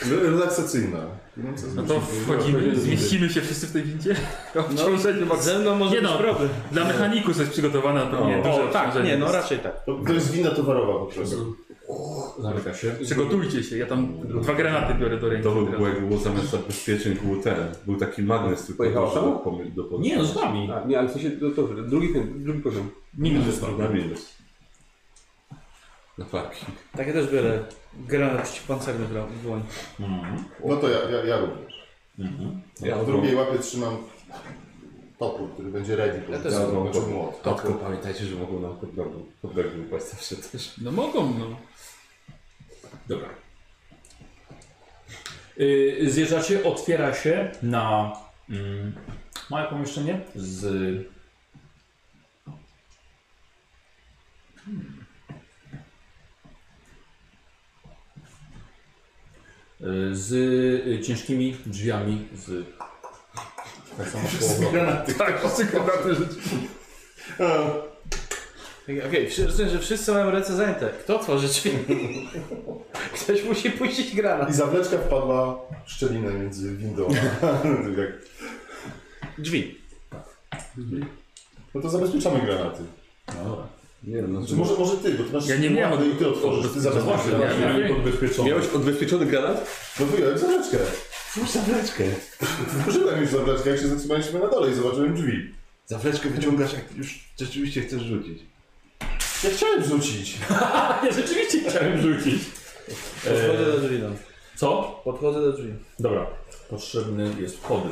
Relaksacyjna.
No to wchodzimy, zmieścimy się wszyscy w tej windzie? Obciążenie
No,
maksymalne.
ze mną może
Nie
być
no.
problem.
Dla mechaników jest przygotowana pewnie duże
O, tak,
obciążenie.
nie, no raczej tak.
To, to jest wina towarowa po prostu.
Zamyka się.
Przygotujcie się, ja tam dwa granaty biorę do ręki.
To był
od razu.
był jakby było zamiast zabezpieczeń, był ten. Był taki magnes, tylko
Pojechała
doszło
sama?
do pomy- do pomy-
Nie, no z nami.
A, nie, ale w sensie, no dobrze, drugi, ten, drugi poziom.
Minus jest
Na minus.
Na flaki.
Tak ja też biorę granat pancerny w dłoń.
No to ja, ja, ja również.
Ja
W drugiej łapie trzymam topór, który będzie ready. Ja
też
mam
znaczy
topór.
młot.
Tylko pamiętajcie, że mogą nam pod nogi, pod nogi upaść zawsze też.
No mogą, no.
Dobra. Y, Zjeżdżacie, otwiera się na mm, małe pomieszczenie z. Hmm. Y, Z y, ciężkimi drzwiami, z tak samo połową.
Granaty.
Tak, wszystko na to rzeczy.
Tak, Okej, okay, rozumiem, że wszyscy mają ręce zajęte. Kto tworzy drzwi? Ktoś musi puścić
I
granat.
zawleczka wpadła w szczelinę między windą a... tak jak-
Drzwi.
No to zabezpieczamy granaty.
Nie no,
Czy może, może ty, bo ty masz
Ja nie miałem
ładny i ty otworzysz, ty zabezpieczysz.
Właśnie, ja- ja-
Miałem podbezpieczony.
Miałeś odbezpieczony granat?
No wyjąłem zawleczkę.
Włóż zawleczkę.
Użyłem już zawleczkę, jak się zatrzymaliśmy na dole i zobaczyłem drzwi.
Zawleczkę wyciągasz, jak już rzeczywiście chcesz rzucić.
Ja chciałem rzucić.
Ja rzeczywiście chciałem rzucić.
E.
Podchodzę do drzwi, no.
E, Co?
Podchodzę do drzwi.
Dobra. Potrzebny jest kody.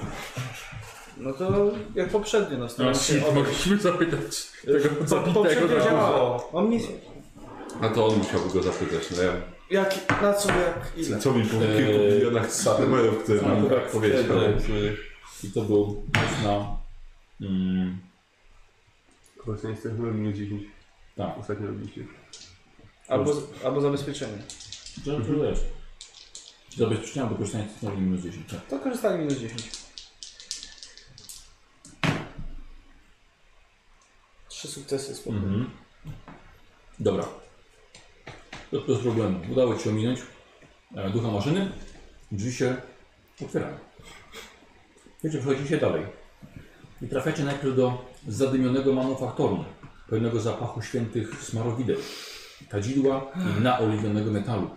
No to jak poprzednio, no
No
staram się
shit,
odejść.
mogliśmy zapytać tego zabitego.
Poprzednio
na-
działało. On mi...
A to on musiałby go zapytać, no ja...
Jak, na co, jak, ile?
Co mi po kilku
Eee,
milionach satymerów, które mam
tak,
tak powiedzieć.
wtedy. I to był jest na. Mm,
Kurczę, nie chcę chyba minus 10.
Tak.
Ostatnio robiliście.
Albo, albo zabezpieczenie.
Żartujesz. Zabezpieczenia do korzystania z technologii minus 10. Tak.
To korzystanie minus 10. Trzy sukcesy spoko.
Mhm. Dobra. To bez problemu. Udało Ci się ominąć e, ducha maszyny. Drzwi się otwierają. Wiecie, przechodzicie dalej. I trafiacie najpierw do zadymionego manufaktorum, pełnego zapachu świętych smarowideł, kadzidła i naoliwionego metalu.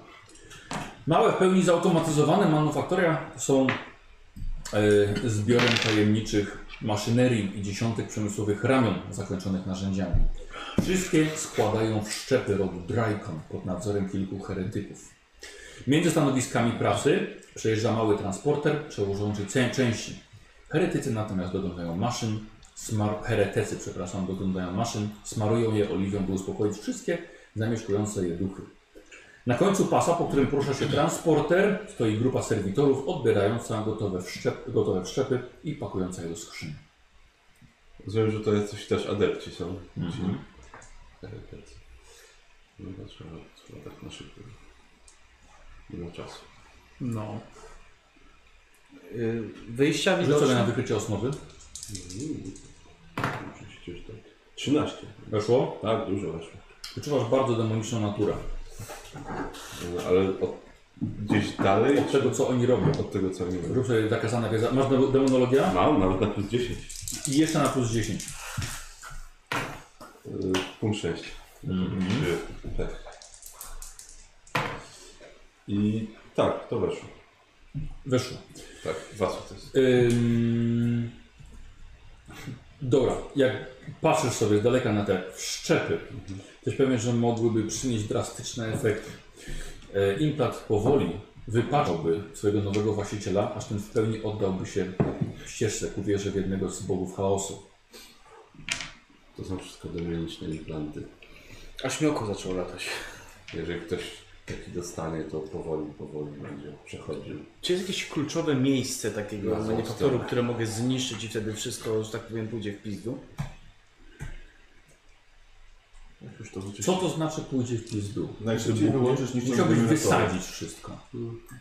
Małe, w pełni zautomatyzowane manufaktoria są e, zbiorem tajemniczych maszynerii i dziesiątek przemysłowych ramion zakończonych narzędziami. Wszystkie składają w szczepy rodu Drykon pod nadzorem kilku heretyków. Między stanowiskami pracy przejeżdża mały transporter przełożący całe części. Heretycy natomiast doglądają maszyn, smar- heretycy, przepraszam, doglądają maszyn, smarują je oliwią, by uspokoić wszystkie zamieszkujące je duchy. Na końcu pasa, po którym porusza się transporter, stoi grupa serwitorów odbierająca gotowe, wszczep, gotowe wszczepy i pakująca je do skrzyni.
Rozumiem, że to jest coś też adepci są. e,
Mhm.
No to trzeba, trzeba tak na szybko. Nie ma czasu.
No.
Y, Wyjścia
Rzuć sobie na
widoczne.
wykrycie osnowy.
Przecież już tak. 13.
Weszło?
Tak, dużo weszło.
Wyczuwasz bardzo demoniczną naturę.
No, ale od,
Gdzieś dalej,
Od tego, co oni robią.
od tego co nie wiem.
Rób sobie zakazana wiedza. Masz demo- demonologia?
Mam nawet na plus 10.
I jeszcze na plus 10.
Yy,
Y,
Punkt 6.
Mhm.
Tak. I tak, to weszło.
Weszło.
Tak, dwa sukcesy.
Ym... Dobra, jak patrzysz sobie z daleka na te wszczepy, jesteś pewien, że mogłyby przynieść drastyczne efekty. E, implant powoli wypaczałby swojego nowego właściciela, aż ten w pełni oddałby się ścieżce ku wierze w jednego z bogów chaosu.
to są wszystko demoniczne implanty.
A śmioku zaczął latać.
Jeżeli ktoś taki dostanie, to powoli, powoli będzie przechodził.
Czy jest jakieś kluczowe miejsce
No,
takiego
Na
manufaktoru,
złotę.
które mogę zniszczyć i wtedy wszystko, że tak powiem, pójdzie w pizdu?
Jak już to wyczyści.
Co to znaczy pójdzie w pizdu?
Najszybciej wyłączysz niż
Musiałbyś wysadzić wszystko.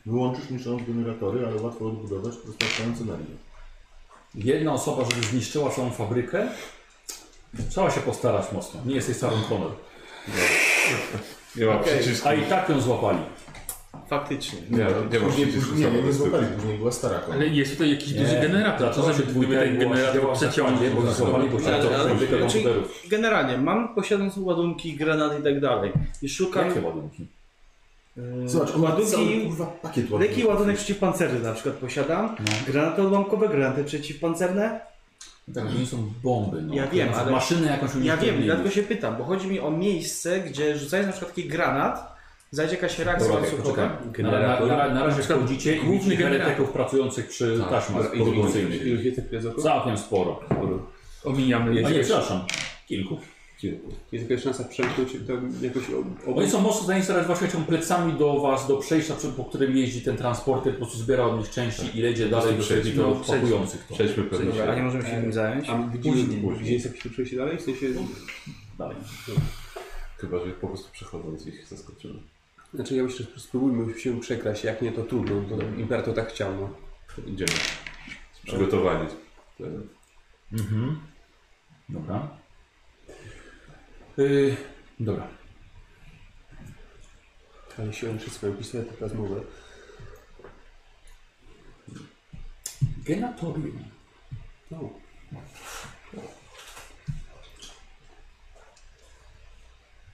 Wyłączysz niszcząc generatory, ale łatwo odbudować dostarczając energię.
Jedna osoba, żeby zniszczyła całą fabrykę, trzeba się postarać mocno. Nie jesteś Sarah Connor.
Nie ma
Okej.
przycisku.
A i tak ją złapali.
Faktycznie.
Nie,
nie ma
później,
przycisku
później, nie, nie
samodestrukcji.
złapali, później była stara kola.
Ale jest tutaj jakiś duży generator. Co żeby gdyby ten generator przeciągnie?
bo zachowali bo
Ale- ale-
się to
czyli
komputerów.
generalnie mam posiadam ładunki, granat i tak dalej. I szukam.
Jakie ładunki?
y,
Zobacz, on ma cały,
ładunki.
kurwa, pakiet ładunków.
Leki i ładunek przeciwpancerny na przykład posiadam. Granaty odłamkowe, granaty przeciwpancerne.
Tak, że nie są bomby. No.
Ja wiem,
To
ale-
Maszynę jakąś
Ja wiem,
unieruchomili.
dlatego się pytam, bo chodzi mi o miejsce, gdzie rzucając na przykład taki granat, zajdzie jakaś reakcja
Dobra, tak,
łańcuchowa.
poczekaj. Na, na, na, na razie wchodzicie i
główny
główny
generator.
genetyków pracujących przy taśmach produkcyjnych.
Ilu jest tych pleców?
Całkiem sporo.
Omijamy.
A nie,
Jest-
przepraszam. Kilku.
Jest jakaś szansa przemknąć tam jakoś ob- obok?
Oni są mocno zainstalować właśnie tą plecami do was, do przejścia, przed- po którym jeździ ten transporter, po prostu zbiera od nich części i ledzie dalej do
przejść,
serwitorów
no, przejść.
pakujących to.
Przejdźmy pewnie
Dobra, a nie
się.
możemy się tym zająć.
A widzimy, gdzie jest jakieś przejście dalej? W sensie...
Dalej.
Chyba, że po prostu przechodząc ich zaskoczymy.
Znaczy ja myślę, że spróbujmy się przekraść, jak nie to trudno, to imperator tak chciał, no.
Idziemy. Przygotowani.
Mhm. Dobra. Yy, dobra.
Ale siłę przez swoją pistolet teraz mówię.
Genatorium.
No.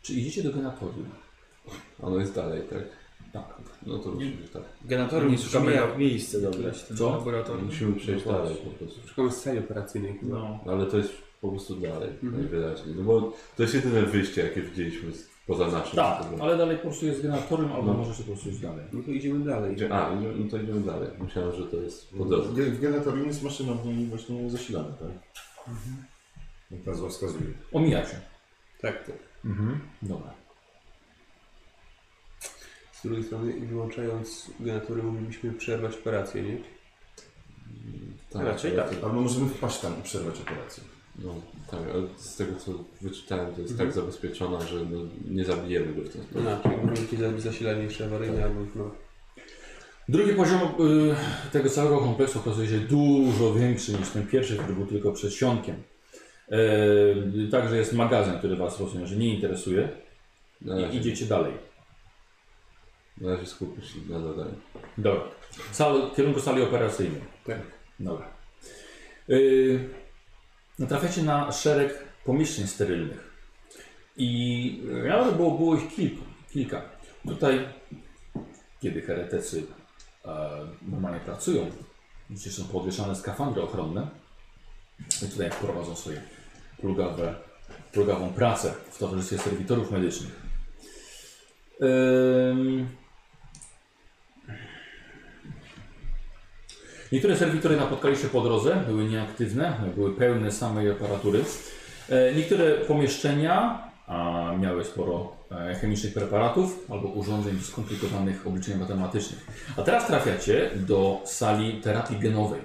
Czy idziecie do genatorium?
Ono jest dalej, tak?
Tak.
No to musimy tak.
Genatorium szukamy jak miejsce dobre.
Co?
Musimy przejść dalej po prostu.
Szukamy sceny operacyjnej chyba. No.
Ale to jest po prostu dalej, najwyraźniej. No bo to jest jedyne wyjście, jakie widzieliśmy z- poza naszym.
Tak,
systemem.
ale dalej po prostu jest genatorium, albo
No.
możecie po prostu iść dalej.
to idziemy dalej.
Idzie- A, idzie- no to idziemy dalej. Myślałem, że to jest po drodze.
Ge- W genatorium jest maszyna w niej właśnie zasilana, tak? Jak nazwa wskazuje.
Omijacie.
Tak, tak.
Dobra.
Z drugiej strony wyłączając generatory moglibyśmy przerwać operację, nie?
Tak,
Raczej
ale
tak.
to-
Albo możemy wpaść tam i przerwać operację.
No, tak, ale z tego co wyczytałem, to jest tak zabezpieczona, że no, nie zabijemy go w ten
No,
sposób.
no czyli możemy zrobić zasilanie jeszcze awaryjne albo no.
Drugi poziom y, tego całego kompleksu okazuje się dużo większy niż ten pierwszy, który był tylko przedsionkiem. E, także jest magazyn, który Was rozumiem, że nie interesuje.
Na
I
razie,
idziecie dalej.
na razie skupmy się na zadaniu.
Dobra. Sal, w kierunku sali operacyjnej.
Tak.
Dobra. Yy, natrafiacie na szereg pomieszczeń sterylnych. I realnie było, było ich kilku, kilka. Tutaj, kiedy heretycy e, normalnie pracują, gdzie są podwieszane skafandry ochronne, i tutaj prowadzą swoje plugawe, plugawą pracę w towarzystwie serwitorów medycznych. Yy, Niektóre serwitory napotkaliście po drodze, były nieaktywne, były pełne samej aparatury. E, Niektóre pomieszczenia a, miały sporo e, chemicznych preparatów albo urządzeń skomplikowanych obliczeń matematycznych. A teraz trafiacie do sali terapii genowej,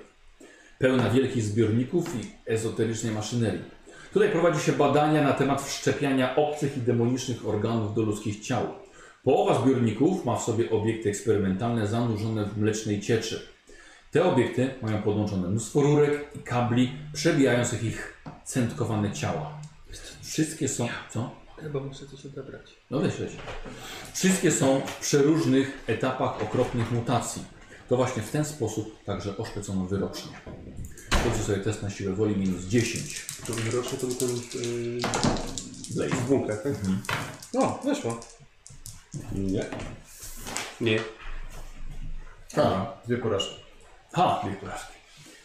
pełna wielkich zbiorników i ezoterycznej maszynerii. Tutaj prowadzi się badania na temat wszczepiania obcych i demonicznych organów do ludzkich ciał. Połowa zbiorników ma w sobie obiekty eksperymentalne zanurzone w mlecznej cieczy. Te obiekty mają podłączone mnóstwo rurek i kabli przebijających ich centkowane ciała. Wszystkie są. Co?
Chyba muszę coś odebrać.
No weź, weź. Wszystkie są w przeróżnych etapach okropnych mutacji. To właśnie w ten sposób także oszpecono wyrocznie. Chodźcie sobie test na siłę woli minus 10.
To wyrocznie to był ten yy,
Blaze.
w bunkrach, tak?
No, weszło.
Nie.
Tak, dwie porażki.
Ha! dwie porażki.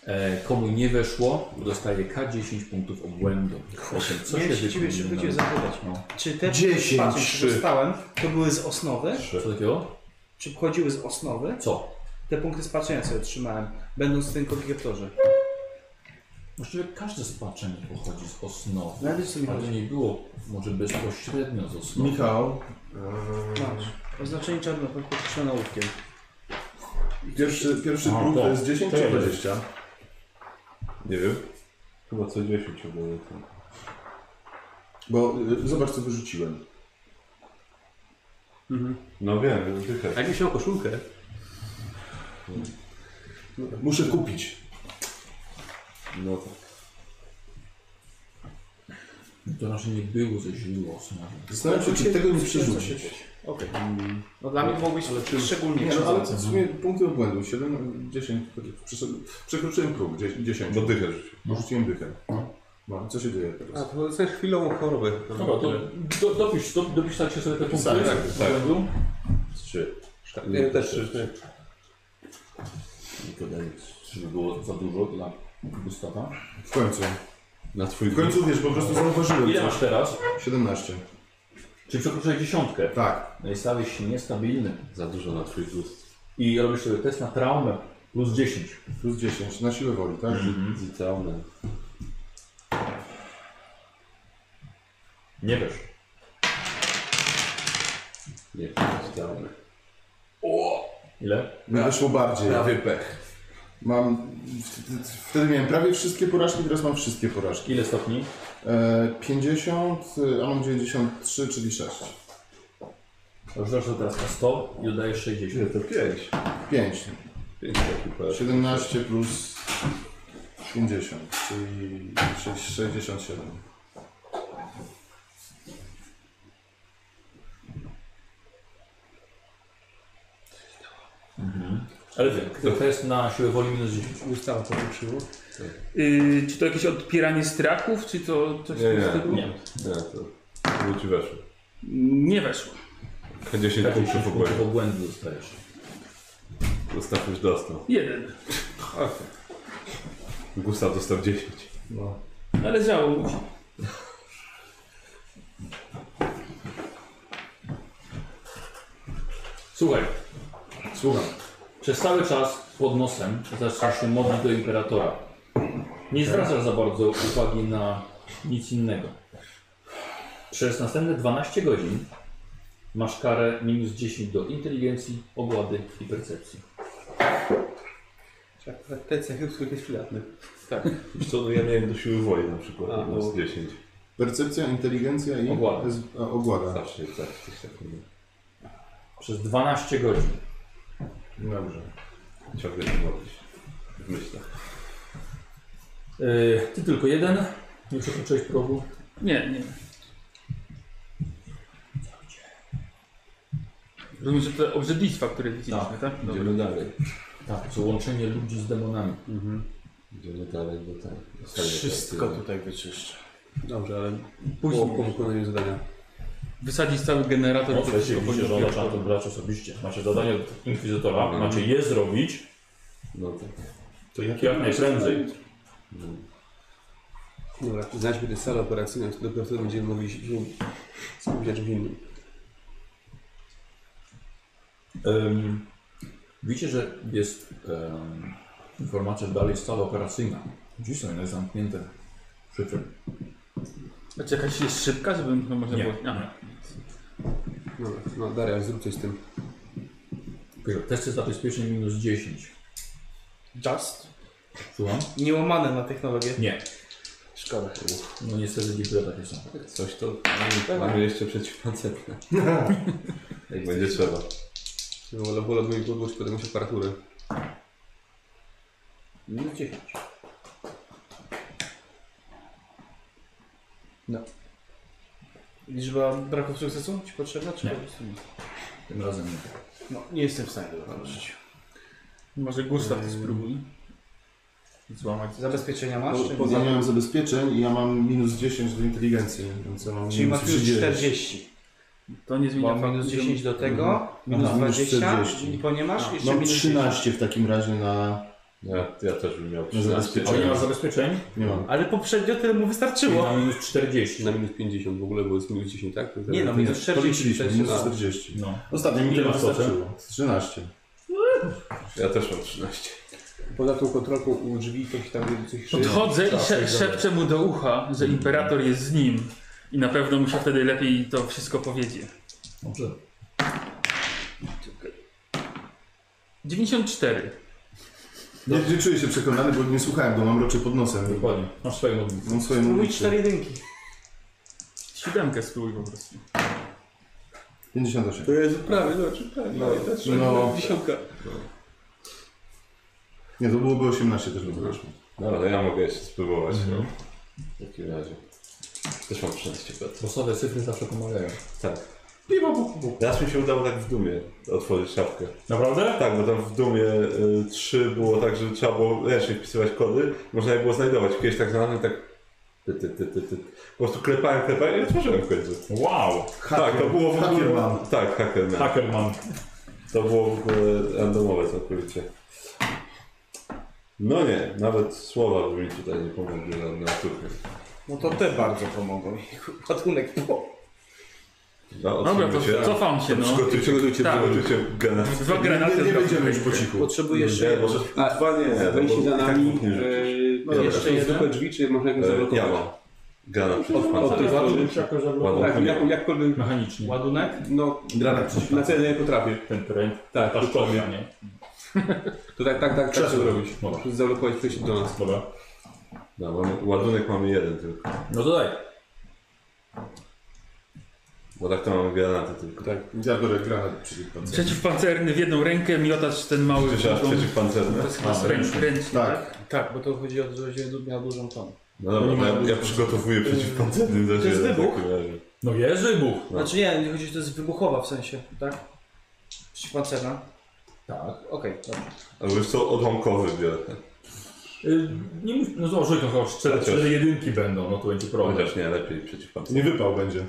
E, komu nie weszło, dostaje K10 punktów obłędu. Osiem, Co
Miałem się
wypomina
ciebie szybko cię
nam?
zapytać.
No.
Czy te
Dziesięć,
patrzę, czy
trzy.
dostałem, to były z osnowy?
Co takiego?
Czy pochodziły z osnowy?
Co?
Te punkty spaczenia sobie otrzymałem, będąc w tym komplikatorze.
Właściwie każde spaczenie pochodzi z osnowy.
No, wiesz, co mi
Ale
chodzi.
nie było może bezpośrednio z osnowy.
Michał.
Masz. Oznaczenie czarnowych podkreślone ołówkiem.
Eee, pierwszy pierwszy
A,
próg
tak.
to jest 10
To
czy
jest.
20?
Nie wiem. Chyba co 10 było. to-
Bo y, zobacz co wyrzuciłem.
No wiem,
Tak.
dychę.
Jak mi się o koszulkę?
Muszę kupić.
No tak.
to nasze nie było ze źródła osmażone.
Zastanawiam się, czy tego nie przerzucić.
Okej. No dla mnie to mogło być szczególnie
Nie, no, ale
krzywdzące.
w sumie punkty obłędu 7, 10, przeszedłem- przekroczyłem próg 10,
Bo dychę rzucił.
bo rzuciłem dychę. No, co się dzieje
A
teraz?
to ze chwilową chorobę.
Dobra, to do, dopisz, do, dopisz tak się sobie te punkty.
Tak,
tak, tak.
Błędu.
Trzy.
Nie, Tak, też trzy.
I to daje, żeby było za dużo dla Gustawa.
W końcu.
Na twój
W końcu wiesz, po prostu zauważyłem
Ile
coś.
masz teraz?
17.
Czy przekroczyłeś dziesiątkę?
Tak.
No i stałeś się niestabilny.
Za dużo na twój gust.
I robisz sobie test na traumę plus 10.
Plus 10. Na siłę woli, tak?
Z idealne.
Nie wiesz.
Nie, z idealne.
Ile?
Mi weszło bardziej.
Prawie pech.
Mam... wtedy- Wtedy miałem prawie wszystkie porażki, teraz mam wszystkie porażki.
Ile stopni?
E, 50, a mam 93, czyli 6.
Rzucasz to teraz na 100 i dodajesz 60.
Ile to pięć?
5.
Pięć takich porażek.
17 plus 50, czyli sześć- 67.
Ale to test na siłę woli minus 10.
Ustawa polepszyło.
Yy, czy to jakieś odpieranie strachów, czy to coś
Nie,
w tym
nie,
stylu?
nie. Nie, to wróci weszło.
Nie weszło.
10 punktów w ogóle.
punktów obłędu dostajesz.
Gustaw już dostał.
Jeden.
Gustaw dostał 10.
Należało mu się.
Słuchaj,
Słucham.
przez cały czas pod nosem zaczynasz się modlić do imperatora. Nie zwracasz za bardzo uwagi na nic innego. Przez następne 12 godzin masz karę minus 10 do inteligencji, ogłady i percepcji.
Te cechy, w których jest przydatny.
Wiesz co, no ja miałem do siły woli na przykład.
A,
Minus
no.
10.
Percepcja, inteligencja i
Ogłada.
z- a, ogłada.
Zawsze tak, coś takiego.
Przez 12 godzin.
Dobrze.
Ciągle się modlić. W myślach.
Yy, ty tylko jeden. Nie przekroczyłeś progu.
Nie, nie. Rozumiem, że te obrzydlistwa, które widzieliśmy,
Tak.
tak? Dobra.
No. Idziemy dalej.
Tak, to łączenie ludzi z demonami.
Idziemy dalej, bo tak. Ostatnie
Wszystko
karty.
tutaj wyczyszczę.
Dobrze, ale po, po
Później
wykonaniu zadania.
wysadzić cały generator.
No, się
wszystko
widzicie, że
będzie
ona trzeba to brać osobiście. Macie zadanie od inkwizytora, macie je zrobić
No tak.
To jak,
jak najprędzej.
Dobra, znajdźmy tę salę operacyjną, to dopiero wtedy będziemy mogli się się skupić na czymś innym.
Um, widzicie, że jest um, informacja, że dalej jest sala operacyjna. Dziś są jednak zamknięte szyfry.
Znaczy jakaś jest szybka, żeby można
Nie.
było... Aha.
Dobra, no Daria, zrób coś z tym.
Tylko Testy zabezpieczeń minus 10.
Just?
Słucham?
Niełamane na technologię.
Nie.
Szkoda.
No niestety niektóre takie są.
Coś to mamy, mamy jeszcze przeciwpancerne. Jak będzie trzeba.
Wolę, wolę mi podłożyć potem się aparaturę.
Minus 10.
No. Liczba braków sukcesu ci potrzebna, czy
Nie.
po prostu nie?
Tym razem nie.
No, nie jestem w stanie tego dołożyć.
Może Gustaw to spróbuj. Złamać.
Zabezpieczenia masz? czy nie?
Ja nie mam zabezpieczeń i ja mam minus 10 do inteligencji, więc ja mam
Czyli
minus
masz już
39.
40.
To nie zmienia
Bo minus
faktu, że-
10 do tego, minus no,
Aha, minus
20,
40.
i po nie masz? Jeszcze
Mam
minus
13 w takim razie na...
Ja, ja też bym miał
na
13.
Ale nie
zabezpieczenia.
masz zabezpieczeń?
Nie mam.
Ale poprzednio tyle mu
Czyli
wystarczyło.
na minus 40.
Na minus 50 w ogóle, bo jest minus 10, tak? To
Nie no,
zaraz-
minus
To
40.
liczyliśmy,
też
minus
ma.
40.
No.
Ostatnio mi
Ile
tyle
masz procent?
wystarczyło. 13.
Ja też mam 13.
Poza tą kontrolką u drzwi coś tam coś
No
szyje.
Podchodzę i
tak
sze szepczę mu do ucha,
Mhm.
że imperator jest z nim. I na pewno mu się wtedy lepiej to wszystko powiedzie.
Dobrze.
94.
Nie, nie czuję się przekonany, bo nie słuchałem go, mam roczy pod nosem.
Dokładnie. Masz swoje modlitwy.
Mam swoje
Mój
modlitwy.
4 jedynki.
Siódemkę spróbuj po prostu.
58.
To jest prawie, no czy prawie, no, no,
no.
dziesiątka.
Nie, to byłoby 18 też bym wyszło.
No ale ja mogę jeszcze spróbować. No. W takim razie. Też mam 13 pet.
Losowe cyfry zawsze pomagają.
Tak. Raz mi się udało tak w dumie otworzyć szafkę.
Naprawdę?
Tak, bo tam w Dumie y, 3 było tak, że trzeba było ręcznie wpisywać kody, można je było znajdować. Kiedyś tak znalazłem tak ty, ty, ty, ty, ty. po prostu klepałem, klepałem i otworzyłem w końcu.
Wow!
tak, to było w ogóle...
Hackerman.
Tak, Hackerman.
Hackerman.
To było w ogóle randomowe całkowicie. No nie, nawet słowa by mi tutaj nie pomogły żadne absolutnie.
No to te bardzo pomogą. Ładunek po.
Dobra, to cofam się, no.
Przygotujcie, przygotujcie,
Tak.
przygotujcie granat.
Dwa granaty
nie, nie
zrobię.
będziemy iść po cichu.
Potrzebuję
Nie,
jeszcze.
może
A,
dwa nie. no
Wejście
bo
za
i tak
nami.
dwóch nie rzucisz.
e,
dobra.
Jeszcze jest zwykłe drzwi, czy można jakoś
E, Ja
zablokować?
mam. Granat
Od
przeciwpancerny.
tych walczy?
Ładunku
Tak,
nie.
jak, jakkolwiek,
Mechanicznie.
Ładunek?
no,
Granat
na
przeciwpancerny.
cenę nie potrafię.
Ten trend.
Tak,
Ta szkoda, nie?
to tak, tak, tak, tak
Krzesło.
to robić.
Dobra.
Zablokować przejście do nas.
Dobra.
No, mamy, ładunek mamy jeden tylko.
No to daj.
Bo tak to mamy granaty tylko.
Tak, ja biorę granat przeciwpancerny.
Przeciwpancerny w jedną rękę, miotacz ten mały w
Przeciw,
drugą.
przeciwpancerne.
A, Ręczny. Ręczny.
Tak,
Tak, bo to chodzi o to, że miał dużą tonę.
No dobra, ja, ja przygotowuję przeciwpancerny za
To jest
siebie w
wybuch?
takim razie.
No jest wybuch.
Znaczy nie, nie chodzi, że to jest wybuchowa w sensie, tak? Przeciwpancerna.
Tak.
Okej, dobra.
Albo wiesz co, odłamkowy biorę.
Y, nie mus- no założyłem to chyba cztery,
Chociaż.
cztery jedynki będą, no to będzie problem.
Chociaż nie, lepiej przeciwpancerny.
nie wypał będzie.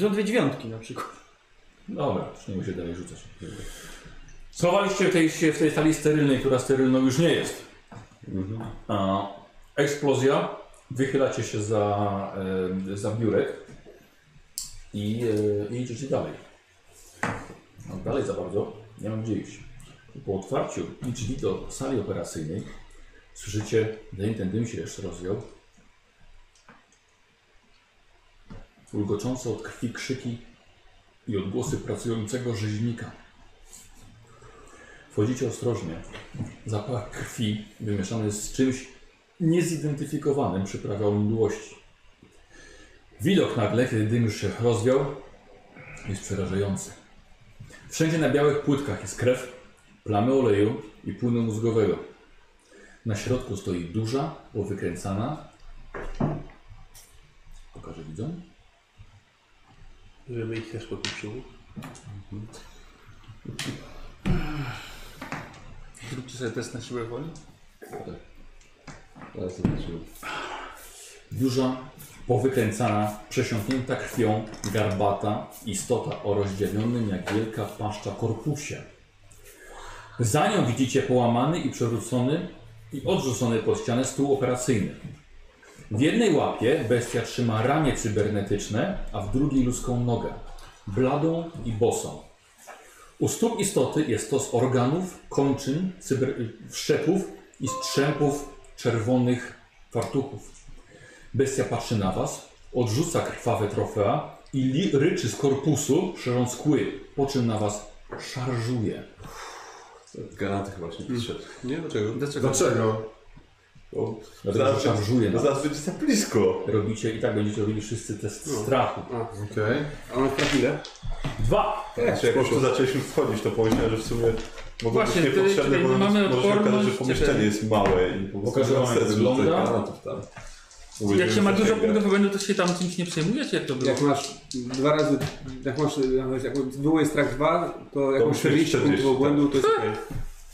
Są dwie dziewiątki na przykład.
Dobra, już nie muszę dalej rzucać. Schowaliście w tej, się w tej sali sterylnej, która sterylną już nie jest.
Mhm.
A, eksplozja. Wychylacie się za, e, za biurek i, e, i idziecie dalej. No, dalej za bardzo nie mam gdzie iść. Po otwarciu i drzwi do sali operacyjnej słyszycie, zanim ten dym się jeszcze rozwiał, ulgoczące od krwi krzyki i odgłosy pracującego rzeźnika. Wchodzicie ostrożnie. Zapach krwi wymieszany z czymś niezidentyfikowanym przyprawia o mdłości. Widok nagle, kiedy dym już się rozwiał, jest przerażający. Wszędzie na białych płytkach jest krew, plamy oleju i płynu mózgowego. Na środku stoi duża, powykręcana... Pokażę widzom.
Żeby ich też popieprzyło.
Zróbcie sobie test na siłę woli.
Teraz zobaczymy.
Duża, powykręcana, przesiąknięta krwią, garbata istota o rozdzielonym jak wielka paszcza korpusie. Za nią widzicie połamany i przerzucony i odrzucony pod ścianę stół operacyjny. W jednej łapie bestia trzyma ramię cybernetyczne, a w drugiej ludzką nogę, bladą i bosą. U stóp istoty jest to z organów, kończyn, cyber... wszczepów i strzępów czerwonych fartuchów. Bestia patrzy na was, odrzuca krwawe trofea i li- ryczy z korpusu, szerząc kły, po czym na was szarżuje.
Granaty chyba się nie przyszedł.
Nie? Dlaczego?
Mhm. Dlaczego?
Dlaczego?
O,
Dlatego że szarżuje
to
na
zaraz będzie za blisko.
Robicie i tak będziecie robili wszyscy test strachu.
Okej.
A on trafi ile?
Dwa!
Znaczy, jak już tu zaczęliśmy wchodzić, to pomyślałem, że w sumie mogło
Właśnie,
być
ty-
niepotrzebne,
czyli
bo
mamy
może się okazać, że
odporność,
pomieszczenie
czy-
jest małe i po prostu
Pokażę wam, jak
serce
wygląda.
rzucaj granatów tam.
Jak się ma dużo
Sięga.
punktów wybędu, to się tam czymś nie przejmujecie, jak to było?
Jak masz dwa razy, jak masz, jak wywołuje strach dwa, to jak
To
masz
musi być
40 punktów
40,
obłędu, to jest okej.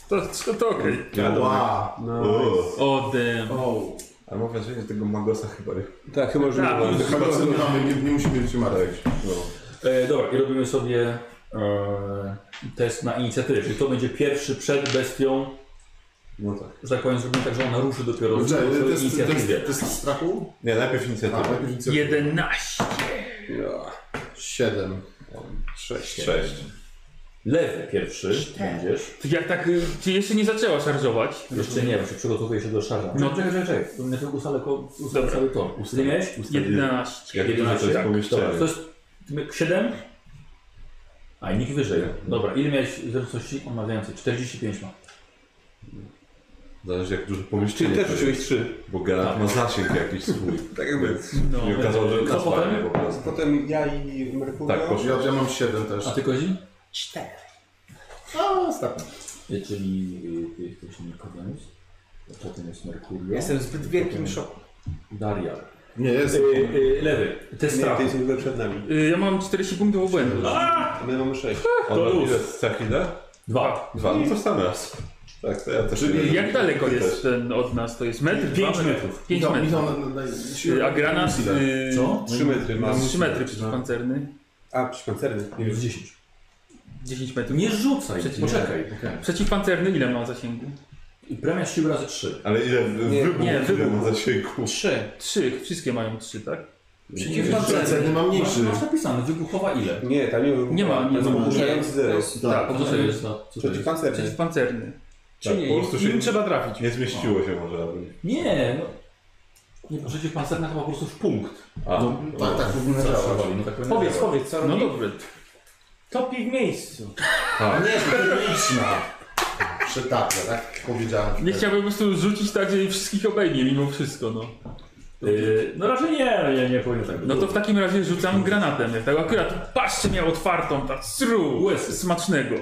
To, to, to okej.
Ja dobra.
Wow. No.
O,
O, damn.
O,
Ale mam wrażenie, że tego Magosa chyba nie...
Tak, chyba, że
Tak,
nie
już-
chyba co nie mamy, nie, nie musimy się
Tak,
martwić.
no.
E, dobra, i robimy sobie e, test na inicjatywę, czyli to będzie pierwszy przed bestią,
No tak.
że tak powiem, zrobimy tak, że ona ruszy dopiero w
Dobrze,
swojej
test, test,
inicjatywie.
test strachu?
Nie, najpierw
A,
inicjatywa.
Tak,
najpierw inicjatywa.
11.
Siedem.
tak.
Sześć. Sześć.
Lewy pierwszy będziesz.
To jak tak, y, ty jeszcze nie zaczęła szarżować?
Jeszcze nie, bo się przygotowuje się do szarża.
No.
czekaj, czekaj, czekaj. To mnie tylko ustalę, ko- ustalę
Dobra.
cały to. Ty miałeś?
11.
Jak duże to
11,
jest
tak?
pomieszczenie?
Dobra, to jest 7? A i nikt wyżej. Dobra, ile miałeś zręczności omawiającej? 45 ma.
Zależy jak duże
Czyli
pomieszczenie
też
to
rzuciłeś
jest.
trzy.
Bo Garat ma zasięg jakiś swój. tak jakby.
Tak. No.
I okazało, że
Kto
nas
potem?
walnie po prostu.
Potem ja i Merkurio.
Tak, poszło.
Ja, ja mam siedem też.
A ty kozi?
A, ostatnio.
Y, Czyli y, ty jesteś Nikodem. Potem jest Merkurio.
Jestem w zbyt wielkim szoku.
Daria.
Nie, jest.
Yy, lewy. Te
Nie, ty
straty.
jesteś w ogóle przed nami.
Y, Ja mam 40 punktów obłędu.
A my mamy sześć.
On
To
ma
luz.
ile za chwilę?
Dwa.
Dwa, no to w sam raz. Tak, to ja też.
Y, Jak daleko jest ten od nas? To jest metr?
Pięć
Dwa
metrów.
5
Michał-
metrów.
Michał, na- na- na-
Y, A granat? y,
No
Co?
Trzy metry
to
mam.
jest 3 metry przeciwpancerny.
A, przypancerny.
Nie wiem, 10.
10 metrów.
Nie rzucaj.
Przeciw-
Poczekaj.
Przeciwpancerny ile ma zasięgu?
I premia sił razy 3.
Ale ile w-
Nie,
wybuch,
nie,
ile
wybuch.
ma zasięgu? Tak,
Trzy.
3. Wszystkie mają 3, tak?
Przeciwpancerny ma
Masz,
mniejszy. Tak.
masz napisane, wybuchowa ile?
Nie, tam nie ma.
Nie ma, nie
Tam są
ma.
Uderzający zero.
Tak,
Tak.
po co jest na... Co to jest?
Przeciwpancerny.
Przeciwpancerny.
Tak,
Czyli
po prostu się-
im trzeba trafić.
Nie zmieściło się może. aby-
Nie, no. Nie, przeciwpancerna chyba po prostu w punkt.
A,
No, tak, tak powinno działać.
No tak powinno
Powiedz,
działać.
powiedz, co
No
robi?
dobrze.
Topi w miejscu.
Nie, liczna. Przetapia, tak powiedziałem.
Nie chciałbym po prostu rzucić tak, że wszystkich obejmie mimo wszystko, no.
Yy,
No
Znaczy
raczej nie, nie, nie powinno tak być.
No to w takim razie rzucam granatem, jak tak akurat patrzcie miał otwartą, tak sru,
Łez.
smacznego.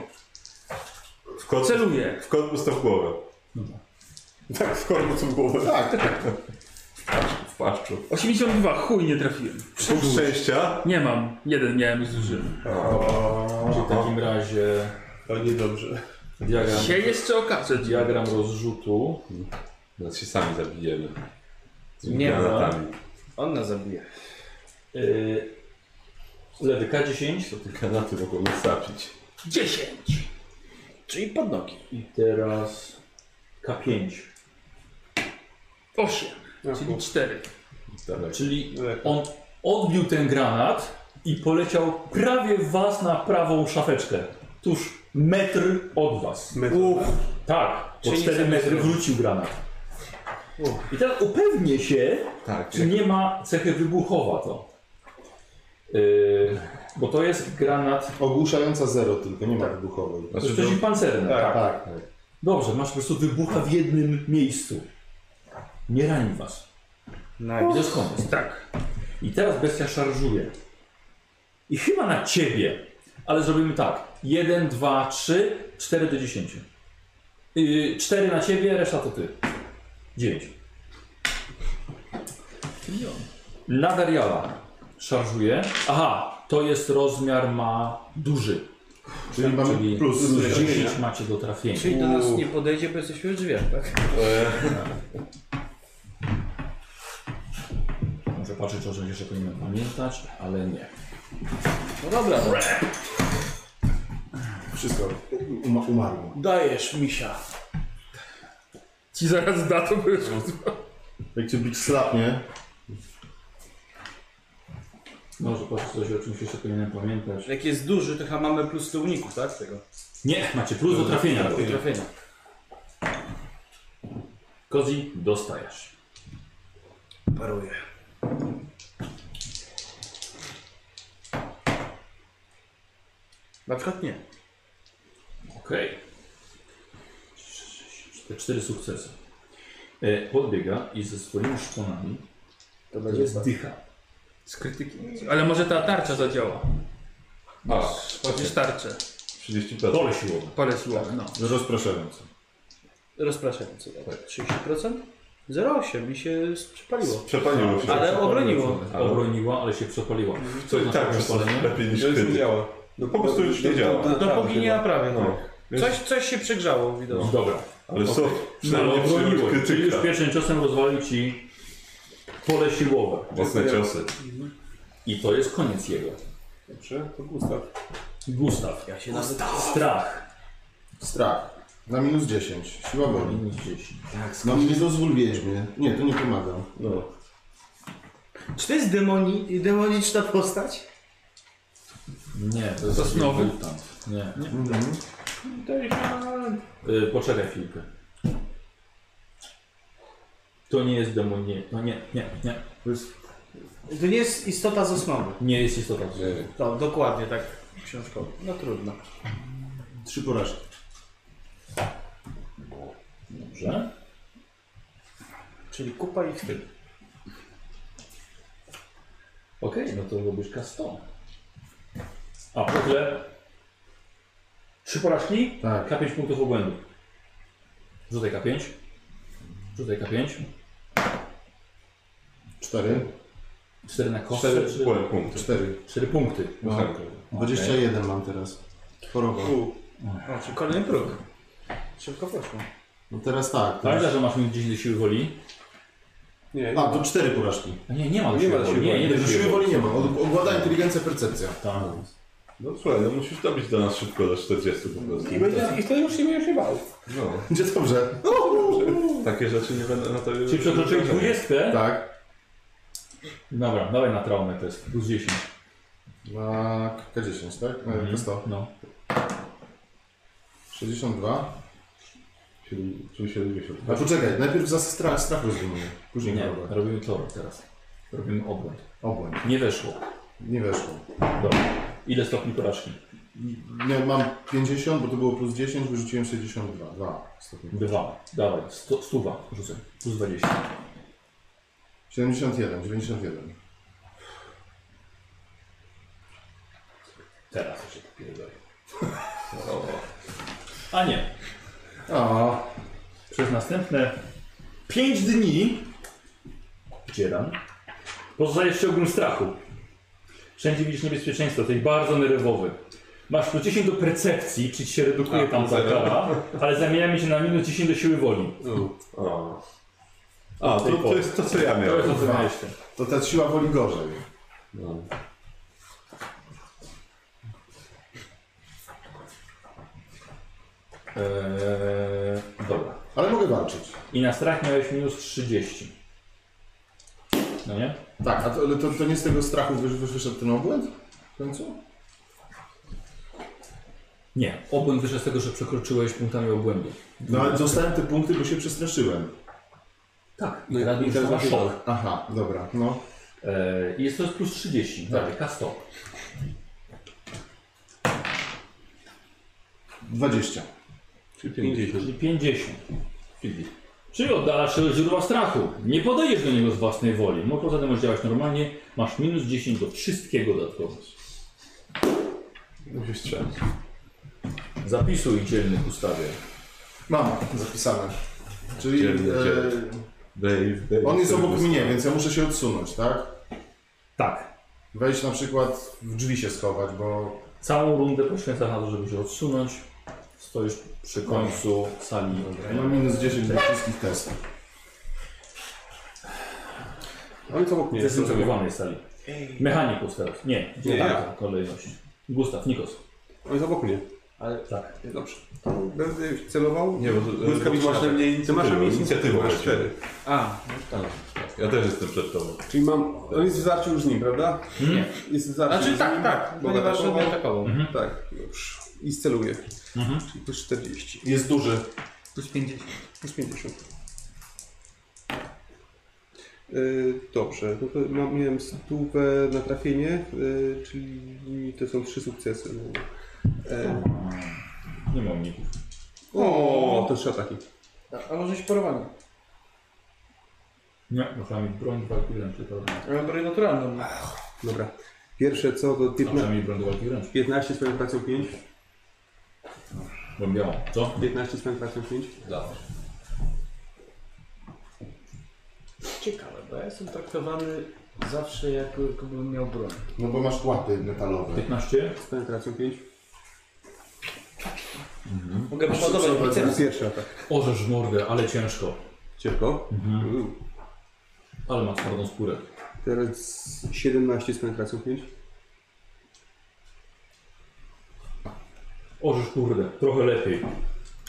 W kod,
Celuję.
w kod usta w głowę. Tak, w korpus w głowę.
Tak, tak.
W paszczu.
82, chuj nie trafiłem.
Punkt szczęścia.
Nie mam, jeden miałem i zużyłem.
Czyli w takim razie
To niedobrze.
diagram,
Się jeszcze okaże, diagram.
diagram rozrzutu.
No się sami zabijemy. Z
Nie, no.
granatami.
On nas zabije.
Yy, lewy K10
To te granaty mogą nas zabić.
10.
Czyli pod nogi.
i teraz K5.
8, czyli 4.
Dalej.
Czyli on odbił ten granat i poleciał prawie w was na prawą szafeczkę. Tuż metr od was. Tak, po
Czyli
4
nic nie
metry
zrobił.
wrócił granat. I teraz upewnię się,
Tak,
czy nie ma cechy wybuchowa to. Yy, bo to jest granat
Ogłuszająca zero tylko, nie ma wybuchowej.
to jest
Znaczy,
przeciwpancerny.
Tak, tak.
Dobrze, masz po prostu wybucha w jednym miejscu. Nie rani was. I to jest koniec.
Tak.
I teraz bestia szarżuje. I chyba na ciebie. Ale zrobimy tak. 1, 2, 3, 4 do 10. Yy, 4 na ciebie, reszta to ty. 9. Na Dariala szarżuje. Aha, to jest rozmiar ma duży.
Czyli mamy
Czyli
plus.
plus 10 macie do trafienia.
Czyli do nas nie podejdzie, bo jesteśmy w drzwiach, tak?
Muszę patrzeć, o czym jeszcze powinienem pamiętać, ale nie.
No dobra, no.
Wszystko u- uma- umarło.
dajesz misia.
Ci zaraz da to by
Jak cię bić slapnie,
Może patrzeć coś, o czymś jeszcze powinienem pamiętać.
Jak jest duży, to chyba mamy plus do uników, tak? Tego.
Nie, macie plus do trafienia.
Do trafienia.
Kozi, dostajesz.
Paruję.
Na przykład nie.
Okej. Te cztery sukcesy. E, podbiega i ze swoimi szponami
To
to
będzie
jest
tak.
dycha.
Z krytyki. Ale może ta tarcza zadziała.
Tak. A,
Chociaż tarczę.
30 lat.
Pole siłowe.
Parę siłowe, no.
rozpraszając.
Rozpraszający. tak? 30%? 0,8 mi się z- przypaliło.
Przepaliło się.
Ale obroniło.
Ale-
Obroniła, ale się przepaliła.
Mhm.
znaczy
To i tak jest
przepalenie?
lepiej niż krytyk.
działa. No
Po prostu już nie działa.
Dopóki nie naprawię, no.
Tak.
Więc-
Coś, coś się przegrzało widocznie.
No Dobra.
Ale są,
No,
przynajmniej przyjąć
obroniło. Czyli już
krytyka.
pierwszym ciosem rozwalił ci pole siłowe.
Mocne ciosy.
I to jest koniec jego.
Dobrze, to Gustaw.
Gustaw.
Ja się nawet...
Strach.
Strach. Na minus 10. Siła woli.
Minus 10.
No nie dozwól wiedźmie. Nie, to nie pomaga.
No.
No.
Czy to jest demoni, demoniczna postać?
Nie, to jest
Sosnowy?
debiutant. Nie.
Mhm.
Y, poczekaj chwilkę. To nie jest demon, nie, no nie, nie, nie.
To jest
To nie jest istota z osnowy.
Nie jest istota.
To dokładnie tak książkowo. No trudno.
trzy porażki.
Dobrze.
Czyli kupa i wtyk.
Okej, no to robisz K100. A, w ogóle... Trzy porażki,
Tak.
K5 punktów obłędu. Rzucaj K5. Rzucaj K5.
Cztery.
Cztery na kostce?
Cztery
Cztery,
byłem punkty.
Cztery.
cztery punkty.
No.
Tak.
21 mam teraz. Choroba.
O, czyli Znaczy, kolejny próg. Szybko poszło.
No teraz tak. Teraz...
Pamiętaj, że masz minus 10 do siły woli?
Nie,
A, to cztery porażki.
A Nie, nie ma do
Nie
siły
ma do
woli.
siły
Nie,
woli.
nie
Nie,
do siły woli.
woli nie ma. Ogłada inteligencja, percepcja.
Tak.
No słuchaj, no musisz dobić do nas szybko do 40 po prostu.
I, będzie, I wtedy już się będziesz się bał.
No,
Będzie dobrze.
takie rzeczy nie będę na to...
Czyli przekroczyłeś 20?
Tak.
Dobra, dawaj na traumę test. Plus 10.
Na K10, tak? Na mm. to.
No.
62.
Siedem- Czyli 70.
A poczekaj, najpierw za strach, strach rozumiem. Później
Nie,
choroba.
robimy to teraz. Robimy obłęd.
Obłęd.
Nie weszło.
Nie weszło.
Dobra. Ile stopni porażki?
Nie, mam 50, bo to było plus 10, wyrzuciłem 62. Dwa stopnie.
Dwa. Dawaj, sto, stuwa rzucę. Plus 20.
71, 91.
Teraz jeszcze popierdolę. A nie.
A,
Przez następne 5 dni Dzieran pozostajesz w ciągłym strachu. Wszędzie widzisz niebezpieczeństwo, jesteś bardzo nerwowy. Masz plus 10 do percepcji, czyli ci się redukuje
A,
tam ta
zero.
kara, ale zamieniamy się na minus 10 do siły woli.
O. A, to,
tej
to
pory.
jest to, co ja
To
miałem.
jest to, co
dwa.
miałeś tam.
to ta siła woli gorzej.
No.
Eee, dobra.
Ale mogę walczyć.
I na strach miałeś minus 30. No nie?
Tak, a to, ale to, to nie z tego strachu wysz- wysz- wyszedł ten obłęd? W końcu?
Nie. Obłęd wyszedł z tego, że przekroczyłeś punktami obłędu.
No ale dostałem te punkty, bo się przestraszyłem.
Tak. I teraz już masz szok.
Aha, dobra, no.
Eee, i jest to plus Tak, 30. Dalej, K100.
20.
Czyli 50.
Czyli 50. Czyli oddalasz się od źródła strachu. Nie podejdziesz do niego z własnej woli. No poza tym możesz działać normalnie. Masz minus 10 do wszystkiego dodatkowo.
Musisz strzelać.
Zapisuj dzielny ustawie.
Mam zapisane. Czyli
Dzielnie,
e,
Dave, Dave.
on jest
który
obok
wys-
mnie, więc ja muszę się odsunąć, tak?
Tak.
Wejść na przykład w drzwi się schować, bo
Całą rundę poświęcasz na to, żeby się odsunąć. Stoisz przy końcu sali.
mam minus 10 do wszystkich testów.
on jest obok mnie.
Zdezynfekowanej sali. Mechaników teraz. Nie, nie tak. kolejność. Gustaw, Nikos.
On jest obok mnie.
Tak.
Dobrze. Będę celował.
Nie, bo to-
Błyskawiczny
bo masz na
atak.
mnie inicjatywę.
Ty masz na mnie
inicjatywę. Masz cztery.
A,
Ja też jestem przed tobą.
Czyli mam. On jest w zarciu już z nim, prawda?
Nie.
Jest w zarciu.
znaczy
już z
tak,
nim,
tak, Mhm.
bo
ponieważ on
atakował.
mnie atakował.
Tak, już. I celuję. Czyli plus 40.
Jest duży.
Plus 50.
Plus 50. Yy, dobrze, no to mam, miałem stówę na trafienie, yy, czyli to są trzy sukcesy. No.
Nie ma uników.
O, to trzy ataki.
A, a może być porwany.
Nie, można mieć broń walki wręcz. to-
Ja mam broń naturalną.
Dobra. Pierwsze co to
A
15,
Można mieć broń do walki wręcz.
15 z penetracją 5.
Broń białą. Co?
15 z penetracją 5.
Ciekawe, bo ja jestem traktowany zawsze jako, jakbym miał broń.
No bo masz łapy metalowe.
15?
Z penetracją 5.
Mogę przeładować biceps.
Pierwszy atak.
Orzesz w mordę, ale ciężko.
Ciepło.
Mhm.
Yy.
Ale ma twardą skórę.
Teraz 17 z penetracją 5.
Orzesz kurde, trochę lepiej.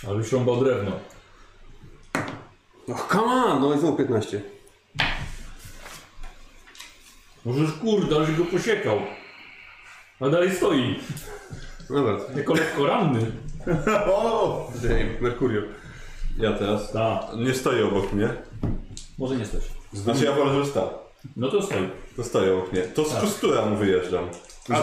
Ale wysiąba drewno.
No come on! No i znowu 15.
Możesz kurde, ale go posiekał. A dalej stoi.
Dobra,
Jako lekko ranny.
Dave, Mercurio.
Ja teraz.
Tak.
Nie stoi obok mnie.
Może nie stać.
Znaczy ja wolę, że stał.
No to stoi.
To stoi obok mnie. To z tak. czustura mu wyjeżdżam.
A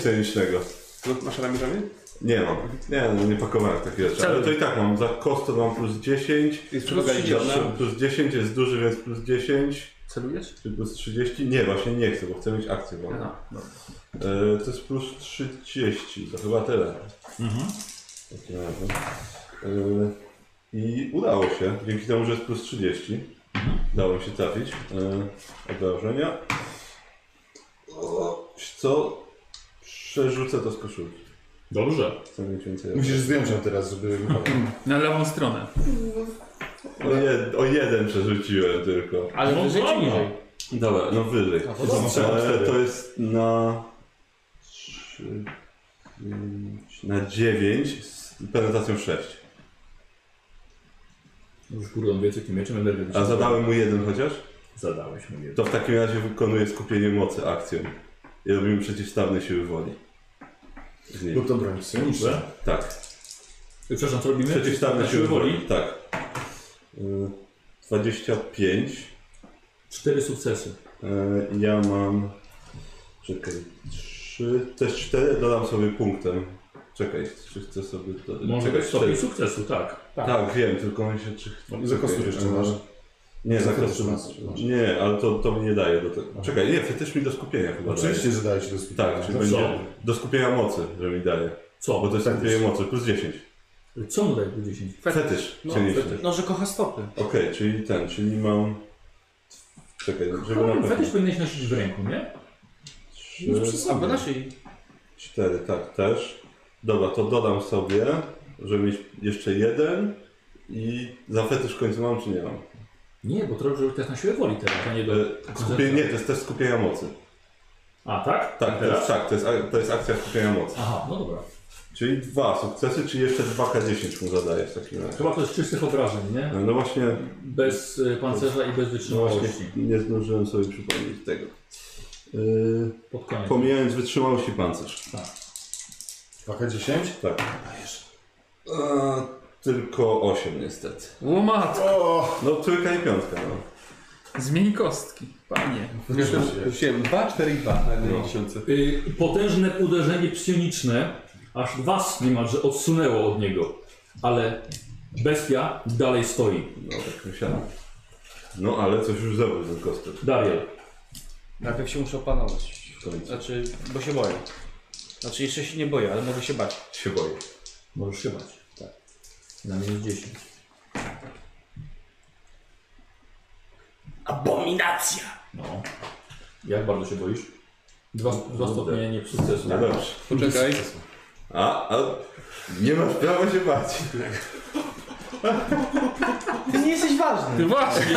Scenicznego.
No, masz ramierzami?
Nie mam. Nie, no, nie pakowałem takich rzeczy. Ale to i tak mam. Za kosto mam plus 10.
Jest
Plus
przewaga
30.
liczebna.
Plus- Plus 10 jest duży, więc plus 10.
Celujesz?
Czy plus 30? Nie, właśnie nie chcę, bo chcę mieć akcję. Mam.
Aha,
E, to jest plus 30. To chyba tyle.
Mhm.
W takim razie. E, I udało się. Dzięki temu, że jest plus 30.
Mhm.
Dało mi się trafić e, od obrażenia. O, wiesz co? Przerzucę to z koszulki.
Dobrze.
Chcę mieć więcej.
Musisz zdjąć ją teraz, żeby...
Na lewą stronę.
O, jed, o jeden przerzuciłem tylko.
Ale
No
wyżej czy
dobra.
niżej?
Dobra, no wyżej.
to dobra.
E, to jest na... trzy, pięć, Na 9 z penetracją 6.
Już kurde, on wie, co tym mieczem energii.
A zadałem mu jeden chociaż?
Zadałeś mu je.
To w takim razie wykonuję skupienie mocy akcją. I robimy przeciwstawne siły woli. Z
Bo
niej.
to broń psioniczna.
Tak.
Przepraszam, co robimy?
Przeciwstawne
Znaczy,
siły woli? Tak. Y, 25.
Cztery sukcesy.
Y, Ja mam. Czekaj. 3. Też 4. Dodam sobie punktem. Czekaj, czy chcę sobie. Do...
Może
Czekaj,
być stopień
cztery.
sukcesu, tak.
Tak. tak, wiem, tylko mi się. Czy...
Za kostur
czekaj,
No, jeszcze
y,
masz.
Nie, za
Fetysz
kostur.
masz.
Nie, ale to, to mi nie daje do tego. Czekaj, nie, też mi do skupienia chyba
Oczywiście, że daje się do
daje.
skupienia.
Tak, czyli
No
będzie.
co?
Do skupienia mocy, że mi daje.
Co?
Bo to jest
Fetysz.
skupienie mocy, plus 10.
Co mu daje po 10?
Fetysz.
No,
cieniczny.
No, że kocha stopy.
Okej, czyli ten, czyli mam. Czekaj, żeby na
No,
pewno.
Fetysz powinieneś nosić w ręku, nie?
A bo naszej.
Cztery, tak, też. Dobra, to dodam sobie, żeby mieć jeszcze jeden. I za fetysz w końcu mam, czy nie mam?
Nie, bo to robisz żeby test na siłę woli teraz, a nie do...
E, Skupienie, nie, to jest też skupienia mocy.
A, tak?
Tak, to jest, tak to, jest, ak- to jest akcja skupienia mocy.
Aha, no dobra.
Czyli dwa sukcesy, czy jeszcze 2K10 mu zadaję w takim razie.
Chyba to jest czystych obrażeń, nie?
No właśnie,
Bez y, pancerza i bez
no
wytrzymałości.
właśnie nie zdążyłem sobie przypomnieć tego. Yy,
Pod koniec.
pomijając wytrzymałość i pancerz.
Paka 10?
Tak. E, tylko 8 niestety.
Łomat!
O,
No trójka i piątka, no.
Zmień kostki, panie.
Wziąłem 2, 4 i 2 na jednej tysiące.
Y, potężne uderzenie psioniczne, aż was niemalże odsunęło od niego. Ale bestia dalej stoi.
No tak myślałem. No ale coś już zrobił ten kostek
Dariel.
Najpierw się muszę opanować.
w końcu.
Znaczy, bo się boję. Znaczy, jeszcze się nie boję, ale mogę się bać.
Się boję.
Możesz się bać. Tak. Na minus 10.
Abominacja!
No. Jak bardzo się boisz? Dwa, dwa stopnie nie sukcesu.
No dobrze.
Poczekaj.
A, a nie masz prawa się bać.
Ty nie jesteś ważny!
Ty No właśnie!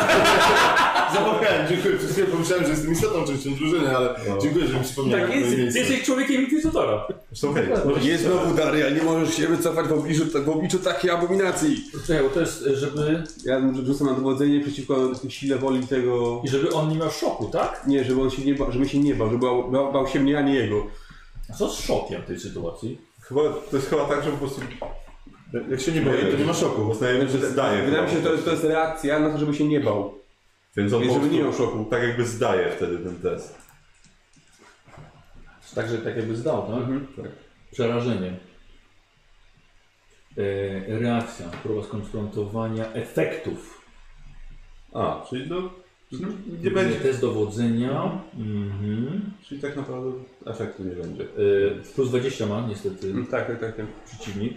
zapomniałem, dziękuję. Przez chwilę pomyślałem, że jestem istotą częścią drużyny, ale dziękuję, że mi przypomniałeś.
Tak, jesteś, jesteś człowiekiem inkwizytora.
Zresztą hej, no,
Nie znowu Daria, nie możesz się wycofać w obliczu, w obliczu takiej abominacji.
Czekaj, bo to jest, y, żeby,
Ja rzucam na dowodzenie przeciwko sile woli tego...
i żeby on nie miał szoku, tak?
Nie, żeby on się nie bał, żeby się nie bał, żeby bał, bał, bał się mnie, a nie jego.
A co z szokiem w tej sytuacji?
chyba, to jest chyba tak, że po prostu...
Jak się nie boję, to nie ma szoku.
Uznajemy, że zdaje.
Wydaje
chyba.
mi się, że to jest, to jest reakcja na to, żeby się nie bał.
Więc on po
Więc żeby
prostu,
nie miał szoku.
tak jakby zdaje wtedy ten test.
Także tak jakby zdał, tak?
Tak.
Przerażenie. E, reakcja, próba skonfrontowania efektów.
A, czyli no... Nie
Nie
będzie.
Test dowodzenia. Mhm.
Czyli tak naprawdę efektu nie będzie.
E, plus 20 ma niestety
Mm.
Tak, tak, tak. tak.
przeciwnik.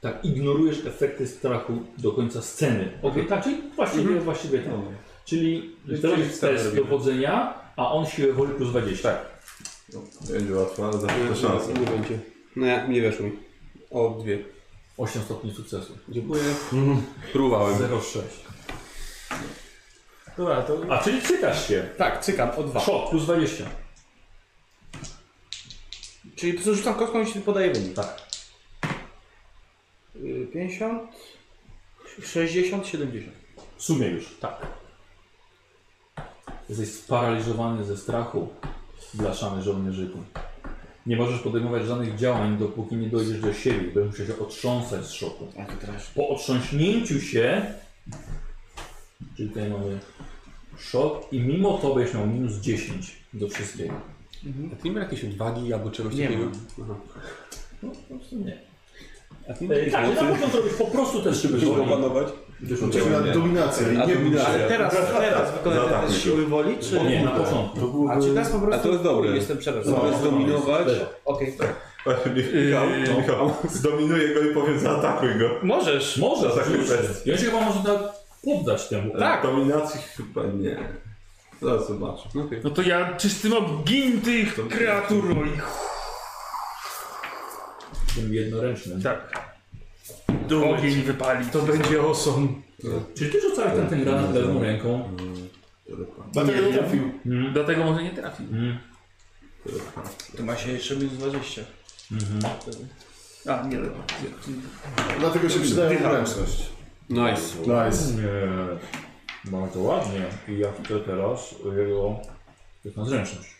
Tak, ignorujesz efekty strachu do końca sceny. Ok, tak, czyli właściwie, właściwie tak. Czyli
Czyli
zrobisz
scenę
test
robimy.
dowodzenia, a on siłę woli plus 20. Tak.
Będzie łatwa, ale zawsze to szansa.
Nie będzie. No ja, nie weszło mi. O, dwie.
8 stopni sukcesu.
Dziękuję. Próbowałem.
0,6.
Dobra, to...
A czyli cykasz się.
Tak, cykam o dwa.
Szok plus 20.
Czyli po prostu rzucam kostką i się podaje wynik.
Tak.
Y, 50, 60, 70.
W sumie już, tak. Jesteś sparaliżowany ze strachu, blaszany żołnierzyku. Nie możesz podejmować żadnych działań, dopóki nie dojdziesz do siebie. Będziesz musiał się otrząsać z szoku.
A to teraz...
Po otrząśnięciu się, czyli tutaj mamy szok i mimo to będziesz miał minus 10 do wszystkiego.
A ty nie ma jakiejś odwagi albo czegoś
Nie
takiego?
mam.
Aha.
No, po prostu nie.
A ty
E, tak, no, można zrobić po prostu ten szybę
Żeby opanować?
Czyli na dominację.
A
Nie
dominacja.
dominację.
Ale teraz, teraz
No
wykonać
tak,
ten test
nie
siły woli, czy...
No, Nie, na początku.
To byłoby...
A czy teraz po prostu...
A to jest dobre.
Jestem przerażony. No,
Zamiast dominować.
Okej.
Michał, Michał, zdominuję go i powiem zaatakuj go.
Możesz.
Może,
Za
oczywiście.
kwestię.
I on się chyba może tak poddać temu.
Tak. Dominacji chyba nie. Zaraz zobaczę.
No to ja czystym obgin tych kreatur i
Tym jednoręcznym.
Tak. Ogień wypali. To będzie osom.
Czy ty rzucałeś ten, ten granat lewą ręką?
Dlatego nie trafił.
Dlatego może nie trafi.
To ma się jeszcze minus 20.
A, nie lepiej.
Dlatego się przydaje wręczność.
Nice.
Nice.
Nie. Mamy to ładnie. I ja chcę teraz jego... Jak na zręczność.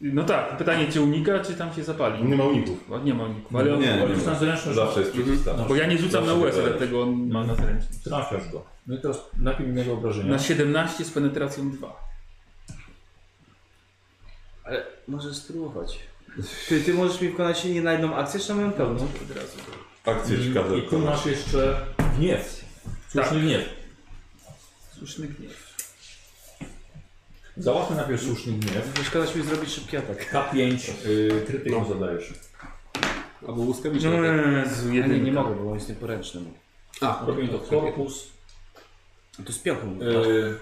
No tak, pytanie czy unika, czy tam się zapali?
Nie ma uników.
O, nie ma uniku, ale on,
Nie, nie
Ale już
ma.
na zręczność
Zawsze jest przeciwstawny.
Mhm.
bo ja nie rzucam na
Zawsze
US,
wydaje.
dlatego on ma na zręczność.
trafiasz go. No i teraz napił innego obrażenia.
Na 17 z penetracją 2.
Ale możesz spróbować. Ty, ty możesz mi wykonać nie na jedną akcję, czy na moją pełną?
Akcje ciekawe.
Mhm. I tu masz jeszcze gniew. Słuszny gniew.
Słuszny gniew.
Załatwmy najpierw słuszny gniew.
Przeszkadzasz mi zrobić szybki atak.
K5 y, krytyką zadajesz.
Albo łuskawiczny.
No, Jezu,
Ja nie, nie
jedynka.
mogę, bo on jest nieporęczny.
A,
Robimy to korpus.
To z piątą.
Y,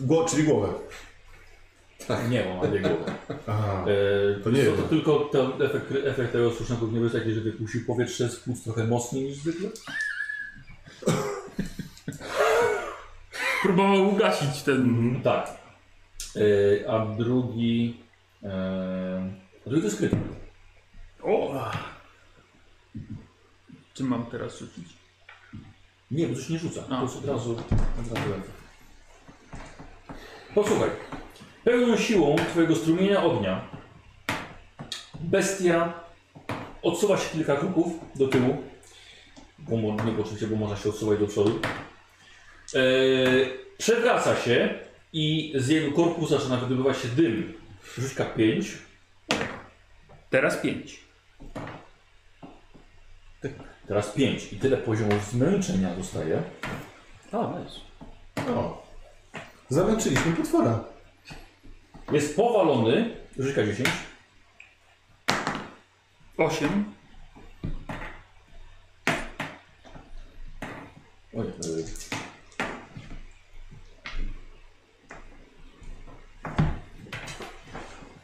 Gło, czyli głowę.
nie mam, ale głowę.
Aha.
Y,
To nie
co,
wiem.
to tylko ten efekt, efekt tego słusznego gniewu jest taki, że wypuścił powietrze z płuc trochę mocniej niż zwykle.
Próbował ugasić ten...
Tak. Y, a drugi... y, a drugi to jest krytyk.
O! Czy mam teraz rzucić?
Nie, bo to się nie rzuca.
A.
Po prostu od razu, od razu ręce. Posłuchaj. Pełną siłą twojego strumienia ognia bestia odsuwa się kilka kroków do tyłu. Bo mo- nie oczywiście, bo można się odsuwać do przodu. Eee, przewraca się i z jego korpu zaczyna wydobywać się dym. Rzućka 5.
Teraz 5.
Teraz 5. I tyle poziomów zmęczenia dostaje.
O. Zamęczyliśmy potwora.
Jest powalony. Rzućka 10.
8.
O nie, eee,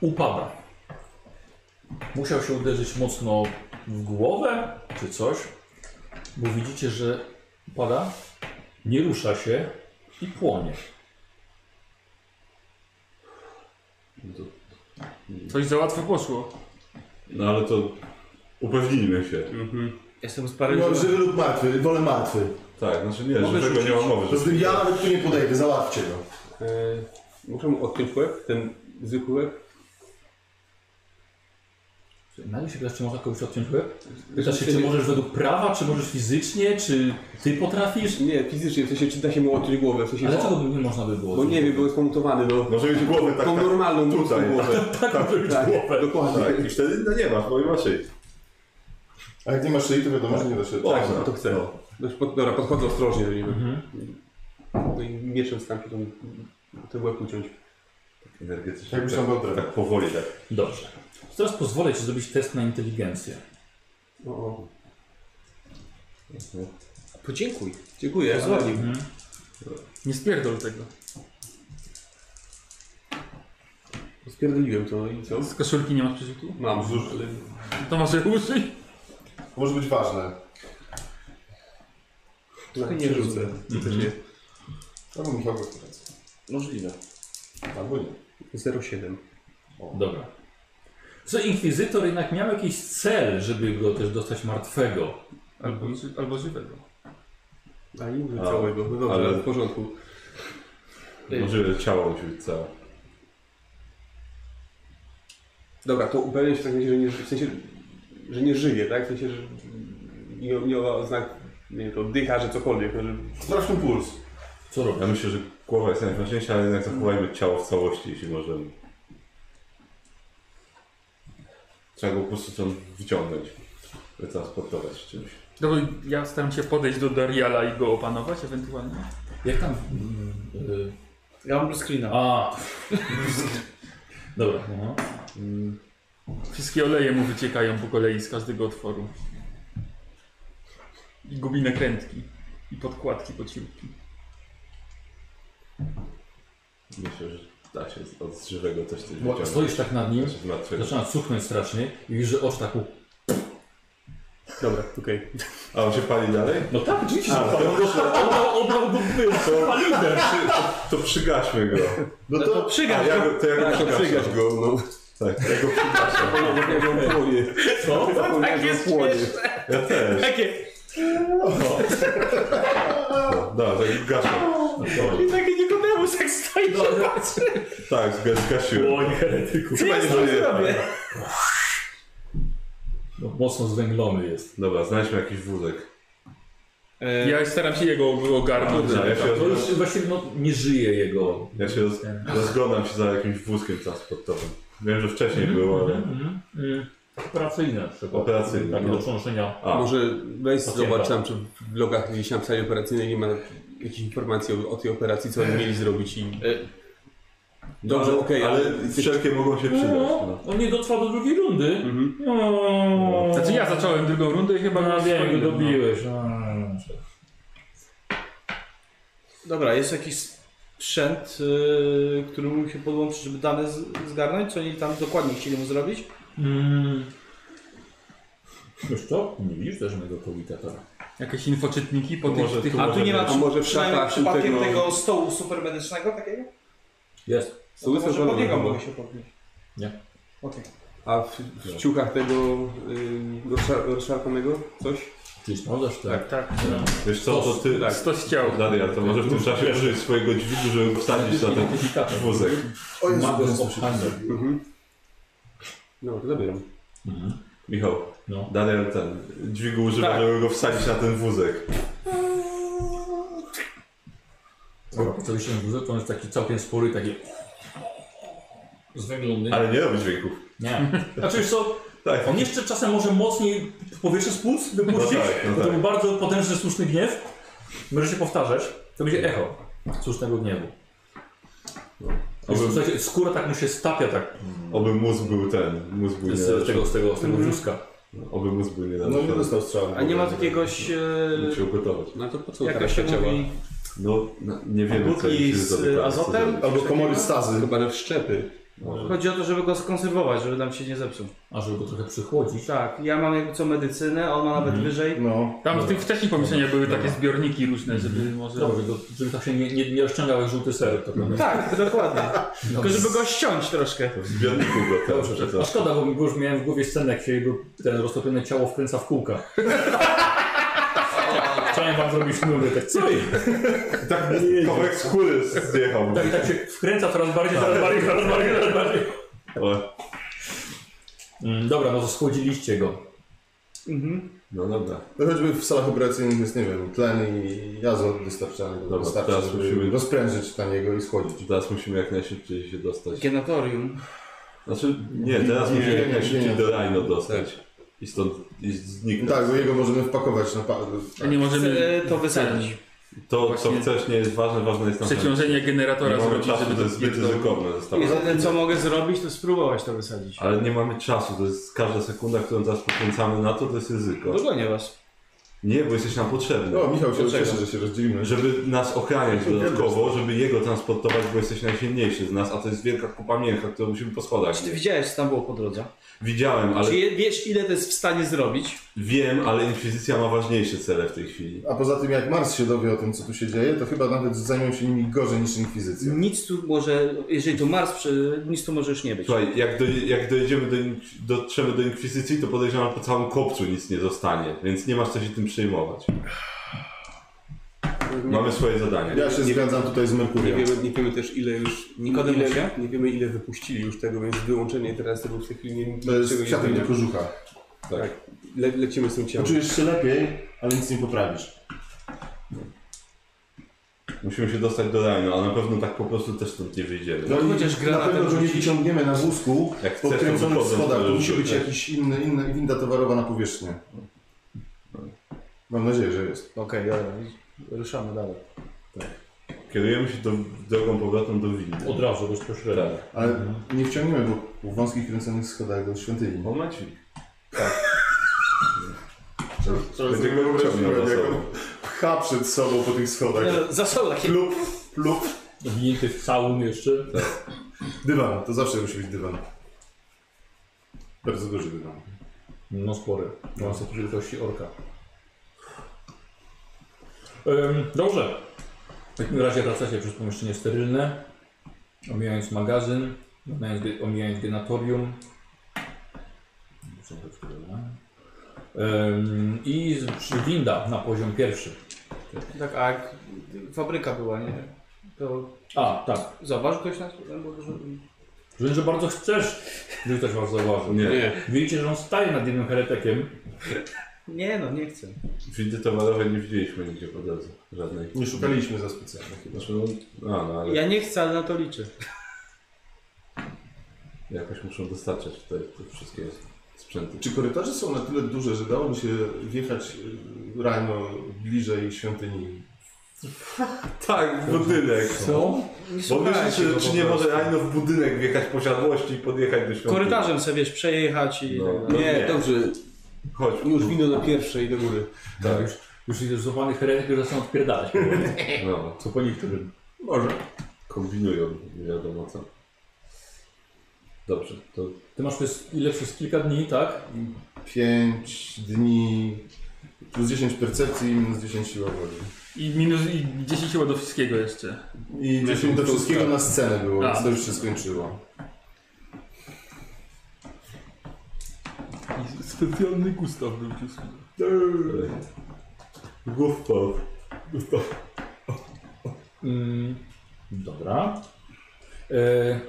upada. Musiał się uderzyć mocno w głowę czy coś, bo widzicie, że upada, nie rusza się i płonie.
Coś za łatwo poszło.
No ale to upewnijmy się.
Jestem
No,
sparaliżowany.
żywy lub martwy, wolę martwy.
Tak, znaczy nie, żywego nie ma mowy.
To z
Że...
tym ja nawet tu nie podejdę, załatwcie go.
E, muszę mu odpiąć łeb, ten zwykły łeb.
Nagle się pytasz, czy można kogoś odciąć łeb? Pytasz się, czy możesz według prawa, czy możesz fizycznie, czy ty potrafisz?
Nie, fizycznie, w sensie czy da się mu odciąć głowę, w sensie...
Ale czego by nie można by było?
No. Bo nie wiem, bo jest pomutowany, no.
Może mieć głowę tak,
Tą
tak,
normalną
tutaj.
ludzką głowę.
tak, tak,
Tak,
głowę.
dokładnie.
tak. I wtedy no nie masz, bo nie masz szyi.
A jak nie masz szyi, to wiadomo, że nie da się.
Można.
to chcę.
No.
No, pod, dobra, podchodzę ostrożnie do niego. No i mieczem staram się tą, ten łeb uciąć.
Energetycznie.
Jakbyś tam był
tak,
trochę.
tak powoli, tak.
Dobrze. Teraz pozwolę ci zrobić test na inteligencję.
O, o.
Podziękuj.
Dziękuję, ale...
Nie spierdol tego.
Spierdoliłem to no i co?
Z koszulki nie masz przerzutu?
Mam, ale...
To może użyj.
To może być ważne.
Trochę nie rzucę. To też nie.
To bym musiał go sprawdzić.
Możliwe.
Albo nie.
0,7.
Dobra. Co inkwizytor jednak miał jakiś cel, żeby go też dostać martwego.
Albo, ży- albo żywego.
A nie mówię
A,
całego, no dobra,
ale-
ale... w porządku.
Może ciało musi być całe.
Dobra, to upewniam się w takim razie, że nie, w sensie, że nie żyje, tak? W sensie, że nie, nie ma znak, nie wiem, to oddycha, że cokolwiek, no, że
Sprawdźmy puls.
Co robi?
Ja myślę, że głowa jest najważniejsza, ale jednak zachowajmy ciało w całości, jeśli możemy. Trzeba go po prostu stąd wyciągnąć, wytransportować czymś.
Dobra, No ja staram się podejść do Dariala i go opanować ewentualnie.
Jak tam. mm, y,
Ja mam blue screena.
a. Dobra. No.
Wszystkie oleje mu wyciekają po kolei z każdego otworu. I gubi nakrętki. i podkładki pod ciurki.
Myślę, że da się z- od żywego coś coś
Bo
wyciągnąć.
stoisz tak nad nim,
Znaczy, w martwego.
zaczyna cuchnąć strasznie i widzisz, że oczy tak mu...
Dobra, okej.
A on się pali dalej?
No tak, oczywiście, że
A,
tak.
Obrał go
To, to przygaśmy go.
No
No to
to
A
przygasz
ja
go.
go, to ja go
Tak, to
przygasz
przygaś
go. No. Tak, ja go przygaszam.
Co?
Tak jest śmieszne.
Ja też.
Takie,
No, da, tak gaszam.
I takie
tak
Nikodemus jak stoi się patrzy.
Tak, zga- zgasiłem.
Łoń heretyku.
Co ja z tym
żyje.
zrobię?
No, mocno zwęglony jest.
Dobra, znajdźmy jakiś wózek.
E,
Ja staram się jego ogarnąć.
Ja się,
To już
roz...
właściwie no, nie żyje jego...
ja się roz... rozglądam się za jakimś wózkiem transportowym. Wiem, że wcześniej było, ale...
Mhm. Mm. Operacyjne na przykład.
Operacyjne,
Takie
no.
do przenoszenia.
A,
Może weź
Pacjenta.
zobacz tam, czy w logach gdzieś na sali operacyjnej nie ma jakichś informacji o, o tej operacji, co oni mieli zrobić i... Dobrze,
ale-
okej,
ale wszelkie mogą się przydać. No.
No, on nie dotrwa do drugiej rundy. Mhm.
Znaczy ja zacząłem drugą rundę i chyba
No,
na
wiem,
swoim,
go
no.
dobiłeś. No.
Dobra, jest jakiś sprzęt, yy, który mógł się podłączyć, żeby dane z, zgarnąć, co oni tam dokładnie chcieli mu zrobić.
Mm. Wiesz co? Nie widzisz też mojego tak. komunikatora.
Jakieś infoczytniki po tych...
może
tych...
tu
A tu nie ma
A może w
przynajmniej
szafach
przypadkiem tego...
tego-
stołu supermedycznego takiego?
Jest.
Są
No to może pod
zażalone
niego
chyba.
mogę się podnieść.
Nie.
Okej.
A w, w ciuchach tego y, rozszar- rozszarpanego coś?
Czyli sprawdzasz to?
Tak, tak.
Wiesz co, to ty...
Tak, to chciał.
Darian, to może w tym czasie użyć swojego dźwigu, żeby wsadzić na
Tak.
ten
Identyfikator.
wózek.
o Jezu,
Ma go
Jezu,
obchany.
No, to zabieram.
Michał,
No.
Daniel ten dźwigu używa,
Tak.
żeby go wsadzić na ten wózek.
Cały się wózek, to on jest taki całkiem spory, taki... Zwęglony.
Ale nie robi dźwięków.
Nie. Znaczy wiesz co,
Tak.
on jeszcze czasem może mocniej powietrze z płuc wypuścić,
No tak, no
bo to
tak.
był bardzo potężny, słuszny gniew. Może się powtarzać, to będzie echo słusznego gniewu.
No.
Wiesz,
Oby,
słuchajcie, skóra tak mu się stapia tak
oby mózg był ten, mózg był nie
z tego, z tego, z tego wózka.
Oby mózg był nie
No nie dostał strzału.
A nie ma takiegoś...
Mógł się ugotować.
No to po co
Jak to
teraz
się
się ciała?
mówi?
No, no, nie wiemy co
Butli
im się
z,
zdobywa,
y,
co
azotem?
zrobić.
Albo komory stazy.
Chyba na wszczepy.
Może.
Chodzi o to, żeby go skonserwować, żeby nam się nie zepsuł.
A żeby go trochę przychłodzić.
Tak, ja mam jakby co medycynę, a on ma nawet
Mhm.
wyżej.
No.
Tam w tych wcześniej pomieszczeniach były takie zbiorniki różne, żeby może...
Dobrze, go, żeby tak się nie, nie, nie rozciągał jak żółty ser.
No.
To prawda. No.
Tak, dokładnie. Tylko żeby go ściąć troszkę.
W zbiorniku go tam
Dobrze,
przeczytał.
a szkoda, bo bo już miałem w głowie scenę, jak się jego ten roztopione ciało wkręca w kółka. Chciałem wam zrobić nury, tak co?
Tak, kawałek skóry zjechał.
Tak, tak się wkręca coraz bardziej, coraz bardziej, coraz bardziej, coraz bardziej.
O,
Mm, dobra, no to schłodziliście go.
Mhm.
No dobra.
No choćby w salach operacyjnych jest, nie wiem, tlen i azot wystarczalny.
Dobra,
wystarczy,
teraz
żeby
musimy-
rozprężyć na niego i schłodzić.
Teraz musimy jak najszybciej się dostać.
Genatorium.
Znaczy, nie, teraz
Nie,
musimy
nie,
jak
nie,
najszybciej
nie.
do Rhino dostać. I stąd i zniknąć.
Tak, bo jego możemy wpakować na... Pa...
A nie możemy...
Chcę to wysadzić.
To, co
Właśnie-
chcesz, nie jest ważne, ważne jest tam...
Tak. Przeciążenie generatora
Nie mamy
zrobić,
czasu,
żeby
to jest zbyt
pierdolnął.
ryzykowne zostało.
Jedyne co mogę zrobić, to spróbować to wysadzić.
Ale nie mamy czasu, to jest każda sekunda, którą teraz poświęcamy na to, to jest ryzyko.
Dogonię was.
Nie, bo jesteś nam potrzebny.
No, Michał się
Dlaczego?
cieszy, że się rozdzielimy.
Żeby nas ochraniać dodatkowo, żeby jego transportować, bo jesteś najsilniejszy z nas, a to jest wielka kupa mięcha, którą musimy po schodach.
Czy ty
mieć.
widziałeś, co tam było po drodze?
Widziałem, ale
Czy je, wiesz, ile to jest w stanie zrobić?
wiem, ale Inkwizycja ma ważniejsze cele w tej chwili.
A poza tym, jak Mars się dowie o tym, co tu się dzieje, to chyba nawet zajmą się nimi gorzej niż Inkwizycja.
Nic tu może, jeżeli tu Mars, przy, nic tu może już nie być.
Słuchaj, jak, do, jak dojedziemy do, Ink- dotrzemy do Inkwizycji, to podejrzewam, że po całym kopcu nic nie zostanie, więc nie masz co się tym przejmować. Mamy swoje zadanie.
Ja się zgadzam tutaj z
Nie
Merkurem.
wiemy, nie wiemy też ile już...
Nikodemusie?
ile, nie wiemy ile wypuścili już tego, więc wyłączenie teraz tego w tej chwili nie,
To jest
niczego
kwiatek
nie
do
zmienia.
kożucha.
Tak. Le, lecimy z tym ciałem.
Znaczy,
Poczujesz się lepiej, ale nic nie poprawisz.
Musimy się dostać do Rhino, a na pewno tak po prostu też stąd nie wyjdziemy.
No i
chociaż
na
granatem
pewno go nie
rzucić.
wyciągniemy na wózku,
Jak chcesz,
podkręconym
to
w schodach.
wychodzą,
To tak. musi
żeby-
być jakiś inny, inny, winda towarowa na powierzchnię. Mam nadzieję, że jest.
Okej, dobra, ruszamy dalej.
Kierujemy się do, drogą powrotną do windy.
Od razu, bezpośrednio.
Tak.
Ale nie wciągniemy go po wąskich kręconych schodach do świątyni.
Bo ma dźwig.
Trzeba
Będzie go
zrobić
wyciągnął
wciągnąć
za
jako-
sobą.
pcha przed sobą po tych schodach.
Zasłał takie...
Plup, plup.
Winięty w całun jeszcze.
Dywan, to zawsze musi być dywan. Bardzo duży dywan.
No spory. No są wielkości orka. Em, dobrze. W takim razie wracacie przez pomieszczenie sterylne, omijając magazyn, omijając, ge- omijając genatorium. Są te skrzydła. Em, I z- przy- winda na poziom pierwszy.
Tak, a jak fabryka była, nie? To
A, tak.
zauważył ktoś nas? Albo że-
Że, że bardzo chcesz, żeby ktoś was zauważył.
Nie.
Widzicie, że on staje nad jednym heretykiem.
Nie no, nie chcę.
Windy towarowej nie widzieliśmy nigdzie po drodze. Żadnej.
Nie szukaliśmy za specjalnie.
Znaczy, no, a, no ale
Ja nie chcę, ale na to liczę.
jakoś muszą dostarczać tutaj te wszystkie sprzęty.
Czy korytarze są na tyle duże, że dałoby się wjechać y, rano bliżej świątyni?
Tak, w budynek. Co? Bo myślę,
słuchajcie go
czy, czy
po
nie
prostu.
może Aino w budynek wjechać posiadłości i podjechać do świątyni.
Korytarzem sobie, wiesz, przejechać i...
No.
tak dalej.
Nie,
Nie.
dobrze.
Chodź.
Już wino na pierwsze i do góry.
Tak. Już, już zdecydowanych heretyków zaczynają odpierdalać.
No,
Co po niektórym.
może. Kombinują, nie wiadomo co. Dobrze, to
Ty masz przez ile? Przez kilka dni, tak?
5 dni plus 10 percepcji i minus 10 siła woli.
I minus i 10 siła do wszystkiego jeszcze.
I 10 do wszystkiego na scenę było,
A.
więc to już się skończyło.
I Specjalny Gustaw wrócił sobie.
głów pod.
Mm, dobra. E,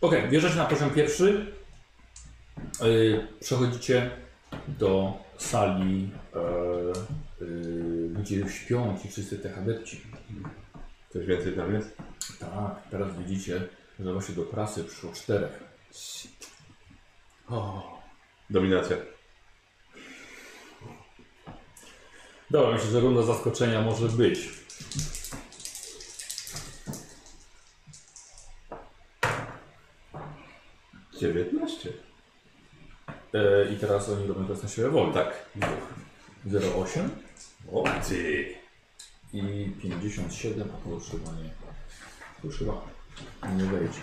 Okej, wjeżdżacie na poziom pierwszy. E, przechodzicie do sali, e, e, gdzie śpią ci wszyscy te adepci.
Coś więcej tam jest?
Tak, teraz widzicie, że właśnie do prasy przyszło czterech.
Dominacja.
Dobra, myślę, że runda zaskoczenia może być.
dziewiętnaście
E, I teraz oni robią teraz na siłę wolę.
Tak.
08
O, ty.
i 57, a to już chyba nie. To już chyba nie wejdzie.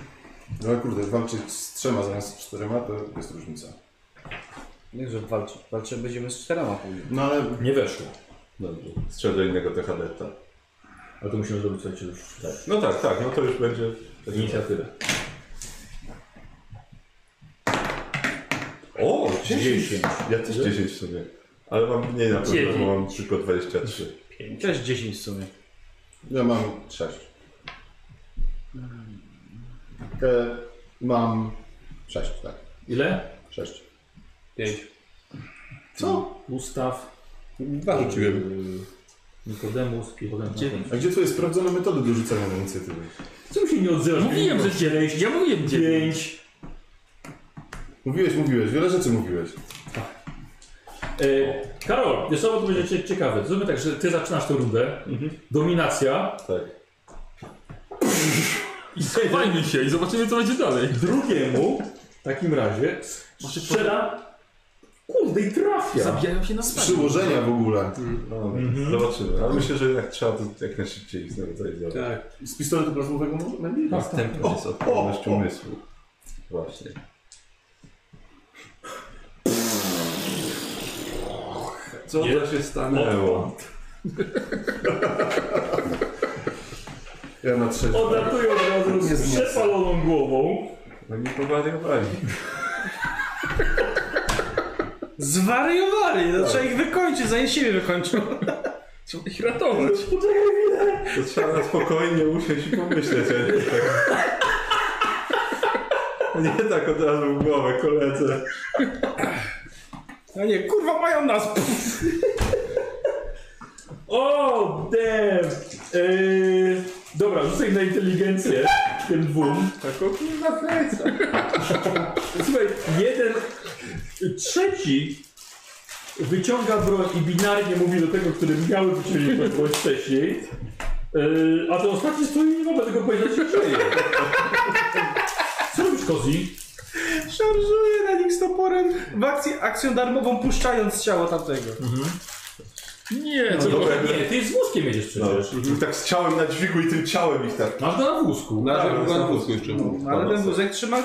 No ale kurde, walczyć z trzema zamiast z czterema to jest różnica.
Nie, że walczy. Walczy będziemy z czterema później.
No ale
Nie weszło.
Dobrze. Strzel do innego THD-ta.
Ale to musimy zrobić słuchajcie już tak.
No tak, tak, no to już będzie.
Inicjatywę.
O,
10.
Ja też 10 w sumie. Ale mam mniej na pewno, bo mam tylko 23.
Też 10 w sumie.
ja mam 6. E, mam 6, tak.
Ile?
6.
Pięć.
Co?
Ustaw,
Dwa rzuciłem.
y, Nikodemus i potem
A gdzie twoje sprawdzone metody do rzucania na inicjatywy?
Co się nie odzywasz?
Mówiłem, że 9. Ja mówiłem 9.
Mówiłeś, mówiłeś, wiele rzeczy mówiłeś.
E, Karol, wiesz co, bo to będzie cie- ciekawe. Zróbmy tak, że ty zaczynasz tę rundę. Dominacja.
Tak.
I schowajmy się i zobaczymy co będzie dalej.
Drugiemu w takim razie strzela. Kurde i trafia.
Zabijają się na
Z przyłożenia w ogóle.
No, Zobaczymy. Ale myślę, że jednak trzeba to jak najszybciej zneutralizować. Tak.
Z pistoletu plazmowego może? Najmniej.
Następny jest odporność umysłu. Właśnie. Co
Nie.
to się
No,
stanęło?
Ja na trzecie.
Odlatuje od razu
Nie
z
zniosę.
przepaloną głową.
Oni powariowali.
Zwariowali, no trzeba ich wykończyć, zanim siebie wykończą.
Trzeba ich ratować.
To trzeba na spokojnie usiąść i pomyśleć. a Nie tak, nie tak od razu w głowę, koledze.
No nie, kurwa mają nas!
O, damn! Eee, dobra, rzucaj na inteligencję tym dwóm.
Taką kurwa fejca.
Słuchaj, jeden, trzeci wyciąga broń i binarnie mówi do tego, który miał wyciągnąć tę broń wcześniej. Eee, a ten ostatni stoi i nie mogę tego powiedzieć, że żyje. Co robisz, Kozi?
No, Szarżuję na nich z toporem w akcji, akcją darmową puszczając ciało tamtego.
Nie, no,
dobra,
nie, nie, ty z wózkiem jedziesz przecież.
Tak z ciałem na dźwigu i tym ciałem ich tak.
Masz go na wózku.
Na
Tak,
razie
jest
chyba na
na
wózku jeszcze.
No, ale ten wózek trzyma...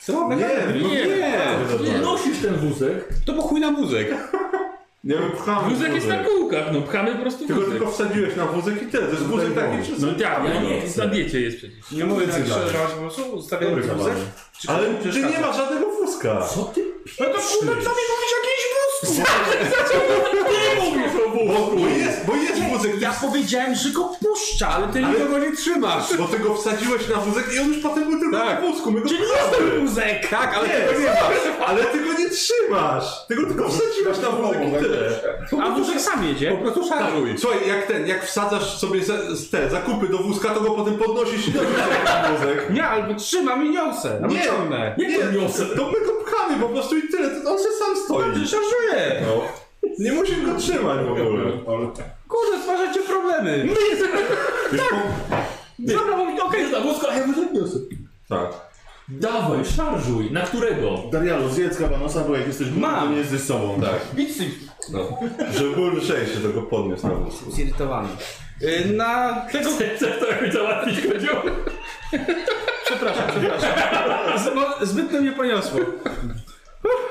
Co? Na
Nie,
kamerę.
no nie.
Nie nosisz ten wózek.
To po chuj na wózek.
Nie wiem, pchamy
Wózek jest na kółkach, no pchamy po prostu
Tylko
wózek.
tylko wsadziłeś na wózek i tyle. To jest wózek taki czysty.
No tak, ja nie,
chcę.
na diecie jest przecież.
Nie mówię tak
Cygarek.
szczerze, po prostu ustawiam
Dobry
wózek.
kawałek. Ale ty nie masz żadnego wózka.
Co ty
No to kurwa, co mi mówisz jakiejś wózku? Ty mówisz o wózku. Bo jest, bo jest wózek.
Ja powiedziałem, że go puszcza, ale ty nie
Nikogo nie trzymasz.
Bo ty go wsadziłeś na wózek i on już potem był tylko
Tak.
na wózku. My go
wózek! Tak, ale...
Nie, nie masz. Ale ty go nie trzymasz. Ty go tylko wsadziłeś na wózek i tyle.
A wózek sam
Po
jedzie. Tak.
prostu szarżuj.
Słuchaj, jak ten, jak wsadzasz sobie za- z te zakupy do wózka, to go potem podnosisz i nosisz sobie na wózek.
Nie, albo trzymam i niosę. No,
Nie.
ciągnę.
Nie, to my go pchamy po prostu i tyle, to on się sam stoi.
Szarżuję!
No. Nie musisz go trzymać w ogóle.
Kurde, stwarzacie problemy.
Już po...
Dobra, bo mi okej, jest na wózku, a ja go odniosę.
Tak.
Dawaj, szarżuj. Na którego?
Darialu, zjedz kabanosa, bo jak jesteś głupi,
Mam.
to nie jesteś sobą.
Tak.
Idź z tym
No. Żeby był lżejszy, to go podniósł na wózku.
zirytowany. Y, Na tego...
Chcę to jakoś załatwić, chodziło.
Przepraszam, przepraszam. Z, no, zbytnio mnie poniosło.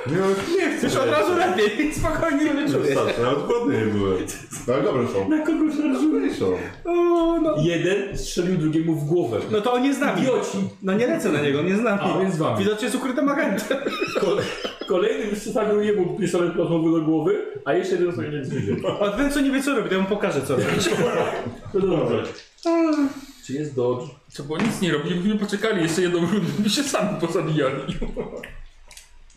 Nie, nie chcę.
Już od razu lepiej, spokojnie wyczuję.
Wystarczy, nawet głodny nie byłem.
No ale dobre są.
Na kogo szarżuj?
Lżejszą.
O, no.
Jeden strzelił drugiemu w głowę.
no to on nie z nami.
Idioci.
No nie lecę na niego, on nie z nami.
A, on jest z Tak, wami.
Widocznie jest ukrytym agentem.
Kole- Kolejny już przystawił jemu pistolet plazmowy do głowy, a jeszcze jeden sobie nie zbliżył.
A ten co nie wie co robi, to ja mu pokażę co robi.
To dobrze. Czy jest dodge?
Co, bo nic nie robili, byśmy poczekali jeszcze jedną rundę, by się sami pozabijali.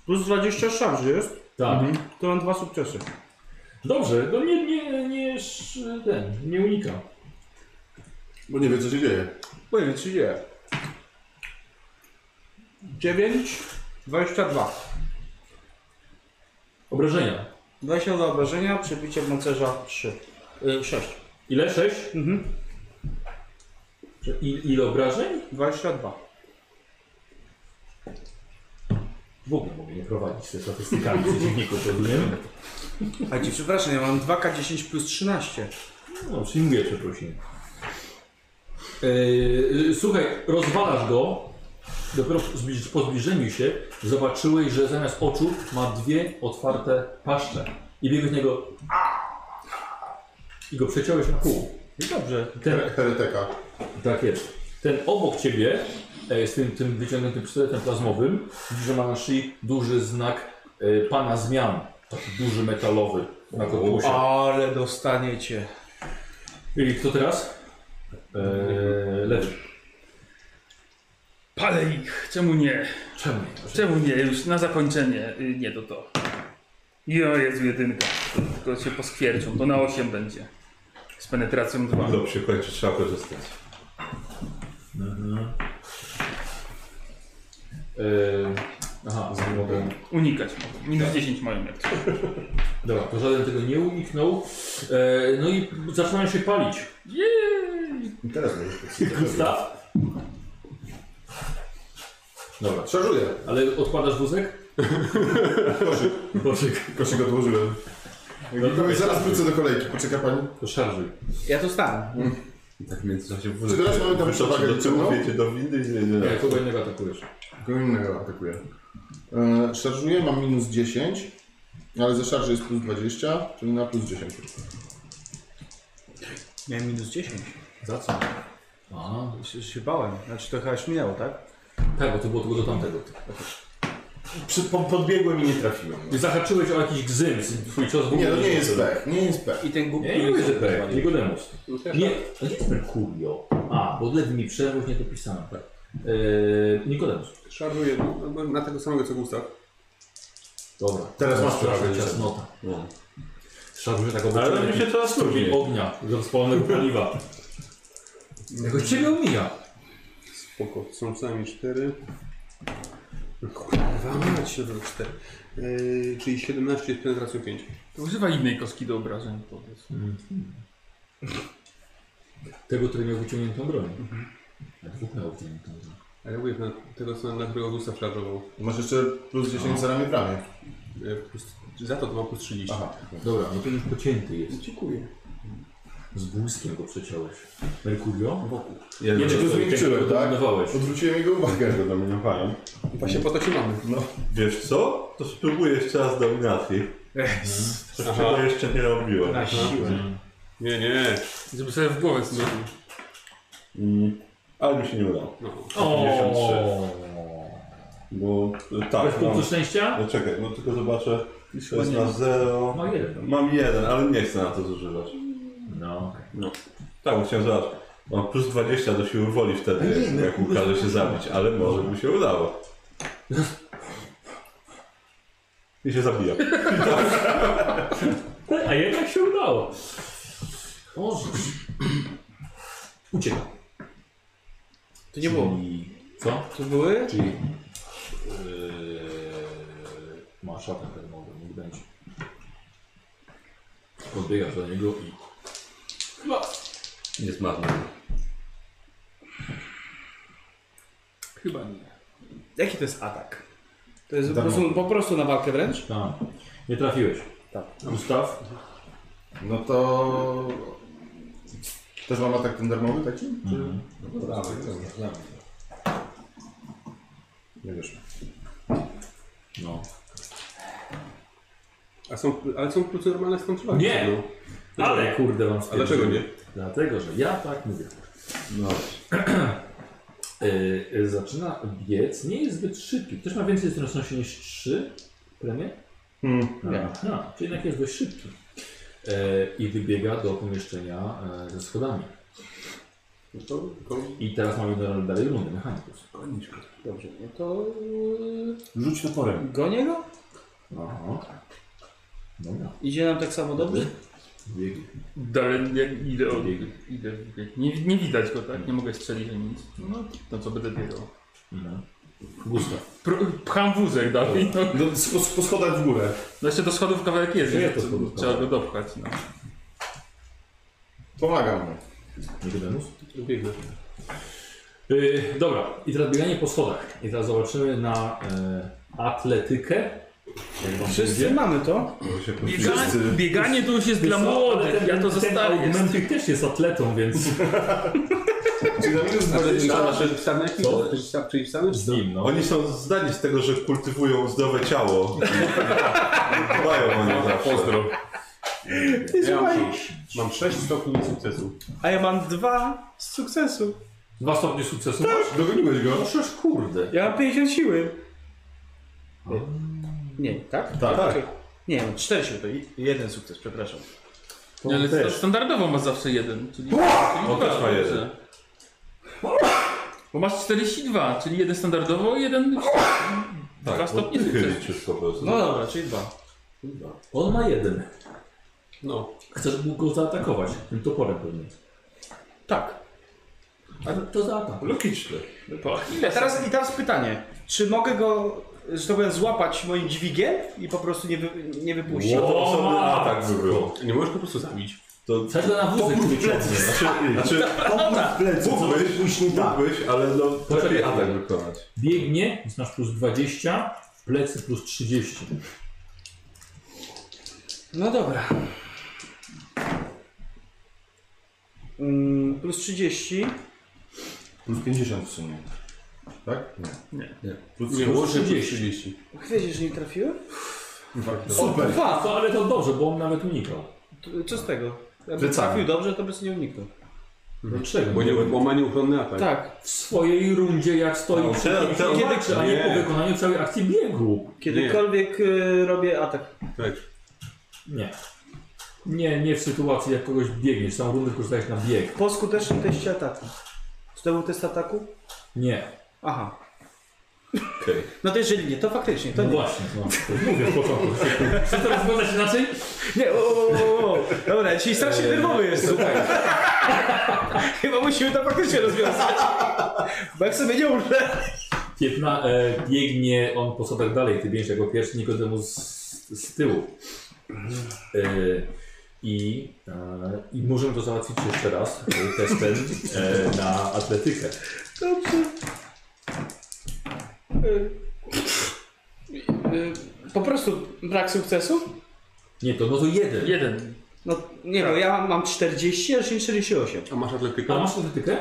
Plus 20 szans jest,
Tak.
to mam dwa sukcesy.
Dobrze, no nie, nie, nie, sz- ten, nie unika.
Bo nie wie, co się dzieje.
Bo nie wiem czy nie. 9, 22.
Obrażenia.
20 do obrażenia, przebicie pancerza 3. Y, 6.
Ile? 6?
Mhm.
I, ile obrażeń?
22.
W ogóle mogę nie prowadzić ze statystykami przeciwników, rozumiem?
A ci przepraszam, ja mam 2K10 plus 13.
No, przyjmuję przeprosin. Yy, słuchaj, rozwalasz go. Dopiero zbliż, po zbliżeniu się zobaczyłeś, że zamiast oczu ma dwie otwarte paszcze. I biegłeś w niego. I go przeciąłeś na pół.
I dobrze.
Ten,
Hereteka.
tak jest. Ten obok ciebie, e, z tym, tym wyciągniętym pistoletem plazmowym, widzisz, że ma na szyi duży znak e, pana zmian. Taki duży metalowy na korpusie.
Ale dostaniecie.
I kto teraz? Eee, lewy.
Palę ich, czemu nie?
Czemu?
Czemu nie? Już na zakończenie. Y, Nie, to to. Jo, jest jedynka. Tylko się poskwierczą, to na 8 będzie. Z penetracją 2.
Dobrze, kończy, trzeba korzystać.
Eee, aha, mogę.
Unikać mogą. Minus 10 mają jak to.
Dobra, to żaden tego nie uniknął. Eee, no i zaczynają się palić.
I teraz możesz
Gustaw? Dobra,
Szarżuję.
ale odkładasz wózek? Koszyk. Koszyk.
Koszyk odłożyłem.
No,
No, zaraz wrócę do kolejki, poczeka pani.
To szarżuj.
Ja to stałem.
I tak w międzyczasie
Czy
wózek...
teraz mamy tam
Wyprzeczy
przewagę
do tyłu,
liczebną?
wiecie, do windy i
Nie,
nie,
kogo innego atakujesz.
Kogo innego atakuję. E, szarżuję, mam minus 10, ale ze szarży jest plus 20, czyli na plus 10.
Miałem minus 10.
Za co? A,
Już już się bałem. Znaczy to chyba już minęło, tak?
tak, bo to było tylko do tamtego.
Przy, po, podbiegłem i nie trafiłem.
Ty zahaczyłeś o jakiś gzym, twój cios w
Nie,
ogóle
to nie jest
był.
pech, nie jest pech.
I ten głupi...
Nie, nie mówię, że P, jego demos.
no, tak,
Nie, to nie jest Mercurio. A, bo lewy mi przerwóz, nie dopisałem. Tak. Eee, Nikodemus.
Szarżuję no, bo na tego samego co Gustaw.
Dobra. no.
Teraz masz
straszna
prawo,
ciasnota. Szarżuje tak obok
Ale robi się coraz trudniej.
ognia ze spalonego paliwa. Jakoś ciebie omija.
Spoko. Są co najmniej cztery. No Kurwa, mać się do cztery. Yy, czyli 17 z penetracją 5.
To Używa innej kostki do obrażeń, powiedz.
Mhm. Tego, który miał wyciągniętą broń. A dwóch miał wyciągniętą broń.
A ja mówię na tego, co na którego Gustaw szarżował.
Masz jeszcze plus 10 za ramię prawie.
Yy, plus Za to to ma plus 30.
Aha, dobra, no to już pocięty jest.
Dziękuję.
Z błyskiem go przeciąłeś. Merkurio?
Wokół.
Ja
Nie,
nie
czy
to
to
zmiękczyłem, tak?
zdominowałeś.
Odwróciłem jego uwagę.
wiem, dominowałem.
Właśnie po to się mamy.
No.
Wiesz co? To spróbuję jeszcze raz dominacji. Czego jeszcze nie robiłem. Mhm.
Nie, nie. Żeby sobie w głowę sobie.
Mm, ale mi się nie udało.
No.
O,
Bo e, tak, mam...
punktu szczęścia?
No czekaj, no tylko zobaczę. To jest
nie
na zero.
No jeden.
Mam jeden, ale nie chcę na to zużywać.
No, okej.
Tak, bo chciałem zobaczyć. Mam plus 20 do siły woli wtedy, jak, jak ukaże się zabić, ale może mu się udało. I się zabija.
A jednak się udało. Boże. Ucieka.
To nie było.
I co?
To były?
Czyli yy, masz atak termowy, niech będzie. Podbiegasz do niego i
Nie zmarnuj.
Chyba nie.
Jaki to jest atak? To jest po prostu, po prostu na walkę wręcz?
tam. Nie trafiłeś. Tak. Gustaw?
No to... Też mam atak ten darmowy taki? Nie wiesz.
No.
A są, ale są plusy normalne z kontrolą.
Nie!
No.
Ale kurde wam
A dlaczego nie?
Dlatego, że ja tak mówię. No. zaczyna biec, nie jest zbyt szybki. Ktoś ma więcej zręczności niż 3 premie?
Hmm.
Nie.
Aha, czyli jednak jest dość szybki. E, I wybiega do pomieszczenia e, ze schodami.
No to tylko...
I teraz mamy do- dalej rundę mechanikus.
Dobrze, no to...
Rzuć toporem.
Gonię go?
Aha. Dobra,
Idzie nam tak samo dobrze?
biegnie.
Dalej nie, idę, od, idę, nie, nie widać go, tak? Nie mogę strzelić ani nic. No, to co będę biegał.
No. Gustaw.
Pr- Pcham wózek dalej. No.
Do, po, po schodach w górę.
No jeszcze do schodów kawałek jest,
Nie,
więc
to schodów
trzeba go
kawałek.
dopchać. No.
Pomagam mu.
Nicodemus?
Biegnę.
Yy, dobra, i teraz bieganie po schodach. I teraz zobaczymy na e, atletykę. Jak wam
Wszyscy
będzie.
mamy to?
Bieganie, bieganie to już jest dla
Wiesz co,
młodych,
ten-
ja to
Ten
zostawię.
augmentik też jest atletą, więc
Czyli na minus
Ale ty
20.
masz sam na ekipę,
Co?
ty sam czyli sam?
z nim, no.
Znaczy, Oni są zdani z tego, że kultywują zdrowe ciało. Dbają o nie zawsze.
Pozdro.
Ja mam-
Mam 6 stopni sukcesu.
A ja mam dwa z sukcesu.
Dwa stopnie sukcesu masz?
Dogoniłeś go.
Przecież kurde.
Ja mam 50 siły. Nie, tak?
Tak. tak.
Nie, no, 4 siły to i- jeden sukces, przepraszam.
Nie, ale
też.
standardowo masz zawsze jeden, czyli,
On
czyli
też ma jeden.
dobrze. Bo masz 42, czyli jeden standardowo, jeden
Tak,
dwa
bo
stopnie
ty
sukcesu.
liczysz po prostu.
No dobra, czyli dwa.
On ma jeden.
No.
Chcesz mu go zaatakować, tym toporem pewnie.
Tak.
A to, to zaatakuj.
Logiczne.
No
Po
A
Achillesa.
teraz, I teraz pytanie. Czy mogę go, że to powiem, złapać moim dźwigiem i po prostu nie, wy, nie wypuścić?
To osobny
Wow.
atak by był.
Nie możesz po prostu zabić.
To
Chcesz go na wózek wyciągnąć.
Znaczy,
W plecy, co
Mógłbyś,
byś nie tak.
mógłbyś, ale no,
Poczekaj.
lepiej atak wykonać.
Biegnie, więc masz plus 20, plecy plus 30.
No dobra. Mm, plus 30.
Plus 50 w sumie. Tak? Nie. Plus
Nie,
może
może
plus
30.
Wiecie, że nie trafiłem?
Super.
Dwa!
To, ale to dobrze, bo on nawet unikał.
To- Co z tego? Jakbym
Plecami.
trafił dobrze, to by sobie nie uniknął.
Dlaczego?
Bo nie, bo ma nieuchronny atak.
Tak.
w swojej rundzie, jak stoi
No,
przy
te-
kimś
te-
i walczy, a nie
nie.
po wykonaniu całej akcji biegu.
Kiedykolwiek y, robię atak.
tak.
Nie. Nie, nie w sytuacji, jak kogoś biegniesz. Całą rundę korzystałeś na bieg.
Po skutecznym teście ataku. Czy to był test ataku?
Nie.
Aha.
Okej.
No to jeżeli nie, to faktycznie, to
No
nie.
właśnie, no. Mówię w początku. Chcesz to rozwiązać inaczej?
Nie, o, o, o, o. Dobra, dzisiaj strasznie nerwowy jest.
Słuchaj,
Chyba musimy to faktycznie rozwiązać. Bo jak sobie nie umrę.
Piętna, e, biegnie on po schodach dalej. Ty biegniesz jako pierwszy, Nikodemu z, z tyłu. E, i, e, I możemy to załatwić jeszcze raz e, testem e, na atletykę.
Dobrze. Y, y, Po prostu brak sukcesu?
Nie, to no to jeden.
Jeden.
No nie, bo ja mam 40, a Shin 48.
A masz atletykę?
A masz atletykę?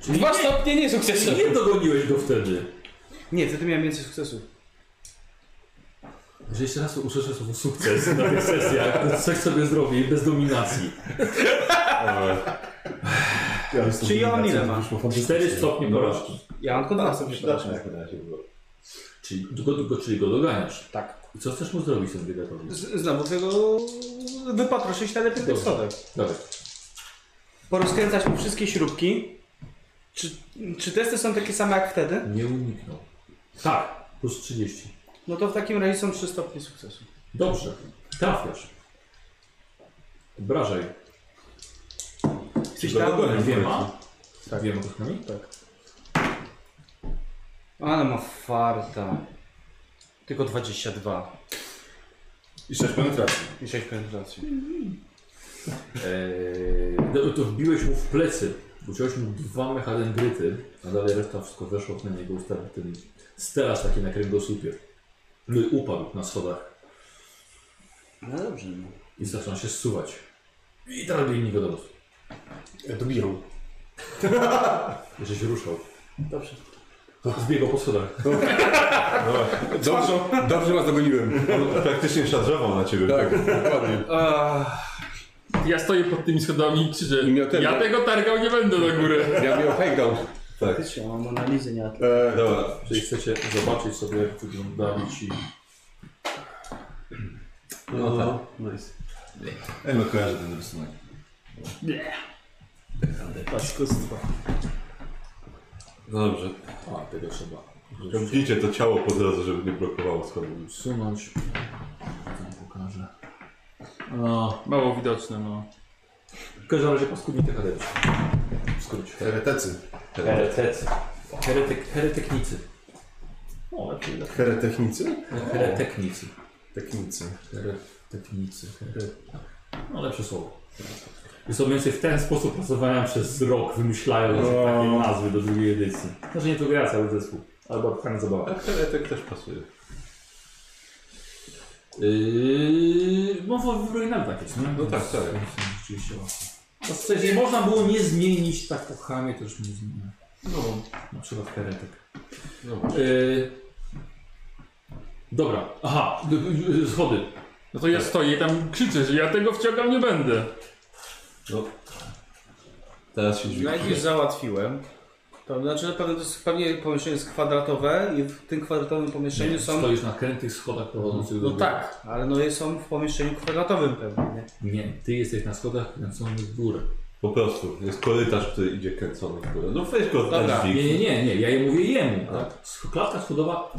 Czyli
Dwa
nie,
stopnie nie sukcesu.
nie dogoniłeś go wtedy.
Nie, wtedy miałem więcej sukcesów.
Że jeszcze raz usłyszę słowo sukces na tych sesjach, to coś sobie zrobię bez dominacji.
Ja jestem
Czyli on ile ma?
wyszło fantastycznie.
Cztery stopnie porażki.
Ja mam tylko dwa stopnie.
Przydatne jak na razie było.
Czyli go, go, czyli go doganiasz.
Tak.
I co chcesz mu zrobić ten biegatowi?
Z, znowu tego wypatroszyć
Dobrze.
telepatycznych stodek.
Dawaj.
Porozkręcać mu wszystkie śrubki. Czy, czy testy są takie same jak wtedy?
Nie uniknął. Tak, plus 30.
No to w takim razie są 3 stopnie sukcesu.
Dobrze, trafiasz. Obrażaj.
Coś
Go
tam?
dogoniasz dwiema? Tak. Dwiema kostkami? Tak.
Ale ma farta. Tylko 22.
I sześć penetracji.
I 6 penetracji.
Eee, to wbiłeś mu w plecy. Uciąłeś mu dwa mechadendryty, a dalej reszta wszystko weszło w ten jego ustaw, ten stelaż taki na kręgosłupie. No i upadł na schodach
No dobrze. No.
i zaczął się zsuwać. I teraz biegnij go do losu.
Dobiją.
Jeszcze się ruszał. Dobrze. Zbiegał po schodach.
Dobrze, dobrze was dogoniłem.
On praktycznie szadrzował na ciebie.
Tak, dokładnie.
Ja stoję pod tymi schodami i krzyczę.
I miał ten-
Ja tego targał nie będę na górę.
Ja miałem hangdown.
tak.
Faktycznie, mam analizę, no, nie atlet.
E,
Dobra,
Jeżeli chcecie zobaczyć sobie, jak wyglądali ci
no tak. Nice. Ej, no kojarzę ten rysunek. No dobrze.
A, tego trzeba
Ciągnijcie to ciało po drodze, żeby nie blokowało schodów.
usunąć. Tam pokażę. No,
Mało widoczne, no.
w każdym razie paskudni te kadety. W skrócie.
Heretycy.
Heretycy. Heretyk, heretyknicy. O, lepiej. lepiej.
Heretechnicy?
Heretyknicy.
Technicy.
Heretyknicy. here-
tak.
No, lepsze słowo. Jest to mniej więcej w ten sposób pracowałem przez rok, wymyślając takie nazwy do drugiej edycji. Może nie to gra cały zespół, albo fajna zabawa.
A heretyk też pasuje.
Yy, no w, w ruinach tak jest, nie?
No tak, tak.
Rzeczywiście łatwo. No, w sensie, można było nie zmienić tak po chamie, to już nie zmienia. No. Na przykład heretyk.
No.
Yy, dobra, aha, d- d- schody.
No to ja
Tak.
stoję i tam krzyczę, że ja tego wciągał nie będę.
No. Teraz się drzwi.
Ja już załatwiłem. To znaczy na pewno to jest, pewnie pomieszczenie jest kwadratowe i w tym kwadratowym pomieszczeniu są...
Stoisz na krętych schodach prowadzących do
No
góry.
tak, ale no je są w pomieszczeniu kwadratowym pewnie. nie?
Nie, ty jesteś na schodach kręconych w górę.
Po prostu. Jest korytarz, który idzie kręcony w górę. No weź go na
Dobra.
Nie,
drzwi.
nie, nie, nie, ja je mówię jemu, tak? Sch- Klatka schodowa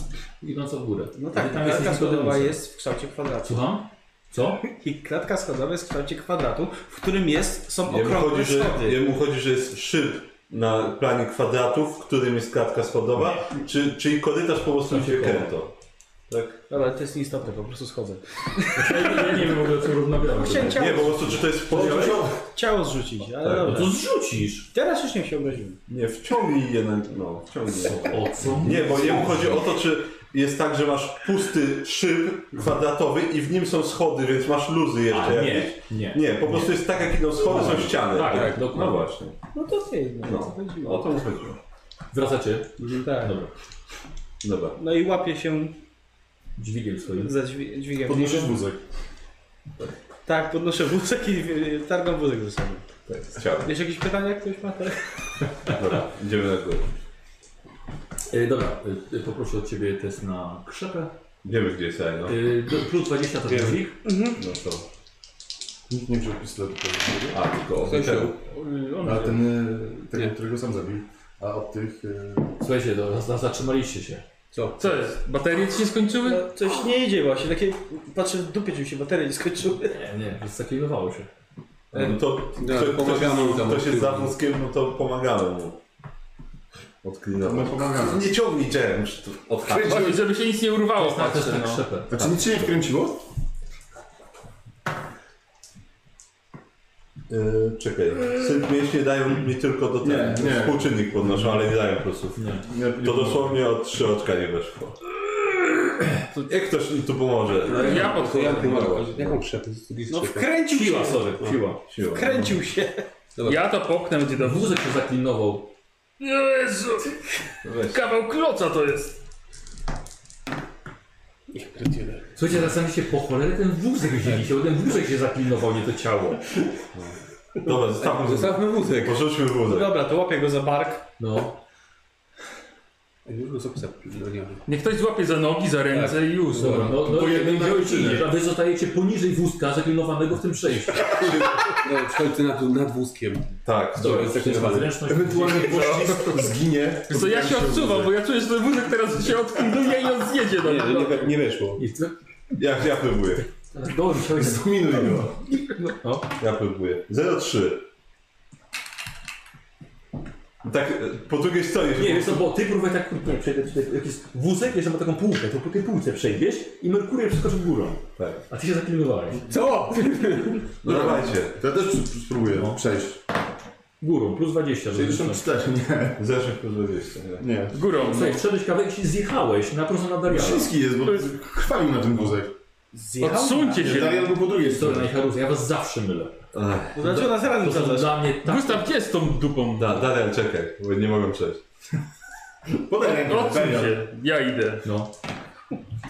idąca w górę.
No
Ty tam
tak, klatka
jesteś
schodowa
niezgodny.
jest w kształcie kwadratu.
Słucham? Co?
I klatka schodowa jest w kształcie kwadratu, w którym jest, są
Jemu
okrągłe
chodzi, że,
schody.
jemu chodzi, że jest szyb na planie kwadratu, w którym jest klatka schodowa, czy, czyli korytarz po prostu się kręto.
Dobra, to jest nieistotne, po prostu schodzę.
Ja nie wiem w ogóle co rozmawiamy.
Chciałem ciało,
Nie, po prostu, czy to jest podział?
ciało zrzucić, ale
No
dobra.
to zrzucisz.
Teraz już nie się obraziłem.
Nie, wciągnij jeden, no, wciągnij.
O co?
Nie, bo jemu chodzi o to, czy jest tak, że masz pusty szyb kwadratowy i w nim są schody, więc masz luzy jeszcze
A,
jakieś.
nie, nie.
Nie, po prostu jest tak, jak idą schody, są ściany.
Tak, tak, dokładnie.
No właśnie.
No to ty, no,
No.
no. chodziło.
O to mu chodziło.
Wracacie? No
Tak.
Dobra.
Dobra.
No i łapię się
Dźwigiem swoim.
za dźwi- dźwigiem.
Podnosisz wózek.
Tak, podnoszę wózek i y, targam wózek ze sobą.
Chciałem.
Wiesz jakieś pytania, jak ktoś ma? Tak?
Dobra, idziemy na górę.
E, dobra, e, e, poproszę od ciebie test na krzepę.
Wiemy, gdzie jest Rajno.
E, do, plus 20 to
Wiem.
dźwig.
No to...
Nikt nie wziął pistoletu. prawda?
A, tylko
W sensie,
obytego.
A ten, e, tego, którego sam zabił. A od tych... e,
Słuchajcie, do, za, zatrzymaliście się.
Co jest? Baterie ci się skończyły?
No, coś nie idzie właśnie, takie... Patrzę w dupie, czy mi się baterie nie skończyły.
Nie, E, nie, zaklimowało się.
No to
Ja,
kto,
pomagamy mu
kto,
tam
się, kto się
odkrył.
za wózkiem, no to pomagamy mu.
My
Odklinować.
pomagamy.
Nie ciągnij dżemcz. Odkręć.
Tak. Właśnie, żeby się nic nie urwało,
Tak, test
patrzę,
na
no.
krzepę.
Znaczy nic się nie wkręciło?
E, czekaj. Sync mięśnie dają mi tylko do tego.
Nie, nie.
Współczynnik podnoszą, ale nie dają plusów.
Nie, nie
To
było.
dosłownie od trzy oczka nie weszło. To Jak ktoś mi tu pomoże?
Ja podchodzę.
Jaką przepozycję?
No wkręcił się.
Siła, sorry, no. siła.
Siła.
Wkręcił się.
Ja to poknę, będzie do wózek.
Wózek się zaklinował.
No Jezu,
Weź.
kawał kloca to jest.
Słuchajcie, zastanawiacie się, po cholerę ten wózek wzięliście, bo ten wózek się zaklinował, nie to ciało.
Dobra, zostawmy wózek.
Zostawmy wózek.
Porzućmy wózek.
Dobra, to łapię go za bark.
No.
Już go zapisa- no nie wiem.
Niech ktoś złapie za nogi, za ręce i już.
Dobra, no, no
Po jednym
i- i-
dziewczynie.
a wy zostajecie poniżej wózka zaklinowanego w tym przejściu.
No, przechodzę nad, nad wózkiem.
Tak,
To
dobra.
jest taka zręczność. No.
Ewentualnie pościsk zginie.
Wiesz co, ja się odsuwam, bo ja czuję, że ten wózek teraz się odklinduje i on zjedzie do
Nie,
mnie.
no nie, we- nie weszło.
I ty-
Ja, ja próbuję.
Tak,
Dobrze, chciałeś
Zdominuj go.
No.
Ja próbuję. 03. Tak, e, po drugiej stronie, żeby
Nie, wiesz co, bo ty próbujesz tak, nie, przejdę tutaj, jak jest wózek, jeszcze ma taką półkę, to po tej półce przejdziesz i Merkury przeskoczy górą.
Tak.
A ty się zaklinowałeś.
Co?
No dawajcie.
To ja też przy- spróbuję no. przejść.
Górą, plus 20. żeby wyszło.
64, nie.
Zeszłych plus 20. nie?
Nie.
Górą. no.
Słuchaj, wszedłeś kawałek i się zjechałeś na prosto na Dariala.
Śliski jest, bo krwawił na tym wózek.
Odsuńcie
Nie,
się.
Darian był po drugiej
Sorry,
Tak.
stronie.
Najharus, ja was zawsze mylę.
Ach,
To Dlaczego nas
To
rany
są
zadasz?
dla mnie tak...
Gustaw, gdzie jest tą dupą?
Da, Darian, czekaj, bo nie mogę przejść.
Podaj rękę,
Odsuń
Darian.
się. Ja idę.
No,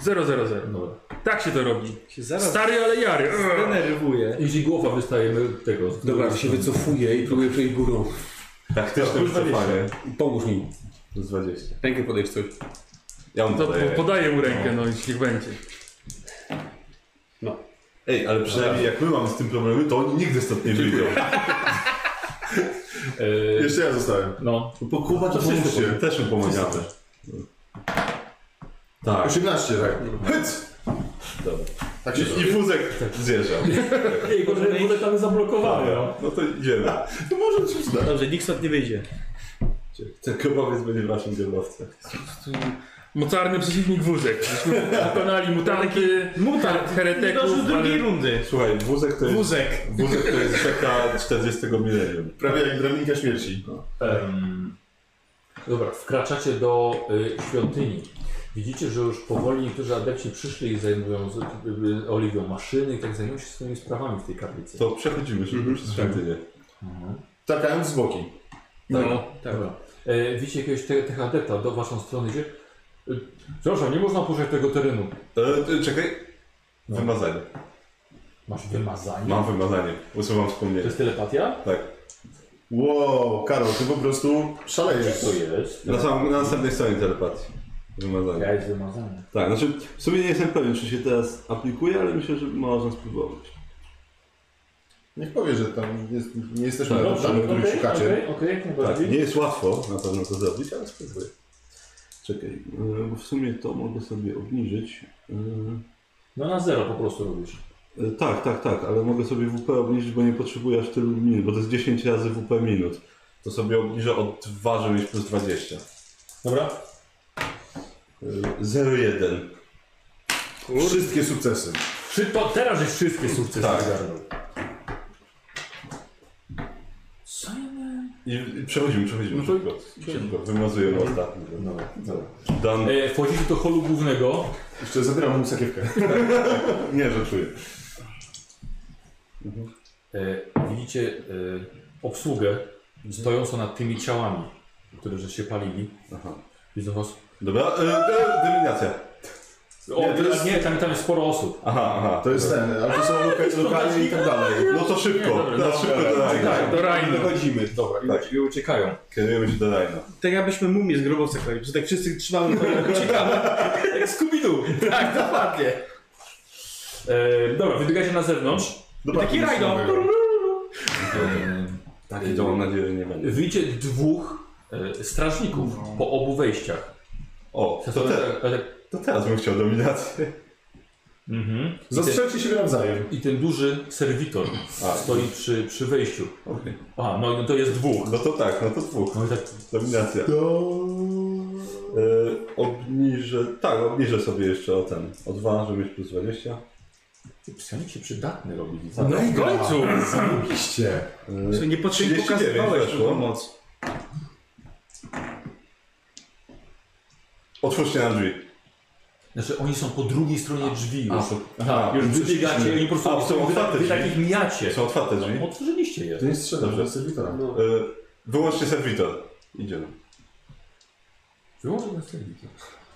000.
dobra.
Tak się to robi.
Się zaraz
Stary, ale jary.
denerwuje.
Jeśli głowa wystaje my- tego... z-
Dobra, się wycofuję i próbuję przejść górą.
Taktyczne wycofanie.
Pomóż mi.
Plus 20.
Rękę podejść coś.
Ja mu
To po,
daję.
podaję mu rękę, no jeśli będzie.
Ej, ale przynajmniej jak my mamy z tym problemy, to oni nigdy stąd nie wyjdą.
Eee,
Jeszcze ja zostałem.
no,
Po Kuba to
Pomóżcie,
pomóżcie.
też im pomagamy. Tak,
18, tak. Hyc!
Dobra.
Tak się
i, i wózek zjeżdża.
Ej, bo ten wózek tam zablokowany. no.
No to idziemy.
To może ci się
No Dobrze, nikt stąd nie wyjdzie.
Ten grobowiec będzie waszym grobowcem.
Mocarny przeciwnik wózek. Żeśmy pokonali mutanty,
Mutant, nie
heretyków,
doszło drugiej
ale...
rundy.
Słuchaj, wózek to jest,
Wózek.
wózek to jest rzeka 40 milenium.
Prawie jak drewnika śmierci.
Em, Dobra, wkraczacie do y, świątyni. Widzicie, że już powoli niektórzy adepci przyszli i zajmują z, y, y, Oliwią maszyny i tak zajmują się swoimi sprawami w tej kaplicy.
To przechodzimy szybko przez świątynię.
Takając z boki.
No.
Dobra. E, widzicie jakiegoś te, tych adepta do waszą stronę idzie. E, Przepraszam, nie można poruszać tego terenu.
E, e, czekaj. Wymazanie.
Masz wymazanie?
Mam wymazanie. Usuwam
To
wspomnienie.
jest telepatia?
Tak.
Wow, Karol, ty po prostu szalejesz.
To jest.
Na, samym, na następnej stronie telepatii. Wymazanie.
Ja jest wymazanie.
Tak, znaczy w sumie nie jestem pewien, czy się teraz aplikuje, ale myślę, że można spróbować.
Niech powie, że tam jest, nie jesteśmy
Dobrze,
na
okej,
dobrze, których
No, okej,
Tak, szukacie.
okej, jak
Tak,
najbardziej.
nie jest łatwo na pewno to zrobić, ale spróbuję. Czekaj, yy, bo w sumie to mogę sobie obniżyć. Yy,
No na zero po prostu robisz.
yy, Tak, tak, tak, ale mogę sobie WP obniżyć, bo nie potrzebuję aż tylu minut, bo to jest 10 razy WP minut. To sobie obniżę od 2, żeby mieć plus 20.
Dobra.
Yy, 0,1.
Wszystkie sukcesy.
Czy to teraz już wszystkie sukcesy
Tak.
zgarnął?
I, i przechodzimy, przechodzimy
No to-
szybko. Szybko, wymazuję ostatni.
Dobra, dobra.
Dan,
E, wchodzicie do holu głównego.
Jeszcze zabieram mu sakiewkę. nie, że czuję.
E, widzicie e, obsługę stojącą nad tymi ciałami, które że się palili.
Aha.
Widzą was.
Dobra, yy, yy, dyminacja.
O, nie,
to jest-
nie tam, tam jest sporo osób.
Aha, aha.
To jest ten, ale to są loka- lokale i tak dalej.
No to szybko, teraz szybko do Rajna.
Do Rajny.
Wychodzimy.
Dobra,
tak.
i, i uciekają.
Kierujemy się do Rajna.
Tak jakbyśmy mumię z grobowca kroili, że tak wszyscy trzymamy to jak uciekamy. Jak Scooby-Doo. Tak, dokładnie.
E, dobra, wybiegacie na zewnątrz.
Dobra,
Taki
to nic
rajdo.
nowego.
E,
Takie to mam nadzieję, że nie będzie.
widzicie dwóch e, strażników po obu wejściach.
O, to, te,
tak- tak-
to teraz bym chciał dominację.
Mhm.
Zastrzelcie się nawzajem.
I ten duży serwitor
A.
stoi przy, przy wejściu.
Okej.
A, no, no to jest dwóch.
No to tak, no to dwóch.
No i tak
Dominacja. E,
To...
Yy, obniżę, tak, obniżę sobie jeszcze o ten, o dwa, żeby mieć plus 20.
Psionik się przydatny robi, widzę.
No i
końcu!
Zajebiście.
Czy nie potrzebnie
39
pokazywałeś
weszło.
tą moc.
Otwórzcie nam drzwi.
Znaczy oni są po drugiej stronie drzwi już.
aha,
już
już
wybiegacie i po prostu
A, są
wy,
otwarte
wy
drzwi.
takich mijacie.
Są otwarte drzwi.
Otworzyliście je.
To nie strzela,
Dobrze.
to jest serwitora.
E, Wyłączcie serwitor. Idziemy.
Wyłączę na serwis.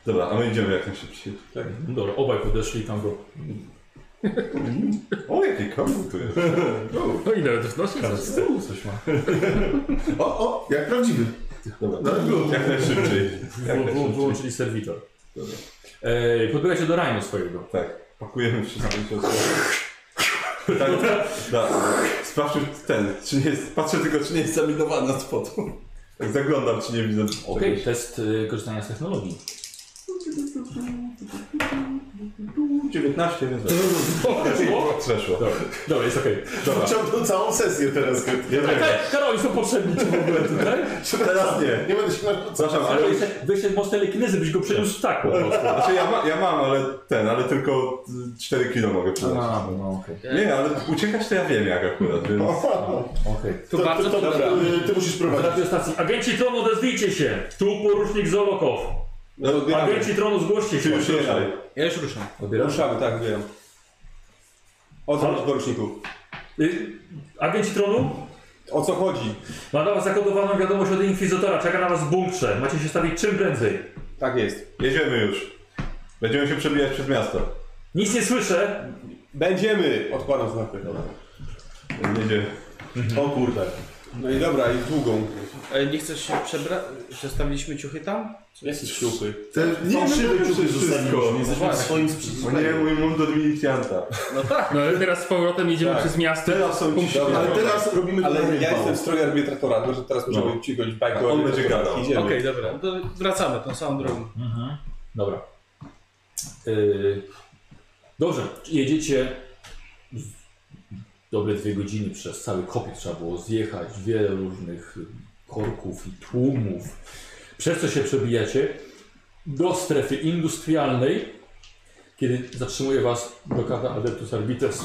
Dobra, a my idziemy jak najszybciej.
No Dobra, obaj podeszli i tam go...
O, jaki kamień tu jest.
No i nawet w nosie
Z tyłu coś ma.
O, o, jak prawdziwy.
Dobra, jak najszybciej. Jak
Wy- wy-
najszybciej.
Wyłączyli serwitor. E, podbiegacie do Rajmu swojego.
Tak, pakujemy wszystko i się odsuwamy. Tak, tak. Sprawdźmy ten, czy nie jest, patrzę tylko, czy nie jest zaminowana z potu. Tak zaglądam, czy nie widzę
Okej,
czegoś.
test y, korzystania z technologii.
19, więc przeszło.
Dobra, Dobra jest okej.
Dobra,
Chciałbym całą sesję teraz.
ja wiem.
Okay. Karol, są potrzebni ci w ogóle tutaj.
Teraz nie.
Nie będę się narzucał.
Przepraszam, ale...
Ale weź te- weź ten most telekinezy, byś go przeniósł tak po prostu.
Znaczy ja, ma, ja mam, ale ten, ale tylko 4 kilo mogę przydać.
A, no okej.
Nie, ale uciekać to ja wiem jak akurat, więc...
No.
Okej.
To, bardzo to,
y, Ty musisz
W
prowadzić.
radiostacji. Agenci tronu, odezwijcie się! Tu porucznik Zolokow.
No, odbieramy.
Agenci tronu, zgłoście
Ty
się.
już ruszaj.
Ja już ruszam.
Odbieram.
Ruszamy, tak, wiem. Odwróć poruczniku.
Y, Agenci tronu,
O co chodzi?
mam dla was zakodowaną wiadomość od Inkwizytora. Czeka na was w bunkrze. Macie się stawić czym prędzej.
Tak jest.
Jedziemy już. Będziemy się przebijać przez miasto.
Nic nie słyszę.
Będziemy! Odkładam znaki.
Jedzie.
O kurde.
No i dobra, i długą.
E, nie chcesz się przebrać? Przestawiliśmy ciuchy tam?
Jesteś ślupy.
Te fałszywe
no,
ciuchy
wszystko.
zostawiliśmy. Jesteśmy w
Właśnie.
swoim
O nie,
sprzeciwstwie.
mój mundur milicjanta.
No ale teraz z powrotem jedziemy
Tak.
przez miasto.
Teraz są ci
Ale teraz robimy
Ale
tutaj
ja
rympał.
jestem w stroju arbitratora, może teraz możemy ci godzić bajkę.
On będzie gadał.
Idziemy.
dobra. No To wracamy tą samą drogą.
Dobra. Yy, dobrze, jedziecie z- dobre dwie godziny przez cały kopiec trzeba było zjechać, wiele różnych korków i tłumów, przez co się przebijacie do strefy industrialnej, kiedy zatrzymuje was blokada Adeptus Arbitres.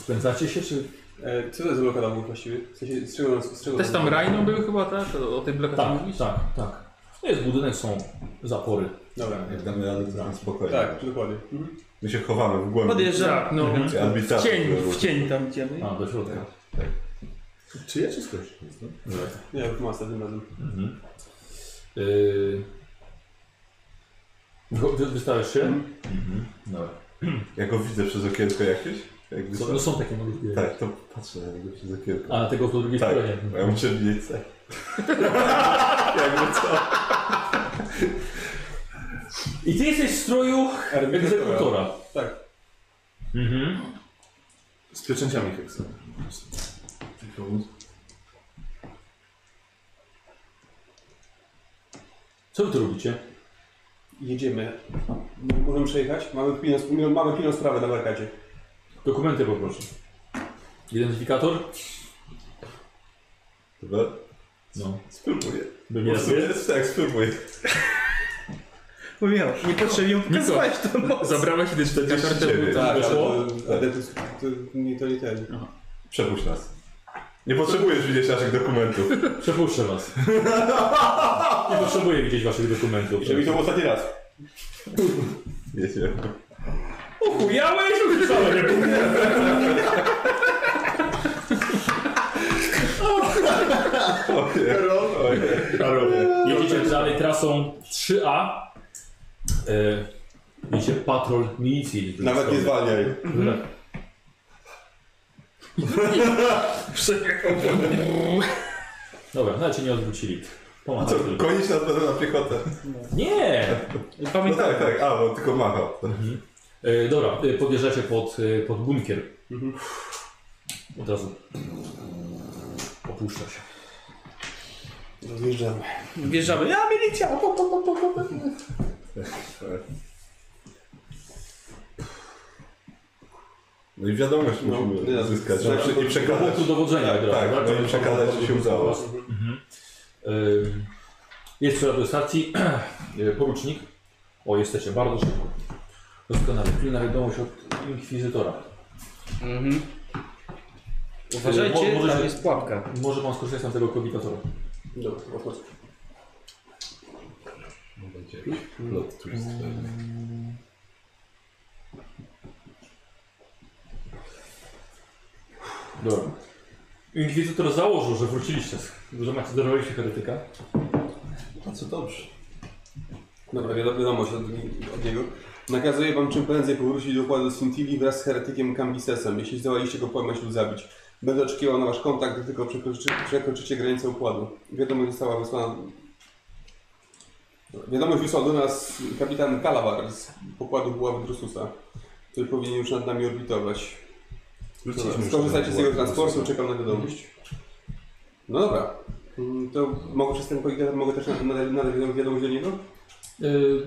Spędzacie się, czy...
E, Co to jest blokada był właściwie? W sensie, z czego, z czego
Też tam Rajno był chyba, tak? O o tej blokadzie
Tak,
mówisz?
tak, tak. To jest budynek, są zapory.
Dobra.
Jak damy radę, to tam spokojnie.
Tak, dokładnie.
My się chowamy w głębi.
Podjeżdżam.
Tak, no. W
Arbitrator.
cień, w cień tam idziemy.
A, do środka.
Czy ja, czy skądś?
Nie, już masa tym razem.
Yy... Wy- wy- Wystawiasz się? Mhm. Dobra.
Ja go widzę przez okienko jakieś. Jak
Są,
wysoko-
no są takie malutkie.
Tak, to patrzę na niego przez okienko.
A na tego po drugiej
tak,
stronie.
bo ja muszę widzieć cel. Jakby co?
I ty jesteś w stroju egzekutora.
Tak.
Mhm.
Z pieczęciami heksa.
Co wy tu robicie?
Jedziemy. Możemy przejechać? Mamy pilną, sp- mamy pilną sprawę na markacie.
Dokumenty poproszę. Identyfikator?
Dobra,
No.
spróbuję.
Bym
Po prostu jest tak, spróbuję.
Mówiłem, niepotrzebnie ją pokazałeś tą moc.
Zabrałeś identyfikator, to był
49.
to
Tak, ale
weszło?
to, ale to, to, nie, to nie ten.
Przepuść nas. Nie potrzebujesz widzieć naszych dokumentów.
Przepuszczę was. Nie potrzebuję widzieć waszych dokumentów.
Żeby to był ostatni raz.
Jedziemy.
Uchujałeś?
Ojej, ojej.
Jedziecie dalej trasą 3A. E, Widzicie patrol milicji.
Nawet nie zwalniaj.
Dobra. Dobra, nawet się nie odwrócili. Pomagasz.
Co, gonić nas będą na piechotę?
Nie!
No
Pamiętaj.
tak, tak, a, bo tylko machał.
E, dobra, e, podjeżdżacie pod, e, pod bunkier.
Mhm.
Od razu opuszcza się.
Rozjeżdżamy.
Wjeżdżamy. Ja milicja. Po, po, po, po, po.
No i wiadomość
No,
musimy
nie,
uzyskać.
tak,
Znaczy, nie przekazać.
Punktu dowodzenia
Tak,
od razu,
tak,
prawda?
no i przekazać, że się udało.
Mhm. Ym, E, Jest przyjazd do stacji. Y, Porucznik. O, jesteście bardzo szybko. Doskonale. Pilna wiadomość od inkwizytora. E,
Mhm. Uważajcie,
Mo- może
tam
się-
jest pułapka.
Może mam skorzystać z tamtego kombinatora.
Dobra, odchodź.
Będzie jakiś plot twist
No.
pewnie.
Dobra. Inkwizytor założył, że wróciliście, że macie dorwaliście heretyka.
A co dobrze. Dobra, wiadomo, wiadomość od, od niego. Nakazuję wam czym prędzej powrócić do układu Sintivi wraz z heretykiem Cambisesem. Jeśli zdołaliście go pojmać lub zabić. Będę oczekiwał na wasz kontakt, gdy tylko przekroczy, przekroczycie granicę układu. Wiadomość została wysłana... Wiadomość wysłał do nas kapitan Kalabar z pokładu Puławy Drususa, który powinien już nad nami orbitować.
Wróciliśmy
Dobra,
już
Skorzystajcie
do
z jego
tego
transportu, czekam na wiadomość. No dobra. Mm, To mogę przez ten komunikator, mogę też nadać na, na, na wiadomość do niego?
Yy,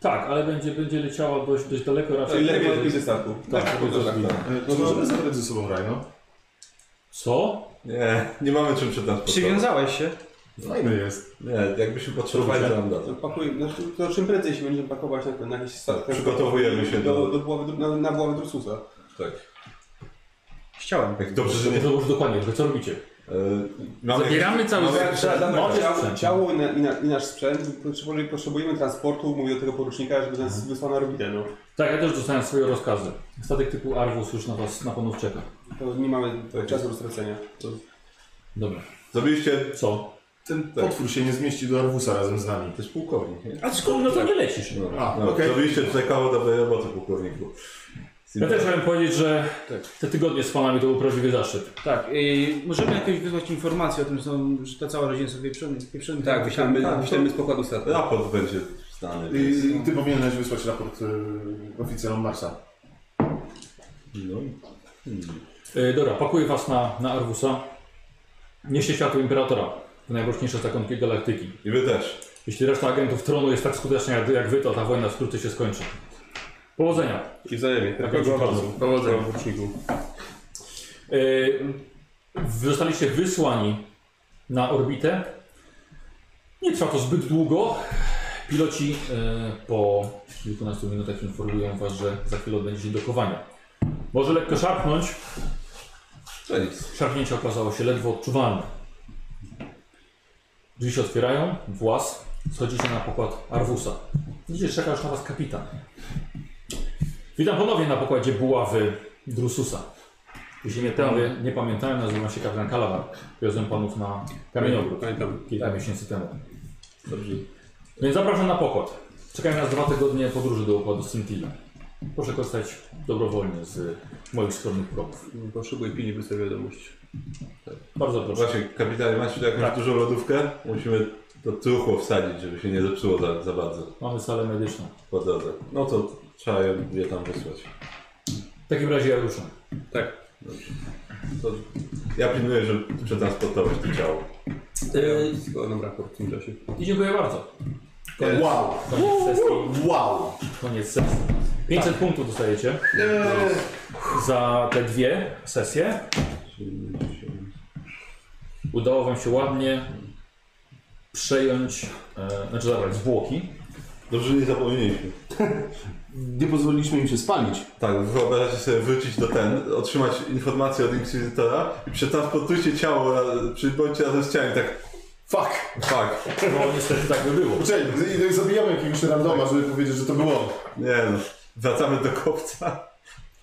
tak, ale będzie, będzie leciała dość, dość daleko raczej.
Czyli lepiej lepiej ze statku.
Tak,
No dobra.
E, Czy możemy zabrać ze sobą no. Rajno?
Co?
Nie, nie mamy czym przetransportować.
Przywiązałeś się?
Fajny jest.
Nie, jakbyśmy potrzebowali, to nam da.
To, pakuj, znaczy, to czym prędzej się będziemy pakować na, na jakiś statek.
Przygotowujemy się
do,
do-
do buławy, Dru- na, na buławę Drususa.
Tak.
Chciałem.
Jak dobrze, że
To
nie...
może już dokładnie, że co robicie?
E, mamy
Zabieramy cały
mamy-
Trzeba- trzeba zabrać
Mamy
ciało,
sprzęt.
ciało i, na, i, na, i nasz sprzęt. Potrzebujemy, potrzebujemy transportu, mówię do tego porucznika, żeby nas wysłał na orbitę. No.
Tak, ja też dostałem swoje rozkazy. Statek typu Arwus już na was, na panów czeka.
To nie mamy czasu do stracenia. To
Dobra.
Zabiliście...
Co?
Ten
Tak.
potwór się nie zmieści do Arwusa razem z nami.
To jest pułkownik, nie?
A skąd? No to nie lecisz.
No,
A,
no,
okej.
Zrobiliście tutaj kawał dobrej roboty, pułkowniku.
Ja też chciałem powiedzieć, że te tygodnie z panami to był prawdziwy zaszczyt.
Tak, i możemy jakoś wysłać informację o tym, są, że ta cała rodzina są pieprzony. pieprzony
Tak, wyślemy, wyślemy z pokładu statku.
Raport będzie znany.
I
Więc...
ty powinieneś wysłać raport y, oficerom Marsa.
No. Hmm.
Yy, dobra, pakuję was na, na Arwusa. Nieście światło Imperatora. To najmroczniejsze zakonki galaktyki.
I wy też.
Jeśli reszta agentów tronu jest tak skuteczna jak, jak wy, to ta wojna wkrótce się skończy. Powodzenia.
I wzajemnie.
Dziękuję bardzo.
Powodzenia. Poruczniku.
Yy, zostaliście wysłani na orbitę. Nie trwa to zbyt długo. Piloci yy, po kilkunastu minutach informują Was, że za chwilę odbędzie się dokowania. Może lekko szarpnąć.
To nic.
Szarpnięcie okazało się ledwo odczuwalne. Drzwi się otwierają, włas, schodzicie na pokład Arwusa. Widzicie, czeka już na Was kapitan. Witam ponownie na pokładzie buławy Drususa. Jeśli nie, pamię, nie pamiętałem, nazywam się kapitan Kalawar. Wiozłem panów na kamieniogród
Pamiętam.
kilka miesięcy temu. Tak. Dobrze. Więc zapraszam na pokład. Czekają nas dwa tygodnie podróży do układu Scintilla. Proszę korzystać dobrowolnie z moich skromnych progów.
Potrzebuję pilnie sobie wiadomość.
Bardzo proszę.
Właśnie, kapitanie, macie tu jakąś
Tak.
dużą lodówkę? Musimy to truchło wsadzić, żeby się nie zepsuło za, za bardzo
Mamy salę medyczną.
po drodze. No to trzeba je, je tam wysłać.
W takim razie ja ruszam.
To ja pilnuję, żeby przetransportować to ciało.
Yy,
Składam raport w tym czasie.
I dziękuję bardzo. Koniec,
Wow!
koniec sesji.
Wow!
Koniec sesji. 500
Tak.
punktów dostajecie za te dwie sesje. Udało wam się ładnie przejąć, e, znaczy zabrać zwłoki.
Dobrze, że nie zapomnieliśmy.
Nie pozwoliliśmy im się spalić.
Tak, wyobraźcie sobie wrócić do ten, otrzymać informację od Inkwizytora i przetransportujcie ciało, ra- przybądźcie razem z ciałem i tak
Fuck!
fuck.
No niestety tak by było.
Poczekaj, i- i zabijamy jakiegoś randoma, żeby powiedzieć, że to było.
Nie no, wracamy do kopca.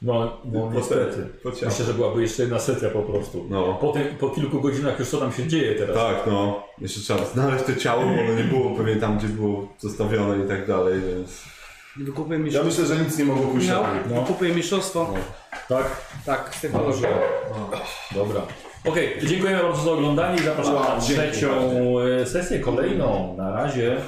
No, no
Po-
niestety.
po ciało.
Myślę, że byłaby jeszcze jedna sesja po prostu.
No.
Po, tym, po kilku godzinach już co tam się dzieje teraz.
Tak, no. Jeszcze trzeba znaleźć to ciało, bo ono nie było pewnie tam, gdzie było zostawione i tak dalej, więc...
Wykupuję
Ja
mistrzostwo.
myślę, że nic nie mogło pójść
Michał,
na
No.
wykupuję mistrzostwo.
Tak?
Tak, z
Dobrze.
technologią.
Tak.
Dobra. Okej, dziękujemy bardzo za oglądanie i zapraszam
Wow,
na
dzięki
trzecią e, sesję, kolejną. Na razie.